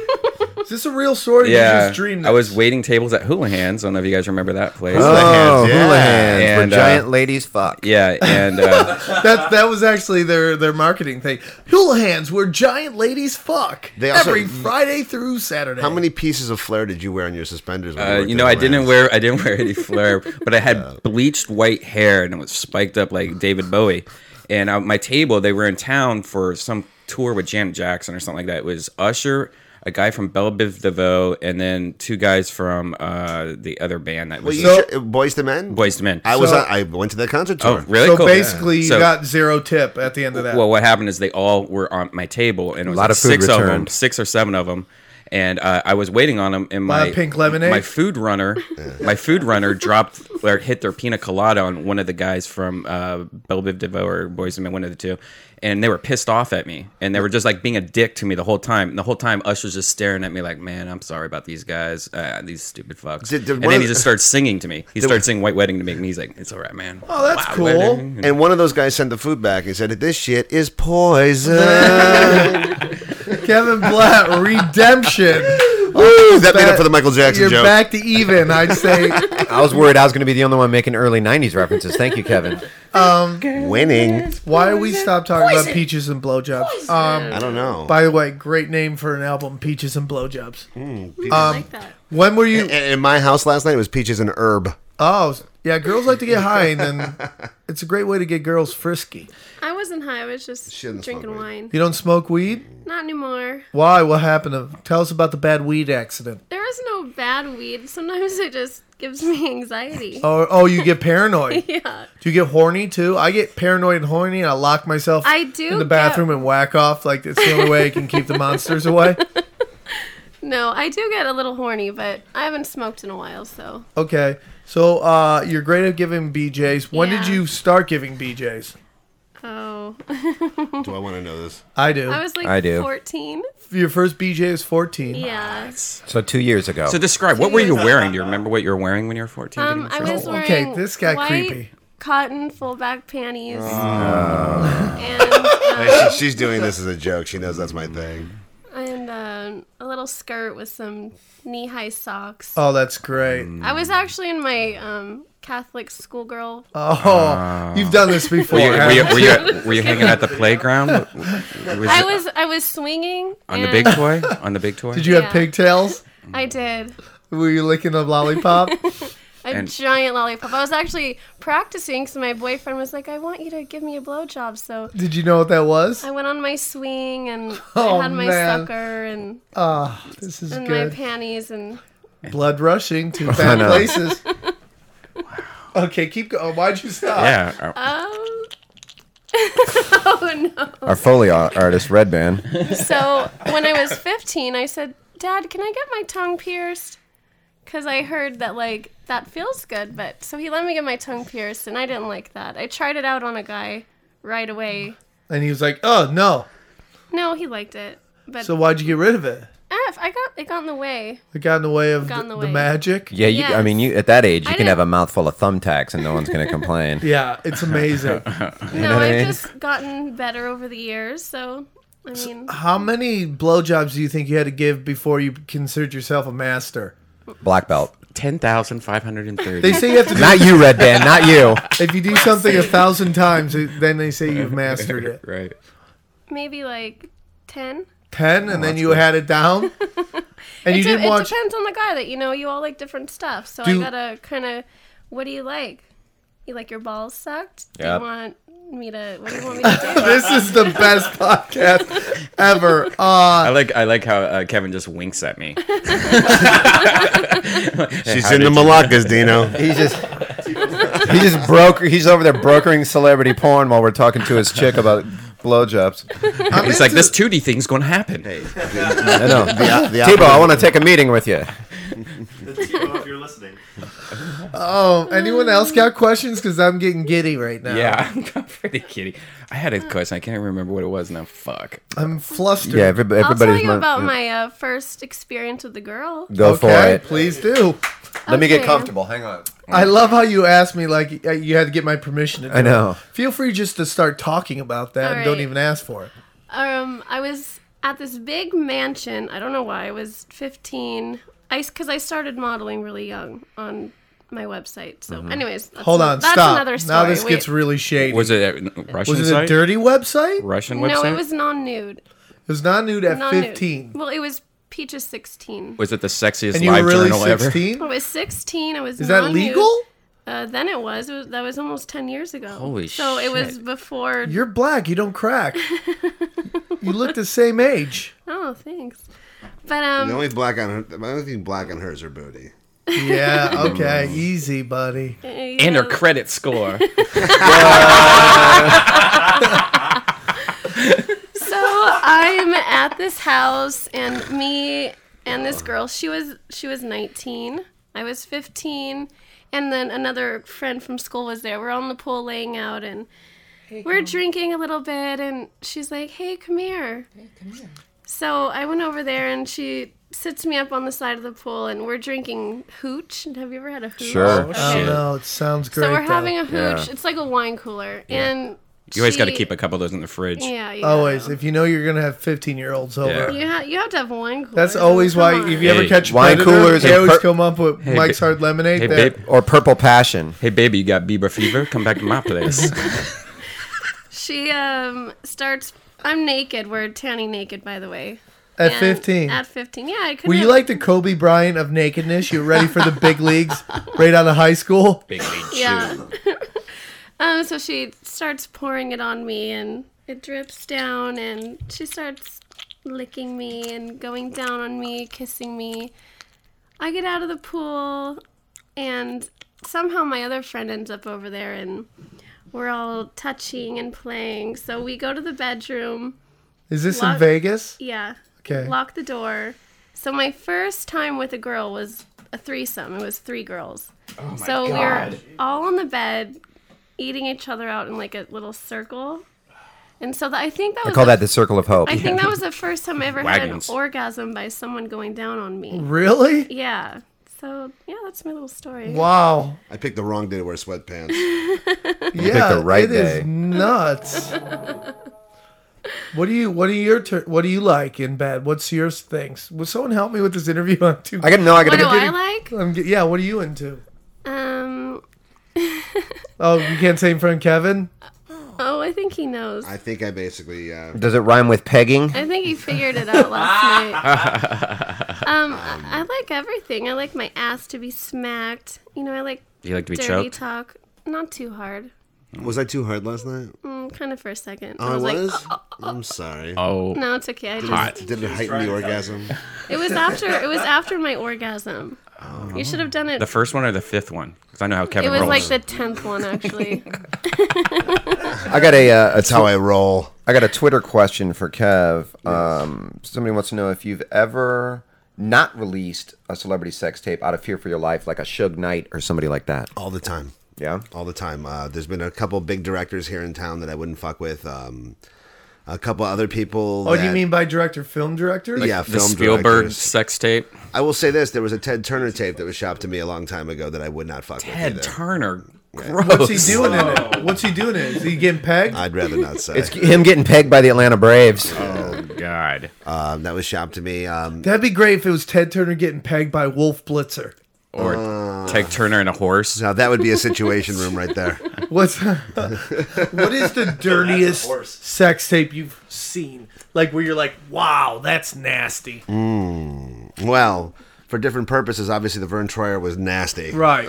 [SPEAKER 3] Is this a real story? Or you
[SPEAKER 7] Yeah,
[SPEAKER 3] just dreamed
[SPEAKER 7] I was
[SPEAKER 3] this?
[SPEAKER 7] waiting tables at Houlihan's. I don't know if you guys remember that place.
[SPEAKER 5] Oh,
[SPEAKER 6] yeah.
[SPEAKER 5] hula hands where
[SPEAKER 7] And, uh,
[SPEAKER 5] giant ladies fuck.
[SPEAKER 7] Yeah, and uh,
[SPEAKER 3] that that was actually their their marketing thing. Houlihan's where giant ladies fuck
[SPEAKER 6] They also-
[SPEAKER 3] every Friday through Saturday.
[SPEAKER 6] How many pieces of flair did you wear on your suspenders? When
[SPEAKER 7] uh,
[SPEAKER 6] worked
[SPEAKER 7] you
[SPEAKER 6] at
[SPEAKER 7] know, I
[SPEAKER 6] Lance?
[SPEAKER 7] didn't wear I didn't wear any flair, but I had bleached white hair and it was spiked up like David Bowie. And uh, my table, they were in town for some tour with Janet Jackson or something like that. It was Usher, a guy from Belle Biv DeVoe, and then two guys from uh, the other band that
[SPEAKER 6] Well,
[SPEAKER 7] was
[SPEAKER 6] you should, uh, Boys to Men.
[SPEAKER 7] Boys to Men.
[SPEAKER 6] I was.
[SPEAKER 7] So-
[SPEAKER 6] on, I went to that concert tour.
[SPEAKER 7] Oh, really?
[SPEAKER 3] So
[SPEAKER 7] cool.
[SPEAKER 3] basically, you
[SPEAKER 7] So-
[SPEAKER 3] got zero tip at the end of that.
[SPEAKER 7] Well, what happened is they all were on my table, and it was
[SPEAKER 5] lot
[SPEAKER 7] like
[SPEAKER 5] of food
[SPEAKER 7] six of them,
[SPEAKER 5] returned.
[SPEAKER 7] six or seven of them, and uh, I was waiting on them. And
[SPEAKER 3] Lot
[SPEAKER 7] my
[SPEAKER 3] of pink lemonade?
[SPEAKER 7] my food runner, my food runner dropped or hit their pina colada on one of the guys from uh, Belle Biv DeVoe or Boys and Men, one of the two, and they were pissed off at me, and they were just like being a dick to me the whole time. And the whole time, Ush was just staring at me like, "Man, I'm sorry about these guys, uh, these stupid fucks."
[SPEAKER 6] Did- did
[SPEAKER 7] and
[SPEAKER 6] one
[SPEAKER 7] then
[SPEAKER 6] of
[SPEAKER 7] he
[SPEAKER 6] the-
[SPEAKER 7] just starts singing to me. He starts singing "White Wedding" to me, and he's like, "It's all right, man."
[SPEAKER 3] oh, that's cool.
[SPEAKER 6] And one of those guys sent the food back and said, "This shit is poison."
[SPEAKER 3] Kevin Blatt, redemption.
[SPEAKER 6] Woo! That made up for the Michael Jackson
[SPEAKER 3] You're
[SPEAKER 6] joke.
[SPEAKER 3] back to even. I'd say
[SPEAKER 5] I was worried I was going to be the only one making early '90s references. Thank you, Kevin.
[SPEAKER 6] Winning.
[SPEAKER 3] why we stopped talking about peaches and blowjobs. Um,
[SPEAKER 6] I don't know.
[SPEAKER 3] by the way, great name for an album, peaches and blowjobs.
[SPEAKER 4] I like that.
[SPEAKER 3] When were you?
[SPEAKER 6] in, in my house last night, it was peaches and herb.
[SPEAKER 3] Oh, yeah, girls like to get high, and then it's a great way to get girls frisky.
[SPEAKER 4] I wasn't high. I was just
[SPEAKER 6] Shouldn't smoke
[SPEAKER 4] drinking
[SPEAKER 6] weed.
[SPEAKER 4] wine.
[SPEAKER 3] You don't smoke weed?
[SPEAKER 4] Not anymore.
[SPEAKER 3] Why? What happened? To, tell us about the bad weed accident.
[SPEAKER 4] There is no bad weed. Sometimes it just gives me anxiety.
[SPEAKER 3] Oh, oh, you get paranoid.
[SPEAKER 4] Yeah.
[SPEAKER 3] Do you get horny too? I get paranoid and horny, and I lock myself
[SPEAKER 4] I do
[SPEAKER 3] in the
[SPEAKER 4] get-
[SPEAKER 3] bathroom and whack off. Like it's the only way I can keep the monsters away.
[SPEAKER 4] No, I do get a little horny, but I haven't smoked in a while, so
[SPEAKER 3] Okay, so uh, you're great at giving BJ's. When did
[SPEAKER 4] Yeah.
[SPEAKER 3] you start giving BJ's?
[SPEAKER 4] oh.
[SPEAKER 6] Do I want to know this?
[SPEAKER 3] I do.
[SPEAKER 4] I was like
[SPEAKER 5] I do.
[SPEAKER 4] 14.
[SPEAKER 3] Your first BJ is 14.
[SPEAKER 4] Yeah.
[SPEAKER 5] So two years ago,
[SPEAKER 7] So describe what were you wearing? Do you remember what you were wearing when you were fourteen?
[SPEAKER 4] Um, I was
[SPEAKER 3] Oh,
[SPEAKER 4] wearing
[SPEAKER 3] okay, this got
[SPEAKER 4] white
[SPEAKER 3] creepy.
[SPEAKER 4] cotton fullback panties.
[SPEAKER 3] Oh.
[SPEAKER 4] And,
[SPEAKER 6] She's doing this as a joke. She knows that's my thing.
[SPEAKER 4] um, and um, a little skirt with some knee-high socks.
[SPEAKER 3] Oh, that's great.
[SPEAKER 4] I was actually in my um, Catholic schoolgirl.
[SPEAKER 3] Oh, you've done this before.
[SPEAKER 7] Were you, were,
[SPEAKER 3] haven't
[SPEAKER 7] you, were, you, were you hanging at the playground? Was
[SPEAKER 4] I
[SPEAKER 7] it
[SPEAKER 4] was I was swinging
[SPEAKER 7] on the
[SPEAKER 4] and
[SPEAKER 7] big toy. On the big toy.
[SPEAKER 3] Did you have
[SPEAKER 4] Yeah.
[SPEAKER 3] pigtails?
[SPEAKER 4] I did
[SPEAKER 3] Were you licking a lollipop?
[SPEAKER 4] a
[SPEAKER 7] And-
[SPEAKER 4] giant lollipop. I was actually practicing because my boyfriend was like, "I want you to give me a blowjob," so
[SPEAKER 3] Did you know what that was?
[SPEAKER 4] I went on my swing and
[SPEAKER 3] Oh,
[SPEAKER 4] I had my
[SPEAKER 3] man.
[SPEAKER 4] sucker and,
[SPEAKER 3] Ah, this is
[SPEAKER 4] and my
[SPEAKER 3] good.
[SPEAKER 4] panties and
[SPEAKER 3] Blood rushing to bad
[SPEAKER 5] no.
[SPEAKER 3] places. Okay, keep going. Why'd you stop?
[SPEAKER 7] Yeah.
[SPEAKER 4] um. oh no.
[SPEAKER 5] our Foley ar- artist Red Band.
[SPEAKER 4] So when I was 15, I said, "Dad, can I get my tongue pierced?" Because I heard that like that feels good, but so he let me get my tongue pierced, and I didn't like that. I tried it out on a guy right away.
[SPEAKER 3] And he was like, "Oh no!"
[SPEAKER 4] No, he liked it, but
[SPEAKER 3] So why'd you get rid of it?
[SPEAKER 4] F, I got it got in the way.
[SPEAKER 3] It got in the way of
[SPEAKER 4] Got
[SPEAKER 3] the,
[SPEAKER 4] in the
[SPEAKER 3] the
[SPEAKER 4] way.
[SPEAKER 3] magic.
[SPEAKER 5] Yeah, you, I
[SPEAKER 4] Yes.
[SPEAKER 5] mean, you at that age, you
[SPEAKER 4] I
[SPEAKER 5] can
[SPEAKER 4] didn't-
[SPEAKER 5] have a mouthful of thumbtacks and no one's going to complain.
[SPEAKER 3] Yeah, it's amazing.
[SPEAKER 5] know
[SPEAKER 4] No,
[SPEAKER 5] what I mean?
[SPEAKER 4] I've just gotten better over the years. So I mean,
[SPEAKER 3] How many blowjobs do you think you had to give before you considered yourself a master?
[SPEAKER 5] Black belt.
[SPEAKER 7] Ten thousand five hundred and thirty.
[SPEAKER 3] They say you have to. Do,
[SPEAKER 5] Not you, Red Band. Not you.
[SPEAKER 3] if you do something a thousand times, it- then they say you've mastered it.
[SPEAKER 7] right.
[SPEAKER 4] maybe like ten.
[SPEAKER 3] Ten, and then you had it down, and you
[SPEAKER 4] It, de-
[SPEAKER 3] didn't
[SPEAKER 4] it
[SPEAKER 3] watch.
[SPEAKER 4] depends on the guy that you know. You all like different stuff, so
[SPEAKER 3] Do-
[SPEAKER 4] I gotta kind of. What do you like? You like your balls sucked?
[SPEAKER 5] Yep.
[SPEAKER 4] Do you want me to? What do you want me to do?
[SPEAKER 3] This is the best podcast ever. Uh,
[SPEAKER 7] I like I like how uh, Kevin just winks at me.
[SPEAKER 6] She's in the Malakas, Dino.
[SPEAKER 5] He's just he just broker. He's over there brokering celebrity porn while we're talking to his chick about blowjobs.
[SPEAKER 7] He's like this 2D thing's gonna happen.
[SPEAKER 5] I know.
[SPEAKER 6] The- the
[SPEAKER 5] Tebow, I want to take a meeting with you.
[SPEAKER 10] if you're listening.
[SPEAKER 3] oh,
[SPEAKER 4] Mm.
[SPEAKER 3] anyone else got questions? Because I'm getting giddy right now.
[SPEAKER 7] Yeah, I'm pretty kidding. I had a question. I can't remember what it was now. Fuck.
[SPEAKER 3] I'm flustered.
[SPEAKER 5] Yeah, everybody,
[SPEAKER 4] I'll tell
[SPEAKER 5] everybody's.
[SPEAKER 4] you
[SPEAKER 5] mo-
[SPEAKER 4] about my uh, first experience with a girl.
[SPEAKER 5] Go
[SPEAKER 3] okay,
[SPEAKER 5] for it.
[SPEAKER 3] please do.
[SPEAKER 5] Let me get
[SPEAKER 4] Okay.
[SPEAKER 5] comfortable. Hang on.
[SPEAKER 3] I love how you asked me like uh, you had to get my permission. To do
[SPEAKER 5] I know.
[SPEAKER 3] It. Feel free just to start talking about that. and Don't
[SPEAKER 4] Alright.
[SPEAKER 3] even ask for it.
[SPEAKER 4] Um, I was at this big mansion. I don't know why. I was 15. I because I started modeling really young on my website. So, anyways, that's
[SPEAKER 3] Mm-hmm. Hold
[SPEAKER 4] an-
[SPEAKER 3] on,
[SPEAKER 4] That's
[SPEAKER 3] stop.
[SPEAKER 4] another story.
[SPEAKER 3] Now this
[SPEAKER 4] Wait.
[SPEAKER 3] gets really shady.
[SPEAKER 7] Was it a Russian
[SPEAKER 3] Was it a
[SPEAKER 7] site?
[SPEAKER 3] dirty website? It
[SPEAKER 7] Russian
[SPEAKER 4] no,
[SPEAKER 7] website?
[SPEAKER 4] it was non-nude.
[SPEAKER 3] was not nude at
[SPEAKER 4] Non-nude.
[SPEAKER 3] 15.
[SPEAKER 4] Well, it was Peaches 16.
[SPEAKER 7] Was it the sexiest
[SPEAKER 3] And you were
[SPEAKER 7] live
[SPEAKER 3] really
[SPEAKER 7] journal ever?
[SPEAKER 3] 16?
[SPEAKER 4] I was 16. I was.
[SPEAKER 3] Is that
[SPEAKER 4] non-nude.
[SPEAKER 3] legal?
[SPEAKER 4] Uh, then it was. it was. That was almost 10 years ago.
[SPEAKER 7] Holy
[SPEAKER 4] So it was
[SPEAKER 7] shit.
[SPEAKER 4] before.
[SPEAKER 3] You're black. You don't crack. you look the same age.
[SPEAKER 4] Oh, thanks. But um,
[SPEAKER 6] the only black on her, the only thing black on her is her booty.
[SPEAKER 3] Yeah, okay, easy, buddy.
[SPEAKER 4] yeah,
[SPEAKER 1] and her credit score.
[SPEAKER 4] So I'm at this house, and me and this girl. She was she was 19. I was 15, and then another friend from school was there. We're on the pool laying out, and we're drinking a little bit. And she's like, "Hey, come here." So I went over there, and she sits me up on the side of the pool, and we're drinking hooch. Have you ever had a hooch?
[SPEAKER 5] Sure.
[SPEAKER 3] I don't know. It sounds Oh, great.
[SPEAKER 4] So we're
[SPEAKER 3] though.
[SPEAKER 4] having a hooch.
[SPEAKER 5] Yeah.
[SPEAKER 4] It's like a wine cooler, and
[SPEAKER 7] You always got to
[SPEAKER 4] she-
[SPEAKER 7] keep a couple of those in the fridge.
[SPEAKER 4] Yeah, you
[SPEAKER 3] always.
[SPEAKER 4] gotta.
[SPEAKER 3] If you know you're gonna have 15 year olds over,
[SPEAKER 4] You have you have to have wine cooler.
[SPEAKER 3] that's always
[SPEAKER 4] Come
[SPEAKER 3] why.
[SPEAKER 4] on.
[SPEAKER 3] If you ever
[SPEAKER 7] Hey,
[SPEAKER 3] catch
[SPEAKER 5] wine
[SPEAKER 3] wine coolers,
[SPEAKER 5] coolers
[SPEAKER 3] they
[SPEAKER 5] and
[SPEAKER 3] always
[SPEAKER 5] per-
[SPEAKER 3] come up with Mike's
[SPEAKER 7] ba-
[SPEAKER 3] Hard Lemonade.
[SPEAKER 7] Hey,
[SPEAKER 3] They're-
[SPEAKER 7] babe.
[SPEAKER 5] Or Purple Passion.
[SPEAKER 7] Hey, baby, you got Bieber fever? Come back to my place.
[SPEAKER 4] She um starts. I'm naked. We're tanning naked, by the way.
[SPEAKER 3] at
[SPEAKER 4] And
[SPEAKER 3] 15.
[SPEAKER 4] At 15, yeah, I could.
[SPEAKER 3] were you like the Kobe Bryant of nakedness? You're ready for the big leagues, right out of high school.
[SPEAKER 7] Big league
[SPEAKER 4] Yeah.
[SPEAKER 7] shoe.
[SPEAKER 4] um. So she starts pouring it on me, and it drips down, and she starts licking me and going down on me, kissing me. I get out of the pool, and somehow my other friend ends up over there, and we're all touching and playing. So we go to the bedroom.
[SPEAKER 3] Is this in
[SPEAKER 4] Lot-
[SPEAKER 3] Vegas?
[SPEAKER 4] Yeah.
[SPEAKER 3] Okay.
[SPEAKER 4] Lock the door. So my first time with a girl was a threesome. It was three girls. Oh my so we were all on the bed, eating each other out in like a little circle. And so that I think that
[SPEAKER 5] I
[SPEAKER 4] was
[SPEAKER 5] call
[SPEAKER 4] the-
[SPEAKER 5] that the circle of hope.
[SPEAKER 4] I think that was the first time I ever
[SPEAKER 7] Wagons.
[SPEAKER 4] had an orgasm by someone going down on me.
[SPEAKER 3] Really?
[SPEAKER 4] Yeah. So yeah, that's my little story.
[SPEAKER 3] Wow.
[SPEAKER 6] I picked the wrong day to wear sweatpants.
[SPEAKER 3] Yeah,
[SPEAKER 5] the right
[SPEAKER 3] it is
[SPEAKER 5] day.
[SPEAKER 3] nuts. what do you What are your tur- What do you like in bed? What's your things? Will someone help me with this interview? I'm too.
[SPEAKER 5] I got no. I
[SPEAKER 4] What do
[SPEAKER 5] got
[SPEAKER 4] I like?
[SPEAKER 3] I'm, ge- yeah. What are you into?
[SPEAKER 4] Um.
[SPEAKER 3] Oh, you can't say in front of Kevin.
[SPEAKER 4] Oh, I think he knows.
[SPEAKER 6] I think I basically uh,
[SPEAKER 5] Does it rhyme with pegging?
[SPEAKER 4] I think he figured it out last night. Um, I I like everything. I like my ass to be smacked. You know, I like
[SPEAKER 7] You like to be
[SPEAKER 4] dirty
[SPEAKER 7] choked?
[SPEAKER 4] talk. Not too hard.
[SPEAKER 6] was I too hard last night?
[SPEAKER 4] Mm, kind of for a second.
[SPEAKER 3] Oh,
[SPEAKER 6] I was. "Uh,
[SPEAKER 4] like,
[SPEAKER 6] I'm sorry.
[SPEAKER 7] Oh,
[SPEAKER 4] no, it's okay. I just
[SPEAKER 6] Did it heighten the orgasm?
[SPEAKER 4] it was after it was after my orgasm. You should have done it.
[SPEAKER 7] the first one or the fifth one? Because I know how
[SPEAKER 4] it
[SPEAKER 7] Kevin
[SPEAKER 4] was
[SPEAKER 7] rolls.
[SPEAKER 4] like the tenth one actually.
[SPEAKER 5] I got a. Uh, a
[SPEAKER 6] That's how I roll.
[SPEAKER 5] I got a Twitter question for Kev. Um, somebody wants to know if you've ever not released a celebrity sex tape out of fear for your life, like a Suge Knight or somebody like that.
[SPEAKER 6] All the time.
[SPEAKER 5] Yeah.
[SPEAKER 6] All the time. Uh, there's been a couple big directors here in town that I wouldn't fuck with. Um, a couple other people.
[SPEAKER 3] Oh, do you
[SPEAKER 6] that-
[SPEAKER 3] mean by director, film director?
[SPEAKER 6] yeah,
[SPEAKER 7] the
[SPEAKER 6] film
[SPEAKER 7] Spielberg
[SPEAKER 6] directors.
[SPEAKER 7] sex tape.
[SPEAKER 6] I will say this: there was a Ted Turner tape that was shopped to me a long time ago that I would not fuck
[SPEAKER 7] Ted
[SPEAKER 6] with. Either.
[SPEAKER 7] Turner.
[SPEAKER 3] What's he
[SPEAKER 7] Gross.
[SPEAKER 3] doing in it? What's he doing in it? Is he getting pegged?
[SPEAKER 6] I'd rather not say.
[SPEAKER 5] It's him getting pegged by the Atlanta Braves.
[SPEAKER 6] Oh.
[SPEAKER 7] God.
[SPEAKER 6] um, that was shopped to me. Um,
[SPEAKER 3] That'd be great if it was Ted Turner getting pegged by Wolf Blitzer.
[SPEAKER 7] Or Ted Turner and a horse.
[SPEAKER 6] now that would be a situation room right there.
[SPEAKER 3] What's what is the dirtiest
[SPEAKER 10] horse.
[SPEAKER 3] sex tape you've seen? Like where you're like, wow, that's nasty.
[SPEAKER 5] Mm.
[SPEAKER 6] Well, for different purposes, obviously the Vern Troyer was nasty,
[SPEAKER 3] Right.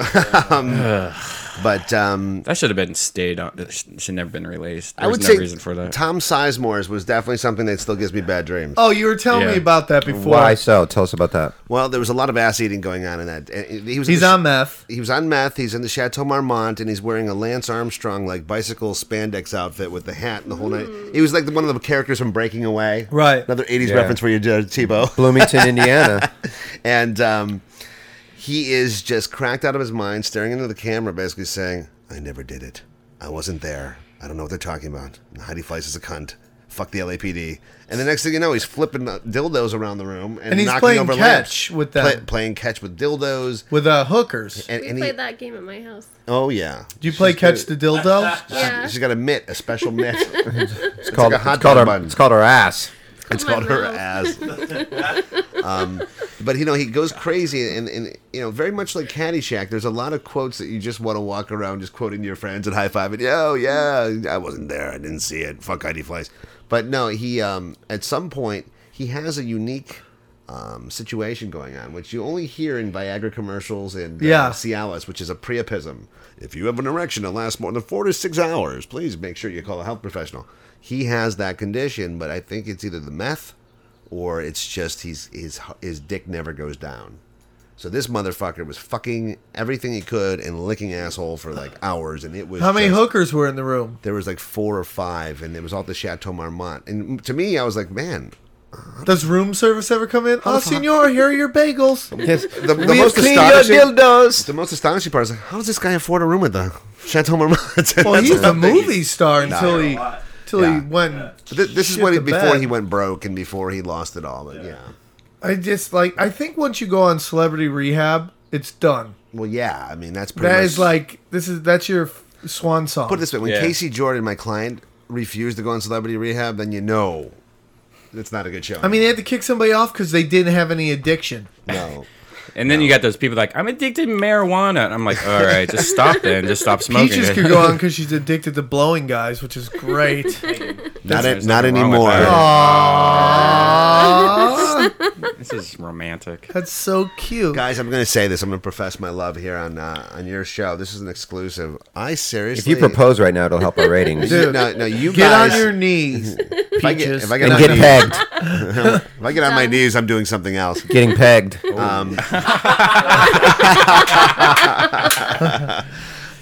[SPEAKER 6] but um,
[SPEAKER 7] That should have been stayed on. It sh- should never been released. There
[SPEAKER 6] I would
[SPEAKER 7] was no
[SPEAKER 6] say
[SPEAKER 7] reason for that.
[SPEAKER 6] Tom Sizemore's was definitely something that still gives me bad dreams.
[SPEAKER 3] Oh, you were telling me
[SPEAKER 7] Yeah.
[SPEAKER 3] about that before.
[SPEAKER 5] Why so? Tell us about that.
[SPEAKER 6] Well, there was a lot of ass eating going on in that. and He was in
[SPEAKER 3] He's
[SPEAKER 6] the sh-
[SPEAKER 3] on meth.
[SPEAKER 6] He was on meth. He's in the Chateau Marmont, and he's wearing a Lance Armstrong like bicycle spandex outfit with the hat and the whole night. He was like the, one of the characters from Breaking Away,
[SPEAKER 3] Right.
[SPEAKER 6] Another '80s
[SPEAKER 5] Yeah.
[SPEAKER 6] reference for you, Judge Tebow.
[SPEAKER 5] Bloomington, Indiana.
[SPEAKER 6] and um, he is just cracked out of his mind, staring into the camera, basically saying, "I never did it. I wasn't there. I don't know what they're talking about. Heidi Fleiss is a cunt." Fuck the LAPD. And the next thing you know, he's flipping uh, dildos around the room and,
[SPEAKER 3] And he's
[SPEAKER 6] knocking
[SPEAKER 3] playing
[SPEAKER 6] over
[SPEAKER 3] catch
[SPEAKER 6] lamps.
[SPEAKER 3] with them.
[SPEAKER 6] Play- playing catch with dildos.
[SPEAKER 3] With uh, hookers.
[SPEAKER 6] And,
[SPEAKER 4] We
[SPEAKER 6] and he,
[SPEAKER 4] played that game at my house.
[SPEAKER 6] oh yeah,
[SPEAKER 3] Do you play
[SPEAKER 6] She's
[SPEAKER 3] catch
[SPEAKER 6] good.
[SPEAKER 3] the dildo?
[SPEAKER 4] Yeah.
[SPEAKER 6] She's got a mitt, a special mitt.
[SPEAKER 5] It's called,
[SPEAKER 6] like a hot
[SPEAKER 5] it's, called
[SPEAKER 6] dog
[SPEAKER 5] our,
[SPEAKER 6] bun.
[SPEAKER 5] it's called our ass.
[SPEAKER 6] it's
[SPEAKER 4] my
[SPEAKER 6] called her
[SPEAKER 4] mouth.
[SPEAKER 6] ass. um, but you know, he goes crazy, and, and you know, very much like Caddyshack. There's a lot of quotes that you just want to walk around just quoting your friends and high fiving. Yo, yeah, I wasn't there. I didn't see it. Fuck ID flies. But no, he um, at some point he has a unique. Um, situation going on, which you only hear in Viagra commercials and uh,
[SPEAKER 3] Yeah.
[SPEAKER 6] Cialis, which is a priapism. If you have an erection that lasts more than four to six hours, please make sure you call a health professional. He has that condition, but I think it's either the meth or it's just he's his his dick never goes down. So this motherfucker was fucking everything he could and licking asshole for like hours, and it was
[SPEAKER 3] How many
[SPEAKER 6] just-
[SPEAKER 3] hookers were in the room?
[SPEAKER 6] There was like four or five, and it was all at the Chateau Marmont. And to me, I was like, man,
[SPEAKER 3] Does room service ever come in? Oh, senor, here are your bagels.
[SPEAKER 6] the, the
[SPEAKER 5] We'll
[SPEAKER 6] most
[SPEAKER 5] clean your
[SPEAKER 6] astonishing,
[SPEAKER 5] dildos.
[SPEAKER 6] the most astonishing part is like, how does this guy afford a room at the Chateau Marmont?
[SPEAKER 3] Well,
[SPEAKER 6] That's
[SPEAKER 3] he's
[SPEAKER 6] the
[SPEAKER 3] a
[SPEAKER 6] thing.
[SPEAKER 3] movie star until he,
[SPEAKER 10] lot.
[SPEAKER 3] till
[SPEAKER 6] Yeah.
[SPEAKER 3] he went.
[SPEAKER 6] Th- this is
[SPEAKER 3] shit
[SPEAKER 6] what he,
[SPEAKER 3] the
[SPEAKER 6] before
[SPEAKER 3] bed.
[SPEAKER 6] he went broke and before he lost it all. But yeah,
[SPEAKER 3] I just like. I think once you go on Celebrity Rehab, it's done.
[SPEAKER 6] well, yeah. I mean, that's pretty
[SPEAKER 3] That
[SPEAKER 6] much,
[SPEAKER 3] is like this is that's your f- swan song.
[SPEAKER 6] put it this way: when
[SPEAKER 7] Yeah.
[SPEAKER 6] Casey Jordan, my client, refused to go on Celebrity Rehab, then you know it's not a good show.
[SPEAKER 3] I mean, they had to kick somebody off because they didn't have any addiction.
[SPEAKER 6] no.
[SPEAKER 7] And then you got those people like, I'm addicted to marijuana. And I'm like, all right, just stop then. Just stop smoking.
[SPEAKER 3] Peaches
[SPEAKER 7] it."
[SPEAKER 3] could go on because she's addicted to blowing guys, which is great.
[SPEAKER 6] Not, a,
[SPEAKER 7] There's
[SPEAKER 6] not
[SPEAKER 7] nothing wrong with
[SPEAKER 6] anymore.
[SPEAKER 7] that.
[SPEAKER 3] Aww,
[SPEAKER 7] This is romantic.
[SPEAKER 3] that's so cute.
[SPEAKER 6] Guys, I'm going to say this. I'm going to profess my love here on uh, on your show. This is an exclusive. I seriously.
[SPEAKER 5] If you propose right now, it'll help our ratings
[SPEAKER 6] You- no, no, you
[SPEAKER 3] Get
[SPEAKER 6] guys.
[SPEAKER 3] on your knees,
[SPEAKER 6] if I get,
[SPEAKER 3] Peaches.
[SPEAKER 6] if I get,
[SPEAKER 5] and
[SPEAKER 6] on,
[SPEAKER 5] get
[SPEAKER 6] my-
[SPEAKER 5] pegged.
[SPEAKER 6] if I get on my knees, I'm doing something else.
[SPEAKER 5] Getting pegged.
[SPEAKER 6] Um, I,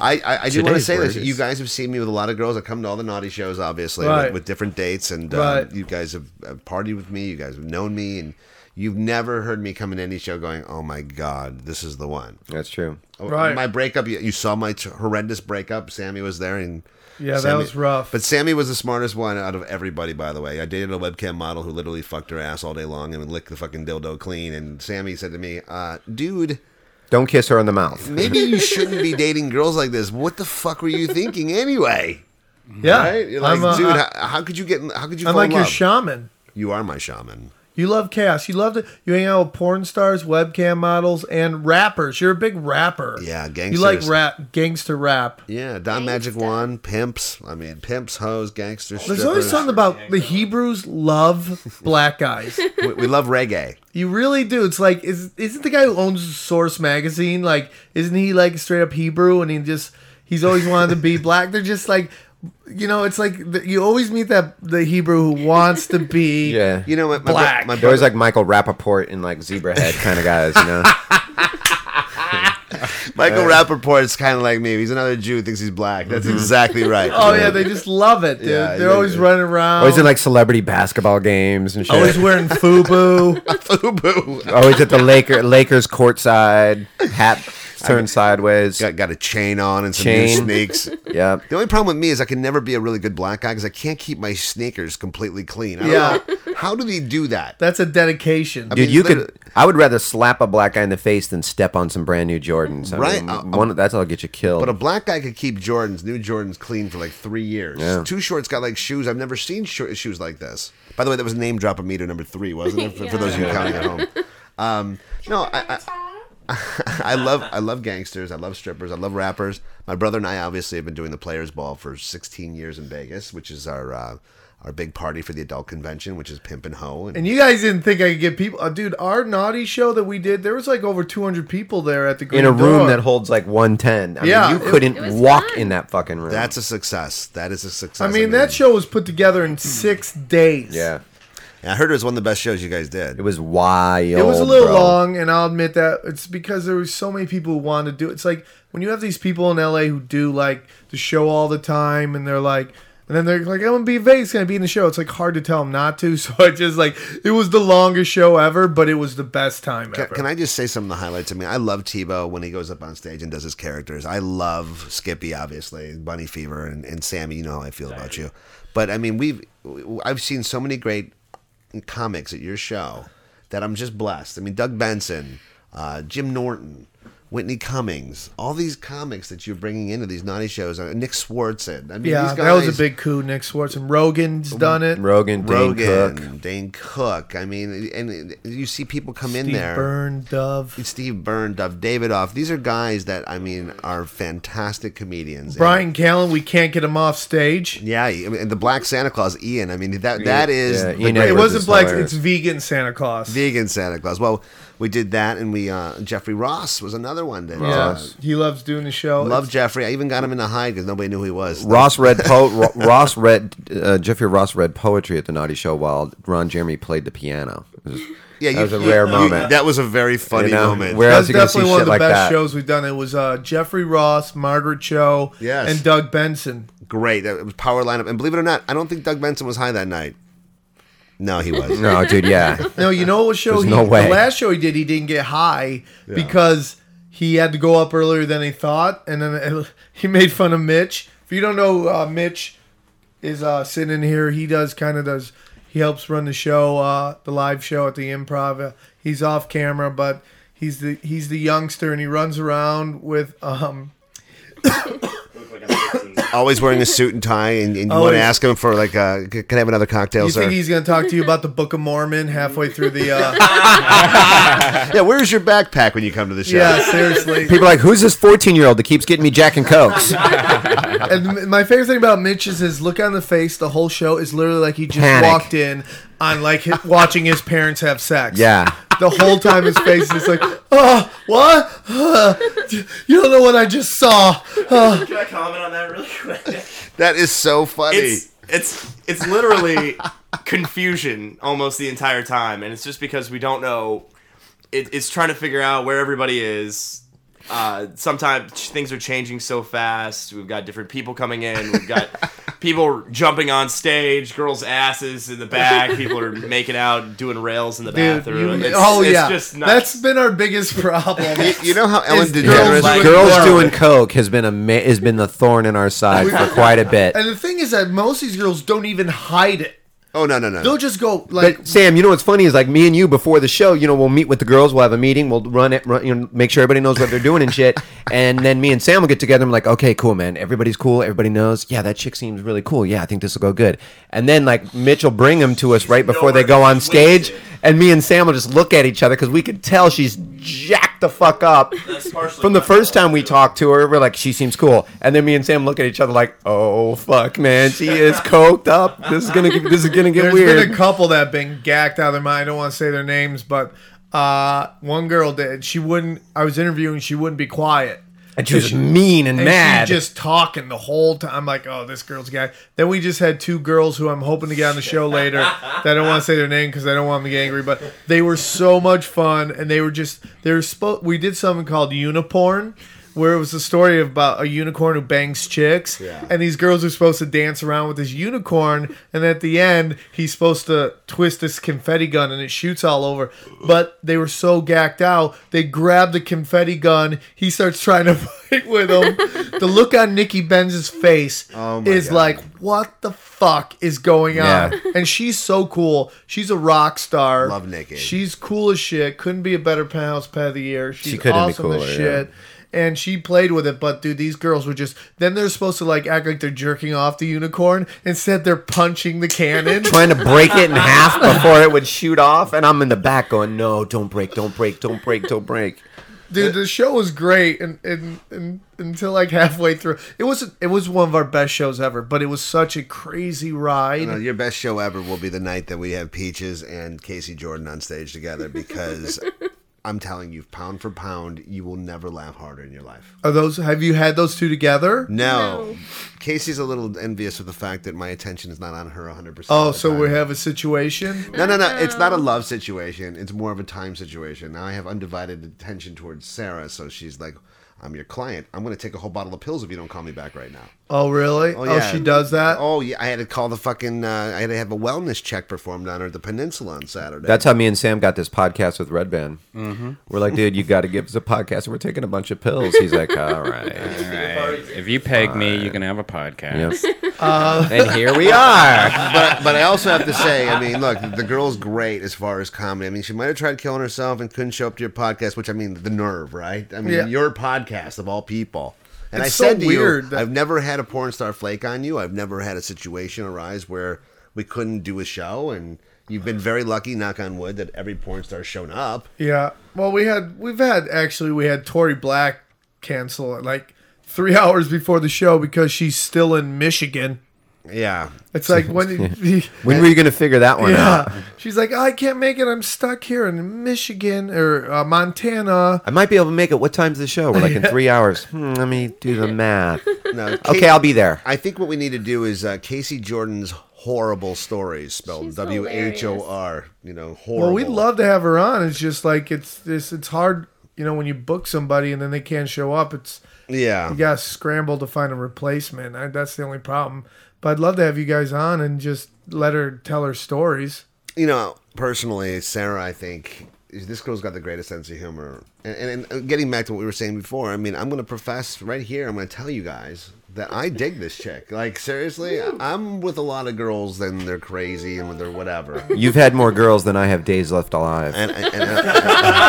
[SPEAKER 6] I, I do want to
[SPEAKER 7] Today's
[SPEAKER 6] say
[SPEAKER 7] word
[SPEAKER 6] this.
[SPEAKER 7] is-
[SPEAKER 6] You guys have seen me with a lot of girls. I come to all the naughty shows, obviously,
[SPEAKER 3] Right.
[SPEAKER 6] with, with different dates, and uh,
[SPEAKER 3] Right.
[SPEAKER 6] you guys have, have partied with me. You guys have known me, and you've never heard me come in any show going, "Oh my god, this is the one."
[SPEAKER 5] That's true.
[SPEAKER 6] Oh,
[SPEAKER 3] Right.
[SPEAKER 6] My breakup. You, you saw my t- horrendous breakup. Sammy was there, and
[SPEAKER 3] Yeah, that
[SPEAKER 6] Sammy-
[SPEAKER 3] was rough.
[SPEAKER 6] But Sammy was the smartest one out of everybody. By the way, I dated a webcam model who literally fucked her ass all day long and would lick the fucking dildo clean. And Sammy said to me, uh, "Dude,
[SPEAKER 5] Don't kiss her on the mouth.
[SPEAKER 6] maybe you shouldn't be dating girls like this. What the fuck were you thinking anyway?
[SPEAKER 3] yeah,
[SPEAKER 6] Right? You're like,
[SPEAKER 3] I'm, uh,
[SPEAKER 6] dude,
[SPEAKER 3] I-
[SPEAKER 6] how, how could you get? in- How could you?
[SPEAKER 3] I'm
[SPEAKER 6] fall
[SPEAKER 3] like
[SPEAKER 6] in
[SPEAKER 3] your
[SPEAKER 6] love?
[SPEAKER 3] shaman.
[SPEAKER 6] You are my shaman.
[SPEAKER 3] You love chaos. You love to you hang out with porn stars, webcam models, and rappers. You're a big rapper.
[SPEAKER 6] Yeah,
[SPEAKER 3] You like
[SPEAKER 6] gangsters.
[SPEAKER 3] rap, gangster rap.
[SPEAKER 6] Yeah, Don Magic Wand, pimps. I mean, pimps, hoes, gangsters.
[SPEAKER 3] There's always
[SPEAKER 6] strippers.
[SPEAKER 3] something about the Hebrews love black guys.
[SPEAKER 6] We, we love reggae.
[SPEAKER 3] You really do. It's like is isn't the guy who owns Source magazine like isn't he like straight up Hebrew and he just he's always wanted to be black. They're just like you know, it's like the, you always meet that the Hebrew who wants to be
[SPEAKER 5] Yeah.
[SPEAKER 6] You know, my, my,
[SPEAKER 3] Black.
[SPEAKER 6] My
[SPEAKER 5] They're always
[SPEAKER 6] brother-
[SPEAKER 5] like Michael Rappaport and like zebra head kind of guys, you know?
[SPEAKER 6] Michael Rappaport is kind of like me. He's another Jew, thinks he's black. That's exactly right.
[SPEAKER 3] Oh yeah, they just love it, dude.
[SPEAKER 6] Yeah,
[SPEAKER 3] They're
[SPEAKER 6] yeah,
[SPEAKER 3] always
[SPEAKER 6] yeah.
[SPEAKER 3] running around.
[SPEAKER 5] Always in like celebrity basketball games and shit.
[SPEAKER 3] always
[SPEAKER 5] Always,
[SPEAKER 3] wearing FUBU.
[SPEAKER 6] Fubu.
[SPEAKER 5] at the Laker, Lakers courtside, hat turned sideways.
[SPEAKER 6] Got, got a chain on and some
[SPEAKER 5] Chain.
[SPEAKER 6] new sneaks. The
[SPEAKER 5] Yep.
[SPEAKER 6] only problem with me is I can never be a really good black guy because I can't keep my sneakers completely clean. I don't
[SPEAKER 3] Yeah.
[SPEAKER 6] know. How do they do that?
[SPEAKER 3] That's a dedication.
[SPEAKER 5] Dude,
[SPEAKER 6] mean,
[SPEAKER 5] you
[SPEAKER 6] literally-
[SPEAKER 5] could. I would rather slap a black guy in the face than step on some brand new Jordans. I
[SPEAKER 6] Right,
[SPEAKER 5] mean,
[SPEAKER 6] uh,
[SPEAKER 5] one, that'll get you killed.
[SPEAKER 6] But a black guy could keep Jordans, new Jordans, clean for like three years.
[SPEAKER 5] Yeah.
[SPEAKER 6] Two Shorts got like shoes. I've never seen shor- shoes like this. By the way, that was a name drop of me to number three, wasn't it? For, for those of you counting at home. Um, no, I, I, I love I love gangsters. I love strippers. I love rappers. My brother and I obviously have been doing the Players Ball for 16 years in Vegas, which is our uh, our big party for the adult convention, which is pimp and hoe.
[SPEAKER 3] And you guys didn't think I could get people. Uh, dude, our naughty show that we did, there was like over 200 people there at the Green
[SPEAKER 5] in a room
[SPEAKER 3] Door.
[SPEAKER 5] that holds like 110. I
[SPEAKER 3] Yeah,
[SPEAKER 5] mean,
[SPEAKER 3] it-
[SPEAKER 5] you couldn't
[SPEAKER 4] It was
[SPEAKER 5] walk
[SPEAKER 4] fun.
[SPEAKER 5] in that fucking room.
[SPEAKER 6] that's a success. That is a success.
[SPEAKER 3] I mean, that show was put together in six days.
[SPEAKER 5] yeah.
[SPEAKER 6] I heard it was one of the best shows you guys did.
[SPEAKER 5] It was wild.
[SPEAKER 3] It was a little
[SPEAKER 5] bro.
[SPEAKER 3] long, and I'll admit that it's because there was so many people who wanted to do it. It's like when you have these people in LA who do like the show all the time, and they're like, and then they're like, I'm gonna be in Vegas, gonna be in the show. It's like hard to tell them not to. So I just like, it was the longest show ever, but it was the best time
[SPEAKER 6] Can,
[SPEAKER 3] ever.
[SPEAKER 6] can I just say some of the highlights? I mean, I love Tebow when he goes up on stage and does his characters. I love Skippy, obviously, Bunny Fever, and, and Sammy. You know how I feel about you, but I mean, we've I've seen so many great comics at your show that I'm just blessed. I mean, Doug Benson, uh, Jim Norton. Whitney Cummings, all these comics that you're bringing into these naughty shows, uh, Nick Swartzen. I mean,
[SPEAKER 3] yeah,
[SPEAKER 6] these
[SPEAKER 3] that was a
[SPEAKER 6] guys-
[SPEAKER 3] big coup. Nick Swartz and Rogan's done it.
[SPEAKER 5] Rogan, Dane
[SPEAKER 6] Rogan,
[SPEAKER 5] Cook.
[SPEAKER 6] Dane Cook. I mean, and you see people come in
[SPEAKER 3] Steve
[SPEAKER 6] there.
[SPEAKER 3] Byrne, Dove.
[SPEAKER 6] Steve Byrne, Dove Davidoff. These are guys that I mean are fantastic comedians. And-
[SPEAKER 3] Brian Callen, we can't get him off stage.
[SPEAKER 6] yeah, I mean, and the Black Santa Claus, Ian. I mean that that is
[SPEAKER 5] yeah,
[SPEAKER 6] the
[SPEAKER 5] Ian
[SPEAKER 6] great
[SPEAKER 3] It
[SPEAKER 5] Edwards
[SPEAKER 3] wasn't
[SPEAKER 5] is
[SPEAKER 3] black,
[SPEAKER 5] hilarious.
[SPEAKER 3] it's vegan Santa Claus.
[SPEAKER 6] vegan Santa Claus. Well, we did that, and we uh, Jeffrey Ross was another another one that
[SPEAKER 3] Yeah,
[SPEAKER 6] uh,
[SPEAKER 3] he loves doing the show.
[SPEAKER 6] Love Jeffrey. I even got him in the hide because nobody knew who he was.
[SPEAKER 5] Ross read po- Ro- Ross read uh, Jeffrey Ross read poetry at the Naughty Show while Ron Jeremy played the piano. It was- that was a rare
[SPEAKER 6] you-
[SPEAKER 5] moment.
[SPEAKER 6] That was a very funny
[SPEAKER 5] You know,
[SPEAKER 6] moment.
[SPEAKER 5] where
[SPEAKER 3] That's
[SPEAKER 5] else you gonna see
[SPEAKER 3] definitely one of
[SPEAKER 5] shit
[SPEAKER 3] the
[SPEAKER 5] like
[SPEAKER 3] best
[SPEAKER 5] that?
[SPEAKER 3] shows we've done. It was uh, Jeffrey Ross, Margaret Cho,
[SPEAKER 6] Yes.
[SPEAKER 3] and Doug Benson.
[SPEAKER 6] Great. That was power lineup. And believe it or not, I don't think Doug Benson was high that night. No, he was.
[SPEAKER 5] no, dude, yeah.
[SPEAKER 3] No, you know what show?
[SPEAKER 5] There's
[SPEAKER 3] He,
[SPEAKER 5] no way.
[SPEAKER 3] The last show he did, he didn't get high because he had to go up earlier than he thought, and then uh, he made fun of Mitch. If you don't know, uh, Mitch is uh, sitting in here. He does kind of does. He helps run the show, uh, the live show at the Improv. Uh, he's off camera, but he's the he's the youngster, and he runs around with um,
[SPEAKER 6] Always wearing a suit and tie, and, and you want
[SPEAKER 3] Always.
[SPEAKER 6] to ask him for like, uh, c- can I have another cocktail,
[SPEAKER 3] You
[SPEAKER 6] sir?
[SPEAKER 3] think he's going to talk to you about the Book of Mormon halfway through the? Uh,
[SPEAKER 6] yeah. Where's your backpack when you come to the show?
[SPEAKER 3] yeah, seriously.
[SPEAKER 5] People are like, who's this fourteen-year-old that keeps getting me Jack and Cokes?
[SPEAKER 3] And m- my favorite thing about Mitch is his look on the face. The whole show is literally like he just
[SPEAKER 5] Panic.
[SPEAKER 3] walked in on like his, watching his parents have sex.
[SPEAKER 5] Yeah.
[SPEAKER 3] The whole time his face is like, oh, what? Uh, you don't know what I just saw.
[SPEAKER 10] Can I comment on that really quick?
[SPEAKER 6] That is so funny.
[SPEAKER 10] It's it's it's literally confusion almost the entire time, and it's just because we don't know. It, it's trying to figure out where everybody is. Uh, sometimes ch- things are changing so fast. We've got different people coming in. We've got people jumping on stage, girls' asses in the back. People are making out, doing rails in the
[SPEAKER 3] Dude, you-
[SPEAKER 10] bathroom. it's,
[SPEAKER 3] oh
[SPEAKER 10] it's
[SPEAKER 3] yeah,
[SPEAKER 10] just nuts.
[SPEAKER 3] that's been our biggest problem.
[SPEAKER 6] You- you know how Ellen
[SPEAKER 3] Is
[SPEAKER 6] DeGeneres
[SPEAKER 3] doing
[SPEAKER 5] Girls
[SPEAKER 3] coke.
[SPEAKER 5] doing coke has been a ma- has been the thorn in our side for quite a bit.
[SPEAKER 3] And the thing is that most of these girls don't even hide it.
[SPEAKER 6] Oh no no no.
[SPEAKER 3] They'll just go like,
[SPEAKER 5] But Sam, you know what's funny is like me and you before the show. You know, we'll meet with the girls. We'll have a meeting. We'll run it, run, you know, make sure everybody knows what they're doing and shit. And then me and Sam will get together. and I'm like, okay, cool, man. Everybody's cool. Everybody knows. Yeah, that chick seems really cool. Yeah, I think this will go good. And then like Mitch will bring them to us right before they go on stage. And me and Sam will just look at each other because we could tell she's jacked the fuck up. From the first time we talked to her, we're like, she seems cool. And then me and Sam look at each other like, oh fuck, man, she is coked up. This is gonna this is gonna get
[SPEAKER 3] There's
[SPEAKER 5] weird.
[SPEAKER 3] been a couple that have been gacked out of their mind. I don't want to say their names, but uh, one girl did. She wouldn't. I was interviewing. She wouldn't be quiet.
[SPEAKER 5] And she was mean and,
[SPEAKER 3] And
[SPEAKER 5] mad.
[SPEAKER 3] she just talking the whole time. I'm like, oh, this girl's guy. Then we just had two girls who I'm hoping to get on the show later. that I don't want to say their name because I don't want them to get angry. But they were so much fun, and they were just they were. Spo- we did something called Uniporn. Where it was a story about a unicorn who bangs chicks, and these girls are supposed to dance around with this unicorn, and at the end he's supposed to twist this confetti gun and it shoots all over. But they were so gacked out, they grabbed the confetti gun. He starts trying to fight with him. the look on Nikki Benz's face
[SPEAKER 6] Oh
[SPEAKER 3] is like, "What the fuck is going on?"
[SPEAKER 5] Yeah.
[SPEAKER 3] And she's so cool. She's a rock star.
[SPEAKER 6] Love Nikki.
[SPEAKER 3] She's cool as shit. Couldn't be a better Penthouse Pet of the Year. She's
[SPEAKER 5] couldn't be
[SPEAKER 3] awesome
[SPEAKER 5] cooler,
[SPEAKER 3] as
[SPEAKER 5] yeah.
[SPEAKER 3] shit and she played with it. But dude, these girls were just then they're supposed to like act like they're jerking off the unicorn. Instead, they're punching the cannon.
[SPEAKER 5] trying to break it in half before it would shoot off, and I'm in the back going, "No, don't break, don't break, don't break, don't break."
[SPEAKER 3] dude, the show was great, and, and and until like halfway through, it was it was one of our best shows ever. But it was such a crazy ride.
[SPEAKER 6] No, your best show ever will be the night that we have Peaches and Casey Jordan on stage together because I'm telling you, pound for pound, you will never laugh harder in your life.
[SPEAKER 3] Are those have you had those two together?
[SPEAKER 6] No. Casey's a little envious of the fact that my attention is not on her 100%.
[SPEAKER 3] Oh,
[SPEAKER 6] of the
[SPEAKER 3] so we
[SPEAKER 6] time.
[SPEAKER 3] have a situation.
[SPEAKER 6] No, no, no. It's not a love situation. It's more of a time situation. Now I have undivided attention towards Sarah, so she's like, I'm your client. I'm going to take a whole bottle of pills if you don't call me back right now.
[SPEAKER 3] Oh, really? Oh,
[SPEAKER 6] yeah.
[SPEAKER 3] she does that.
[SPEAKER 6] Oh, yeah. I had to call the fucking, uh, I had to have a wellness check performed on her at the Peninsula on Saturday.
[SPEAKER 5] That's how me and Sam got this podcast with Red Band.
[SPEAKER 3] Mm-hmm.
[SPEAKER 5] We're like, "Dude, you got to give us a podcast. We're taking a bunch of pills." He's like, "All
[SPEAKER 7] All
[SPEAKER 5] right."
[SPEAKER 7] right. If you peg me, you can have a podcast.
[SPEAKER 3] Uh,
[SPEAKER 5] and here we are.
[SPEAKER 6] but but I also have to say, I mean, look, the girl's great as far as comedy. I mean, she might have tried killing herself and couldn't show up to your podcast, which I mean, the nerve, right? I mean,
[SPEAKER 3] Yeah.
[SPEAKER 6] your podcast of all people. And
[SPEAKER 3] It's so
[SPEAKER 6] I said to
[SPEAKER 3] weird
[SPEAKER 6] you,
[SPEAKER 3] that-
[SPEAKER 6] I've never had a porn star flake on you. I've never had a situation arise where we couldn't do a show, and you've been very lucky, knock on wood, that every porn star's shown up.
[SPEAKER 3] Yeah. Well, we had we've had actually we had Tori Black cancel it like three hours before the show because she's still in Michigan.
[SPEAKER 5] Yeah.
[SPEAKER 3] It's like when
[SPEAKER 5] When were you going to figure that one out?
[SPEAKER 3] yeah, she's like, I can't make it. I'm stuck here in Michigan or uh, Montana.
[SPEAKER 5] I might be able to make it. What time's the show? We're like in three hours. Hmm, let me do the math.
[SPEAKER 6] No, Kate-
[SPEAKER 5] Okay, I'll be there.
[SPEAKER 6] I think what we need to do is uh, Casey Jordan's horrible stories spelled
[SPEAKER 4] She's
[SPEAKER 6] W H O R. You know, horrible.
[SPEAKER 3] Well, we'd love to have her on. It's just like it's this. It's hard, you know, when you book somebody and then they can't show up. It's
[SPEAKER 6] Yeah.
[SPEAKER 3] you gotta scramble to find a replacement. I, that's the only problem. But I'd love to have you guys on and just let her tell her stories.
[SPEAKER 6] you know, personally, Sarah, I think is- this girl's got the greatest sense of humor. And, and, and getting back to what we were saying before, I mean, I'm going to profess right here. I'm going to tell you guys that I dig this chick. Like seriously, I'm with a lot of girls, then they're crazy and they're whatever.
[SPEAKER 5] You've had more girls than I have days left alive.
[SPEAKER 6] And, and, and- uh,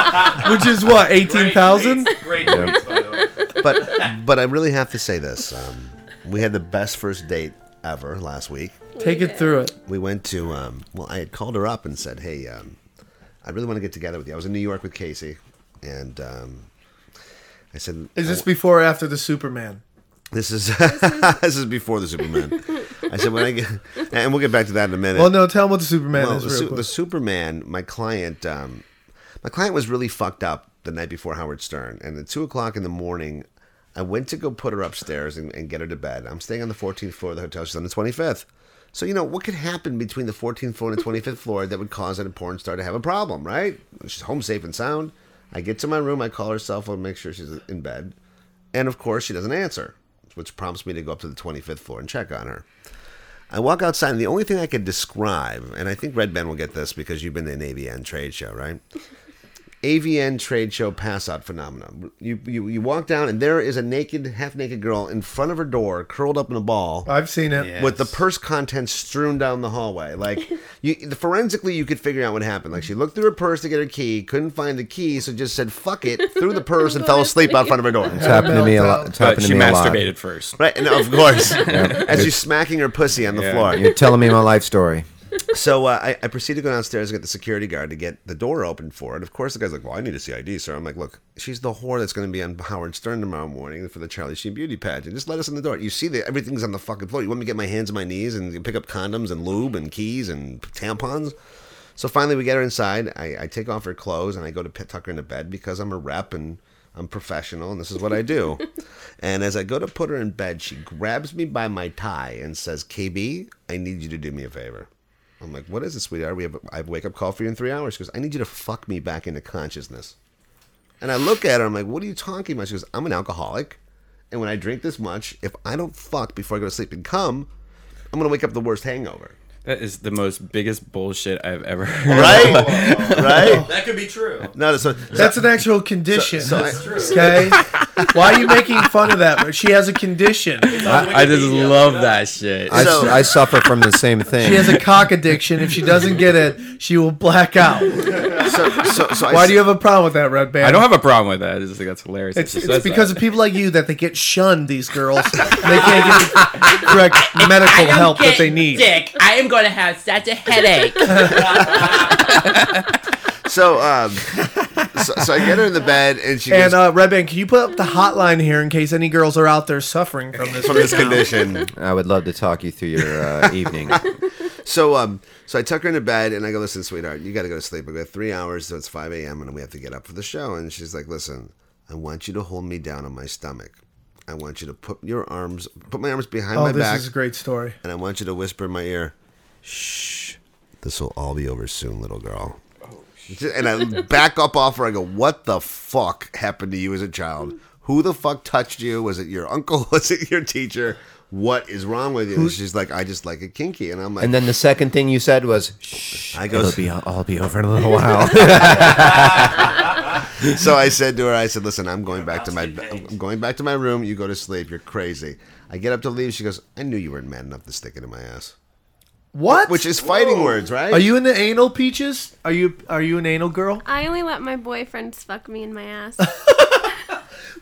[SPEAKER 3] Which is what eighteen thousand.
[SPEAKER 10] Great tweets, by the way.
[SPEAKER 6] but but I really have to say this. Um, we had the best first date ever last week.
[SPEAKER 3] Take it through it.
[SPEAKER 6] we went to um, well i had called her up and said hey um, i really want to get together with you i was in new york with casey and um, i said "Oh,
[SPEAKER 3] Is this before or after the Superman?
[SPEAKER 6] this is this is before the superman i said when i get and we'll get back to that in a minute
[SPEAKER 3] Well, no. Tell him what the Superman
[SPEAKER 6] well,
[SPEAKER 3] is.
[SPEAKER 6] the,
[SPEAKER 3] Real
[SPEAKER 6] su-
[SPEAKER 3] quick.
[SPEAKER 6] the Superman, my client, um, my client was really fucked up the night before Howard Stern, and at two o'clock in the morning, I went to go put her upstairs and, and get her to bed. I'm staying on the 14th floor of the hotel. She's on the 25th. So you know what could happen between the 14th floor and the 25th floor that would cause a porn star to have a problem, right? She's home safe and sound. I get to my room, I call her cell phone, make sure she's in bed, and of course she doesn't answer, which prompts me to go up to the 25th floor and check on her. I walk outside, and the only thing I could describe, and I think Red Ben will get this because you've been to an AVN trade show, right? AVN trade show pass out phenomenon. You, you you walk down, and there is a naked, half naked girl in front of her door, curled up in a ball,
[SPEAKER 3] I've seen it.
[SPEAKER 6] with the purse contents strewn down the hallway. Like, you forensically, you could figure out what happened. Like, she looked through her purse to get her key, couldn't find the key, so just said "fuck it" threw the purse and fell asleep out front of her door.
[SPEAKER 5] It's happened to me a lot. It's happened
[SPEAKER 7] But
[SPEAKER 5] to
[SPEAKER 7] she
[SPEAKER 5] me a lot.
[SPEAKER 7] masturbated first.
[SPEAKER 6] Right, and of course, as she's smacking her pussy on the floor.
[SPEAKER 5] You're telling me my life story.
[SPEAKER 6] So uh, I, I proceed to go downstairs and get the security guard to get the door open for it. Of course, the guy's like, "Well, I need to see ID, sir." I'm like, "Look, she's the whore that's going to be on Howard Stern tomorrow morning for the Charlie Sheen beauty pageant. Just let us in the door. You see that everything's on the fucking floor. You want me to get my hands on my knees and pick up condoms and lube and keys and tampons?" So finally, we get her inside. I, I take off her clothes and I go to pit tuck her into bed because I'm a rep and I'm professional and this is what I do. and as I go to put her in bed, she grabs me by my tie and says, "KB, I need you to do me a favor." I'm like, what is it, sweetheart? We have a, I have a wake up call for you in three hours. She goes, I need you to fuck me back into consciousness. And I look at her. I'm like, what are you talking about? She goes, I'm an alcoholic, and when I drink this much, if I don't fuck before I go to sleep and come, I'm gonna wake up the worst hangover.
[SPEAKER 7] That is the most biggest bullshit I've ever heard.
[SPEAKER 6] Right? right?
[SPEAKER 10] That could be true.
[SPEAKER 6] No, so,
[SPEAKER 3] That's an actual condition.
[SPEAKER 6] That's
[SPEAKER 3] Okay. Why are you making fun of that? She has a condition.
[SPEAKER 7] I, I just love that shit.
[SPEAKER 5] I,
[SPEAKER 6] So-
[SPEAKER 5] I suffer from the same thing.
[SPEAKER 3] She has a cock addiction. If she doesn't get it, she will black out.
[SPEAKER 6] so, so, so I
[SPEAKER 3] Why
[SPEAKER 6] s-
[SPEAKER 3] do you have a problem with that, Red Band?
[SPEAKER 7] I don't have a problem with that. I just think that's hilarious.
[SPEAKER 3] It's, it's because of people like you that they get shunned. These girls, they can't get the correct medical help that they need.
[SPEAKER 11] Dick, I am going to have such a headache.
[SPEAKER 6] so um, so, so I get her in the bed, and she
[SPEAKER 3] And
[SPEAKER 6] goes,
[SPEAKER 3] uh, Red Band, can you put up the hotline here in case any girls are out there suffering from this?
[SPEAKER 6] from this condition.
[SPEAKER 5] I would love to talk you through your uh, evening.
[SPEAKER 6] So um, so I tuck her into bed and I go, listen, sweetheart, you got to go to sleep. I got three hours, so it's five a.m. and we have to get up for the show. And she's like, listen, I want you to hold me down on my stomach. I want you to put your arms, put my arms behind
[SPEAKER 3] Oh,
[SPEAKER 6] my
[SPEAKER 3] this
[SPEAKER 6] back,
[SPEAKER 3] is a great story.
[SPEAKER 6] and I want you to whisper in my ear, shh, this will all be over soon, little girl. And I back up off her. I go, what the fuck happened to you as a child? Who the fuck touched you? Was it your uncle? Was it your teacher? What is wrong with you? And she's like, I just like it kinky. And I'm like,
[SPEAKER 5] And then the second thing you said was, "Shh,
[SPEAKER 6] I go,
[SPEAKER 5] it'll be all be over in a little while."
[SPEAKER 6] so I said to her, I said, "Listen, I'm going back to my I'm going back to my room. You go to sleep. You're crazy." I get up to leave. She goes, "I knew you weren't man enough to stick it in my ass,"
[SPEAKER 3] What?
[SPEAKER 6] which is fighting words, right?
[SPEAKER 3] Are you in the anal peaches? Are you are you an anal girl?
[SPEAKER 4] I only let my boyfriends fuck me in my ass.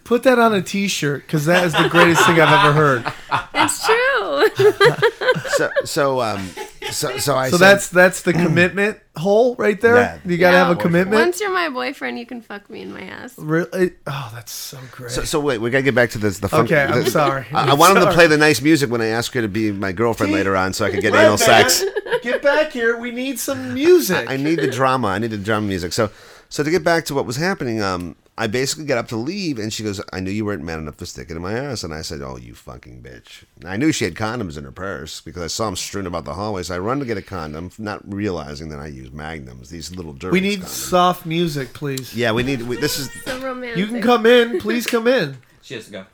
[SPEAKER 3] Put that on a T-shirt because that is the greatest thing I've ever heard.
[SPEAKER 4] That's true.
[SPEAKER 6] so? So um,
[SPEAKER 9] So, so I
[SPEAKER 3] so
[SPEAKER 9] said,
[SPEAKER 3] that's that's the commitment hole right there.
[SPEAKER 9] Yeah.
[SPEAKER 3] You gotta have a commitment.
[SPEAKER 4] Once you're my boyfriend, you can fuck me in my ass.
[SPEAKER 3] Really? Oh, that's so great.
[SPEAKER 6] So, so wait, we gotta get back to this. The fun,
[SPEAKER 3] Okay, I'm
[SPEAKER 6] the-
[SPEAKER 3] sorry.
[SPEAKER 6] I, I
[SPEAKER 3] I'm
[SPEAKER 6] wanted to
[SPEAKER 3] sorry.
[SPEAKER 6] play the nice music when I asked her to be my girlfriend later on, so I could get
[SPEAKER 3] What,
[SPEAKER 6] anal
[SPEAKER 3] man?
[SPEAKER 6] sex.
[SPEAKER 3] Get back here. We need some music.
[SPEAKER 6] I, I need the drama. I need the drama music. So, so to get back to what was happening, um, I basically got up to leave, and she goes, "I knew you weren't man enough to stick it in my ass." And I said, "Oh, you fucking bitch!" And I knew she had condoms in her purse because I saw them strewn about the hallway. So I run to get a condom, not realizing that I use magnums, these little dirt.
[SPEAKER 3] We need soft music, please.
[SPEAKER 6] Yeah, we need. We, this is.
[SPEAKER 4] So romantic.
[SPEAKER 3] You can come in. Please come in.
[SPEAKER 7] She has to go.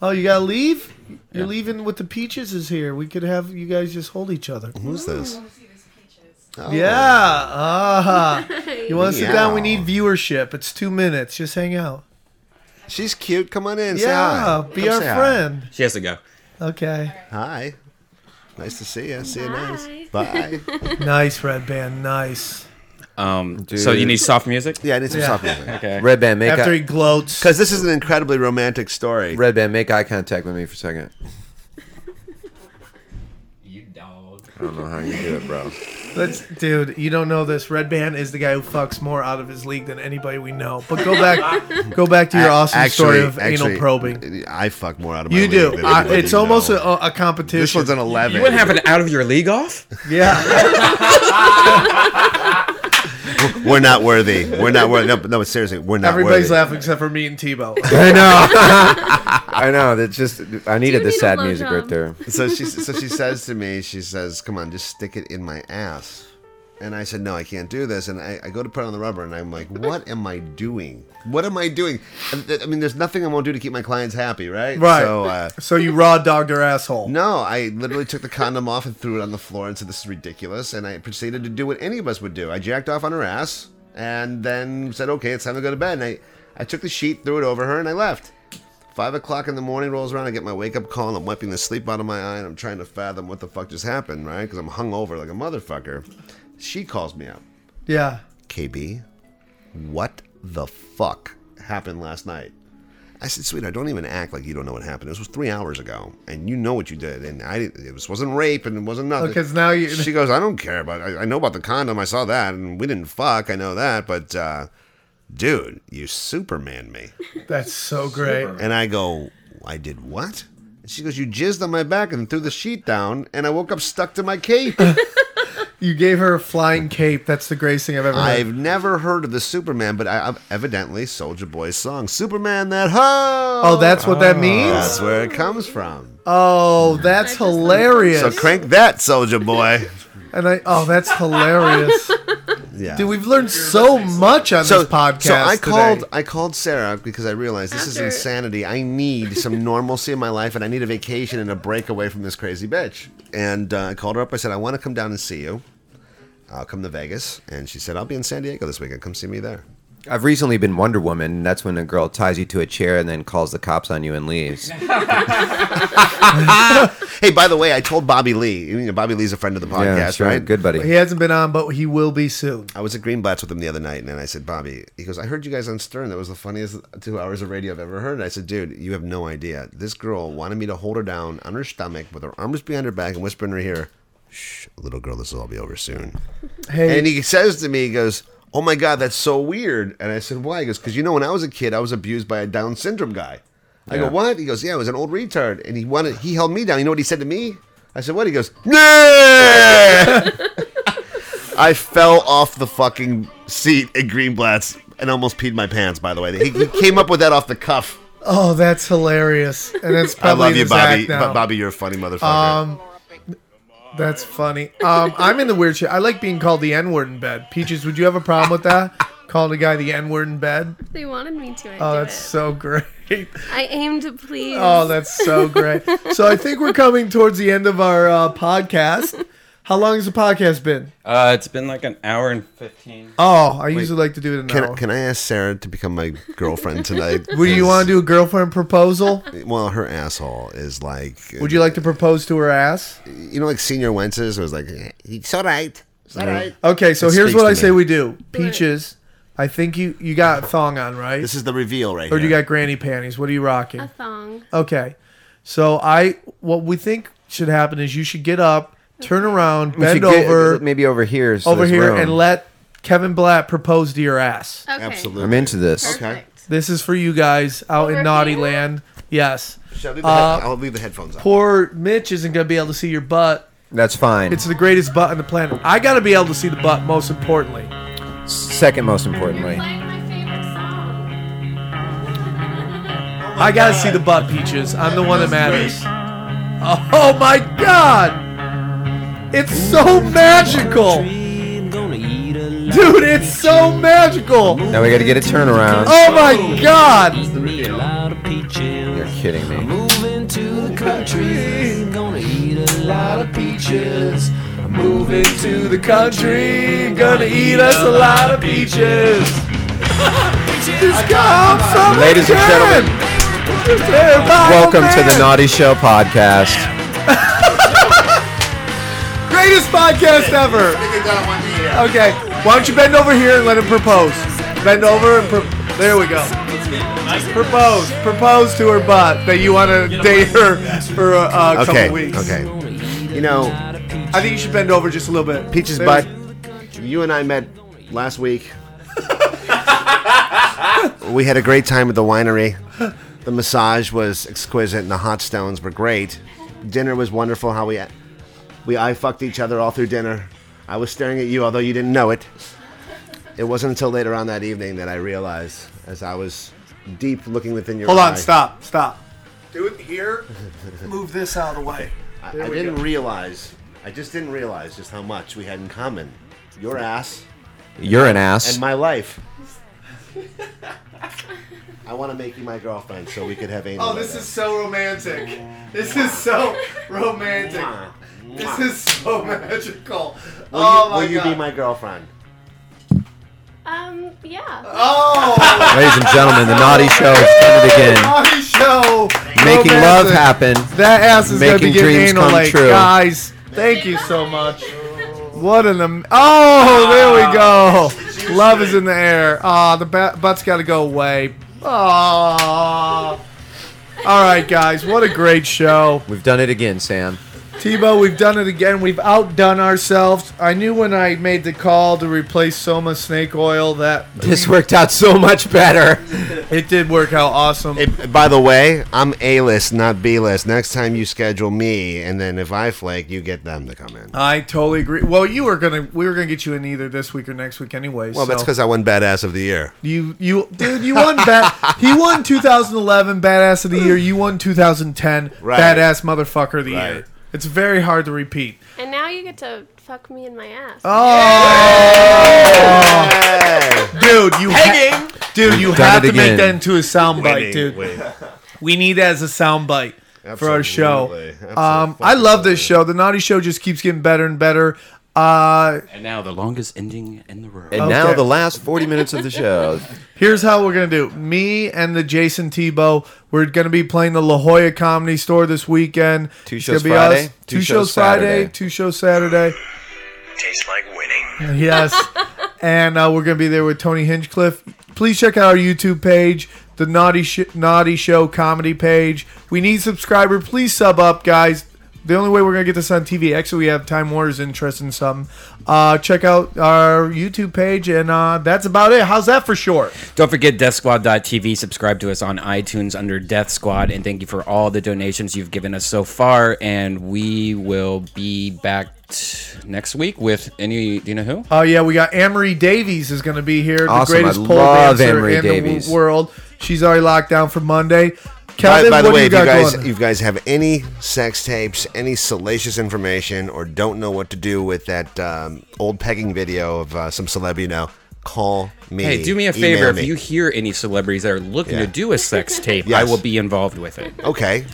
[SPEAKER 3] Oh, you gotta leave. You're leaving with the peaches is here. We could have you guys just hold each other.
[SPEAKER 6] Who's this?
[SPEAKER 3] Yeah. Ah. You want to sit down? We
[SPEAKER 6] Meow.
[SPEAKER 3] need viewership. It's two minutes. Just hang out.
[SPEAKER 6] She's cute. Come on in. say
[SPEAKER 3] Yeah.
[SPEAKER 6] hi.
[SPEAKER 3] Be
[SPEAKER 6] Come
[SPEAKER 3] our
[SPEAKER 6] say hi.
[SPEAKER 3] friend.
[SPEAKER 7] She has to go.
[SPEAKER 3] Okay.
[SPEAKER 6] Hi. Nice to see you. See you nice. Bye.
[SPEAKER 3] nice red band. Nice.
[SPEAKER 7] Um, so you need soft music?
[SPEAKER 6] Yeah, I need some
[SPEAKER 3] Yeah.
[SPEAKER 6] soft music.
[SPEAKER 7] Okay.
[SPEAKER 5] Red band make
[SPEAKER 3] After
[SPEAKER 5] eye,
[SPEAKER 3] he gloats.
[SPEAKER 6] Because this is an incredibly romantic story.
[SPEAKER 5] Red band make eye contact with me for a second.
[SPEAKER 7] You dog.
[SPEAKER 5] I don't know how you do it, bro.
[SPEAKER 3] Let's, dude, you don't know this. Red Band is the guy who fucks more out of his league than anybody we know. But go back, go back to your
[SPEAKER 6] A-
[SPEAKER 3] awesome story of
[SPEAKER 6] actually,
[SPEAKER 3] anal probing.
[SPEAKER 6] I fuck more out of my
[SPEAKER 3] You
[SPEAKER 6] league
[SPEAKER 3] do.
[SPEAKER 6] than
[SPEAKER 3] I,
[SPEAKER 6] anybody
[SPEAKER 3] it's
[SPEAKER 6] you
[SPEAKER 3] almost
[SPEAKER 6] know.
[SPEAKER 3] a, a competition.
[SPEAKER 6] This one's an
[SPEAKER 7] You
[SPEAKER 6] eleven.
[SPEAKER 7] wouldn't have an out of your league off?
[SPEAKER 3] yeah.
[SPEAKER 6] We're not worthy. We're not worthy. No, but- no, but seriously, we're not
[SPEAKER 3] Everybody's
[SPEAKER 6] worthy.
[SPEAKER 3] laughing except for me and Tebow.
[SPEAKER 5] I know. I know. That's just I needed the
[SPEAKER 4] you need a
[SPEAKER 5] sad
[SPEAKER 4] blowjob?
[SPEAKER 5] music right there.
[SPEAKER 6] So she so she says to me, she says, "Come on, just stick it in my ass." And I said, "No, I can't do this." And I, I go to put on the rubber, and I'm like, "What am I doing? What am I doing?" And th- I mean, there's nothing I won't do to keep my clients happy, right?
[SPEAKER 3] Right.
[SPEAKER 6] So. Uh,
[SPEAKER 3] so you raw dogged her asshole.
[SPEAKER 6] No, I literally took the condom off and threw it on the floor and said, This is ridiculous. And I proceeded to do what any of us would do. I jacked off on her ass and then said, Okay, it's time to go to bed. And I, I took the sheet, threw it over her, and I left. Five o'clock in the morning rolls around. I get my wake up call and I'm wiping the sleep out of my eye and I'm trying to fathom what the fuck just happened, right? Because I'm hungover like a motherfucker. She calls me up.
[SPEAKER 3] Yeah.
[SPEAKER 6] KB, what the fuck happened last night? I said, sweetheart, don't even act like you don't know what happened. This was three hours ago, and you know what you did, and I didn't. It was, wasn't rape, and it wasn't nothing.
[SPEAKER 3] Because Oh, now you.
[SPEAKER 6] she goes, I don't care about. I, I know about the condom. I saw that, and we didn't fuck. I know that, but uh, dude, you Superman me.
[SPEAKER 3] That's so great.
[SPEAKER 6] And I go, I did what? And she goes, you jizzed on my back and threw the sheet down, and I woke up stuck to my cape.
[SPEAKER 3] You gave her a flying cape. That's the greatest thing I've ever heard.
[SPEAKER 6] I've never heard of the Superman, but I, I've evidently Soldier Boy's song "Superman That Ho."
[SPEAKER 3] Oh, that's what that means?
[SPEAKER 6] That's where it comes from.
[SPEAKER 3] Oh, that's hilarious.
[SPEAKER 6] So crank that, Soldier Boy.
[SPEAKER 3] and I oh, that's hilarious.
[SPEAKER 6] Yeah.
[SPEAKER 3] Dude, we've learned so much on
[SPEAKER 6] so,
[SPEAKER 3] this podcast.
[SPEAKER 6] so I
[SPEAKER 3] today.
[SPEAKER 6] called. I called Sarah because I realized this is
[SPEAKER 4] After-
[SPEAKER 6] insanity. I need some normalcy in my life, and I need a vacation and a break away from this crazy bitch. And uh, I called her up. I said, "I want to come down and see you. I'll come to Vegas." And she said, "I'll be in San Diego this weekend. Come see me there."
[SPEAKER 5] I've recently been Wonder Woman. and That's when a girl ties you to a chair and then calls the cops on you and leaves.
[SPEAKER 6] Hey, by the way, I told Bobby Lee. You know, Bobby Lee's a friend of the podcast,
[SPEAKER 5] yeah, sure.
[SPEAKER 6] right?
[SPEAKER 5] Good buddy.
[SPEAKER 3] He hasn't been on, but he will be soon.
[SPEAKER 6] I was at Greenblatt's with him the other night, and then I said, Bobby, he goes, I heard you guys on Stern. That was the funniest two hours of radio I've ever heard. And I said, dude, you have no idea. This girl wanted me to hold her down on her stomach with her arms behind her back and whisper in her ear, shh, little girl, this will all be over soon.
[SPEAKER 3] Hey,
[SPEAKER 6] And he says to me, he goes, oh my God, that's so weird. And I said, why? He goes, because you know, when I was a kid, I was abused by a Down syndrome guy. I go, what? He goes, yeah, I was an old retard. And he wanted, he held me down. You know what he said to me? I said, what? He goes, nah! I fell off the fucking seat at Greenblatt's and almost peed my pants. By the way, he, he came up with that off the cuff.
[SPEAKER 3] oh, that's hilarious, and that's
[SPEAKER 6] I
[SPEAKER 3] probably
[SPEAKER 6] love you,
[SPEAKER 3] his act
[SPEAKER 6] Bobby.
[SPEAKER 3] now. Um,
[SPEAKER 6] But Bobby, you're a funny motherfucker.
[SPEAKER 3] That's funny. Um, I'm in the weird shit. I like being called the N word in bed. Peaches, would you have a problem with that? Calling a guy the N word in bed?
[SPEAKER 4] They wanted me to. I
[SPEAKER 3] Oh,
[SPEAKER 4] do
[SPEAKER 3] that's
[SPEAKER 4] it.
[SPEAKER 3] so great.
[SPEAKER 4] I aim to please.
[SPEAKER 3] Oh, that's so great. So I think we're coming towards the end of our uh, podcast. How long has the podcast been?
[SPEAKER 7] Uh, it's been like an hour and 15.
[SPEAKER 3] Oh, I usually like to do it in an
[SPEAKER 6] can,
[SPEAKER 3] hour.
[SPEAKER 6] can I ask Sarah to become my girlfriend tonight?
[SPEAKER 3] Would you want to do a girlfriend proposal?
[SPEAKER 6] do? Well, her asshole is like.
[SPEAKER 3] Would you like to propose to her ass?
[SPEAKER 6] You know, like Senior Wences was like, "Eh, it's all right. It's all right.
[SPEAKER 3] Okay, so
[SPEAKER 6] It
[SPEAKER 3] here's
[SPEAKER 6] speaks
[SPEAKER 3] what
[SPEAKER 6] to
[SPEAKER 3] I say
[SPEAKER 6] me.
[SPEAKER 3] we do. Peaches, I think you you got thong on, right?
[SPEAKER 6] This is the reveal right
[SPEAKER 3] or
[SPEAKER 6] here.
[SPEAKER 3] you got granny panties? What are you rocking?
[SPEAKER 4] a thong.
[SPEAKER 3] Okay. So I what we think should happen is you should get up, turn around,
[SPEAKER 5] We
[SPEAKER 3] bend
[SPEAKER 5] should get-
[SPEAKER 3] over,
[SPEAKER 5] maybe over here, so
[SPEAKER 3] over
[SPEAKER 5] there's
[SPEAKER 3] here,
[SPEAKER 5] room.
[SPEAKER 3] and let Kevin Blatt propose to your ass.
[SPEAKER 4] Okay.
[SPEAKER 5] Absolutely. I'm into this.
[SPEAKER 6] Okay.
[SPEAKER 3] This is for you guys out in naughty land. Yes.
[SPEAKER 6] Shall I leave the head- I'll leave the headphones on.
[SPEAKER 3] Poor Mitch isn't gonna be able to see your butt.
[SPEAKER 5] That's fine.
[SPEAKER 3] It's the greatest butt on the planet. I gotta be able to see the butt. Most importantly,
[SPEAKER 5] Second most importantly.
[SPEAKER 3] I gotta see the butt, Peaches. I'm the one that matters. Oh my god! It's so magical! Dude, it's so magical!
[SPEAKER 5] Now we gotta get a turnaround.
[SPEAKER 3] Oh my god!
[SPEAKER 5] You're kidding me.
[SPEAKER 2] Moving to the country, gonna eat a lot of peaches. Moving to the country, gonna eat us a lot of peaches.
[SPEAKER 3] This guy, I'm so
[SPEAKER 5] Ladies and gentlemen, welcome to the Naughty Show podcast.
[SPEAKER 3] Greatest podcast ever! Okay, why don't you bend over here and let him propose? Bend over and pro- there we go. Propose, propose to her butt that you want to date her for uh, a, a couple
[SPEAKER 6] Okay,
[SPEAKER 3] weeks.
[SPEAKER 6] okay. You know,
[SPEAKER 3] I think you should bend over just a little bit.
[SPEAKER 6] Peaches
[SPEAKER 3] There-
[SPEAKER 6] butt. You and I met last week. we had a great time at the winery. The massage was exquisite, and the hot stones were great. Dinner was wonderful. How we we eye fucked each other all through dinner. I was staring at you, although you didn't know it. It wasn't until later on that evening that I realized, as I was deep looking within your
[SPEAKER 3] Hold
[SPEAKER 6] eye-
[SPEAKER 3] on, stop, stop. Do it here. Move this out of the way.
[SPEAKER 6] I,
[SPEAKER 3] There
[SPEAKER 6] I
[SPEAKER 3] we
[SPEAKER 6] didn't
[SPEAKER 3] go.
[SPEAKER 6] realize. I just didn't realize just how much we had in common. Your ass.
[SPEAKER 5] You're an ass.
[SPEAKER 6] And my life. I want to make you my girlfriend so we could have anal.
[SPEAKER 3] Oh, this is so romantic. This is so romantic. This is so magical.
[SPEAKER 6] Will,
[SPEAKER 3] oh
[SPEAKER 6] you,
[SPEAKER 3] my
[SPEAKER 6] will you
[SPEAKER 3] god.
[SPEAKER 6] be my girlfriend?
[SPEAKER 4] Um, yeah.
[SPEAKER 3] Oh.
[SPEAKER 5] Ladies and gentlemen, the Naughty Show is ended again.
[SPEAKER 3] Naughty show.
[SPEAKER 5] Making love
[SPEAKER 3] romantic.
[SPEAKER 5] happen.
[SPEAKER 3] That ass is gonna be
[SPEAKER 5] Making
[SPEAKER 3] getting
[SPEAKER 5] dreams
[SPEAKER 3] anal
[SPEAKER 5] come
[SPEAKER 3] like
[SPEAKER 5] true.
[SPEAKER 3] guys. Thank you so much. What an am- oh, there we go. Love is in the air. Ah, the ba- butt's got to go away. Ah. All right, guys. What a great show.
[SPEAKER 5] We've done it again, Sam.
[SPEAKER 3] Tebow, we've done it again. We've outdone ourselves. I knew when I made the call to replace Soma snake oil that
[SPEAKER 5] This worked out so much better.
[SPEAKER 3] it did work out awesome.
[SPEAKER 6] By the way, I'm A list, not B list. Next time you schedule me, and then if I flake, you get them to come in.
[SPEAKER 3] I totally agree. Well, you were gonna we were gonna get you in either this week or next week anyway.
[SPEAKER 6] Well,
[SPEAKER 3] so.
[SPEAKER 6] that's because I won Badass of the Year.
[SPEAKER 3] You, you, dude, you won. Bat- he won 2011 Badass of the Year. You won 2010
[SPEAKER 6] Right.
[SPEAKER 3] Badass Motherfucker of the
[SPEAKER 6] Right.
[SPEAKER 3] Year. It's very hard to repeat.
[SPEAKER 4] And now you get to fuck me in my ass.
[SPEAKER 3] Oh, dude, you, ha- dude, you
[SPEAKER 5] We've done
[SPEAKER 3] have
[SPEAKER 5] it
[SPEAKER 3] to make
[SPEAKER 5] again.
[SPEAKER 3] that into a soundbite,
[SPEAKER 6] Winning,
[SPEAKER 3] dude.
[SPEAKER 6] winning.
[SPEAKER 3] We need that as a soundbite for our show.
[SPEAKER 6] Absolutely.
[SPEAKER 3] Um, I love this show. The Naughty Show just keeps getting better and better. Uh,
[SPEAKER 7] And now the longest ending in the row.
[SPEAKER 5] And now
[SPEAKER 3] Okay.
[SPEAKER 5] the last 40 minutes of the show.
[SPEAKER 3] Here's how we're gonna do. Me and the Jason Tebow, we're gonna be playing the La Jolla Comedy Store this weekend.
[SPEAKER 5] Two
[SPEAKER 3] It's
[SPEAKER 5] shows
[SPEAKER 3] gonna be
[SPEAKER 5] Friday,
[SPEAKER 3] us. Two, shows Friday, two shows Saturday.
[SPEAKER 12] Tastes like winning.
[SPEAKER 3] Yes, and uh, we're gonna be there with Tony Hinchcliffe. Please check out our YouTube page, the Naughty Sh- Naughty Show Comedy page. We need subscriber. Please sub up, guys. The only way we're gonna get this on TV. Actually, we have Time Warner's interest in something. Uh, check out our YouTube page, and uh, that's about it. How's that for short?
[SPEAKER 1] Don't forget DeathSquad.tv. Subscribe to us on iTunes under Death Squad. And thank you for all the donations you've given us so far. And we will be back t- next week with any. Do you know who?
[SPEAKER 3] Oh yeah, we got Amory Davies is going to be here,
[SPEAKER 5] Awesome.
[SPEAKER 3] the greatest
[SPEAKER 5] I
[SPEAKER 3] pole
[SPEAKER 5] love
[SPEAKER 3] dancer
[SPEAKER 5] Amory
[SPEAKER 3] in
[SPEAKER 5] Davies.
[SPEAKER 3] the w- world. She's already locked down for Monday.
[SPEAKER 6] By,
[SPEAKER 3] Kevin,
[SPEAKER 6] by the
[SPEAKER 3] what
[SPEAKER 6] way, if
[SPEAKER 3] do you
[SPEAKER 6] you
[SPEAKER 3] got
[SPEAKER 6] guys
[SPEAKER 3] going?
[SPEAKER 6] if you guys have any sex tapes, any salacious information, or don't know what to do with that um, old pegging video of uh, some celeb you know, call me.
[SPEAKER 1] Hey, do me a
[SPEAKER 6] Email
[SPEAKER 1] favor.
[SPEAKER 6] me.
[SPEAKER 1] If you hear any celebrities that are looking
[SPEAKER 6] Yeah.
[SPEAKER 1] to do a sex tape, I
[SPEAKER 6] Yes.
[SPEAKER 1] will be involved with it.
[SPEAKER 6] okay,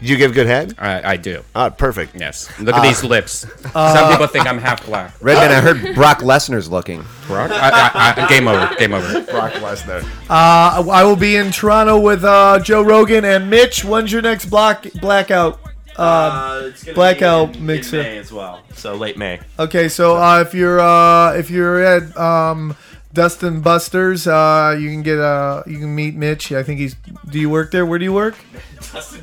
[SPEAKER 6] you give good head.
[SPEAKER 1] I, I do.
[SPEAKER 6] Ah, perfect.
[SPEAKER 1] Yes. Look at these lips. Some people think I'm half black.
[SPEAKER 5] Redman, I heard Brock Lesnar's looking.
[SPEAKER 1] Brock? I, I, I, game over. Game over.
[SPEAKER 6] Brock Lesnar.
[SPEAKER 3] Uh, I will be in Toronto with uh, Joe Rogan and Mitch. When's your next block blackout? Uh,
[SPEAKER 10] Uh, it's gonna be
[SPEAKER 3] blackout
[SPEAKER 10] in- in
[SPEAKER 3] mixer.
[SPEAKER 10] May as well. So late May.
[SPEAKER 3] okay, so uh, if you're uh, if you're at um, Dustin Busters. Uh, you can get uh, you can meet Mitch. I think he's. Do you work there? Where do you work?
[SPEAKER 10] Dustin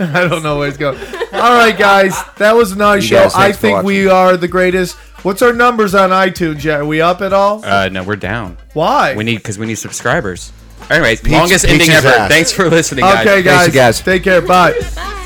[SPEAKER 3] I don't know where he's going. All right, guys, that was a nice
[SPEAKER 7] You
[SPEAKER 3] show.
[SPEAKER 7] guys,
[SPEAKER 3] I
[SPEAKER 7] thanks for
[SPEAKER 3] think we are the greatest. What's our numbers on iTunes? Jay? Are we up at all?
[SPEAKER 7] Uh, no, we're down.
[SPEAKER 3] Why?
[SPEAKER 7] We need because we need subscribers. Anyways,
[SPEAKER 3] Peach-
[SPEAKER 7] longest ending
[SPEAKER 3] Peach's
[SPEAKER 7] ever.
[SPEAKER 3] ass.
[SPEAKER 7] Thanks for listening, guys.
[SPEAKER 3] Okay, guys. Take care. Bye.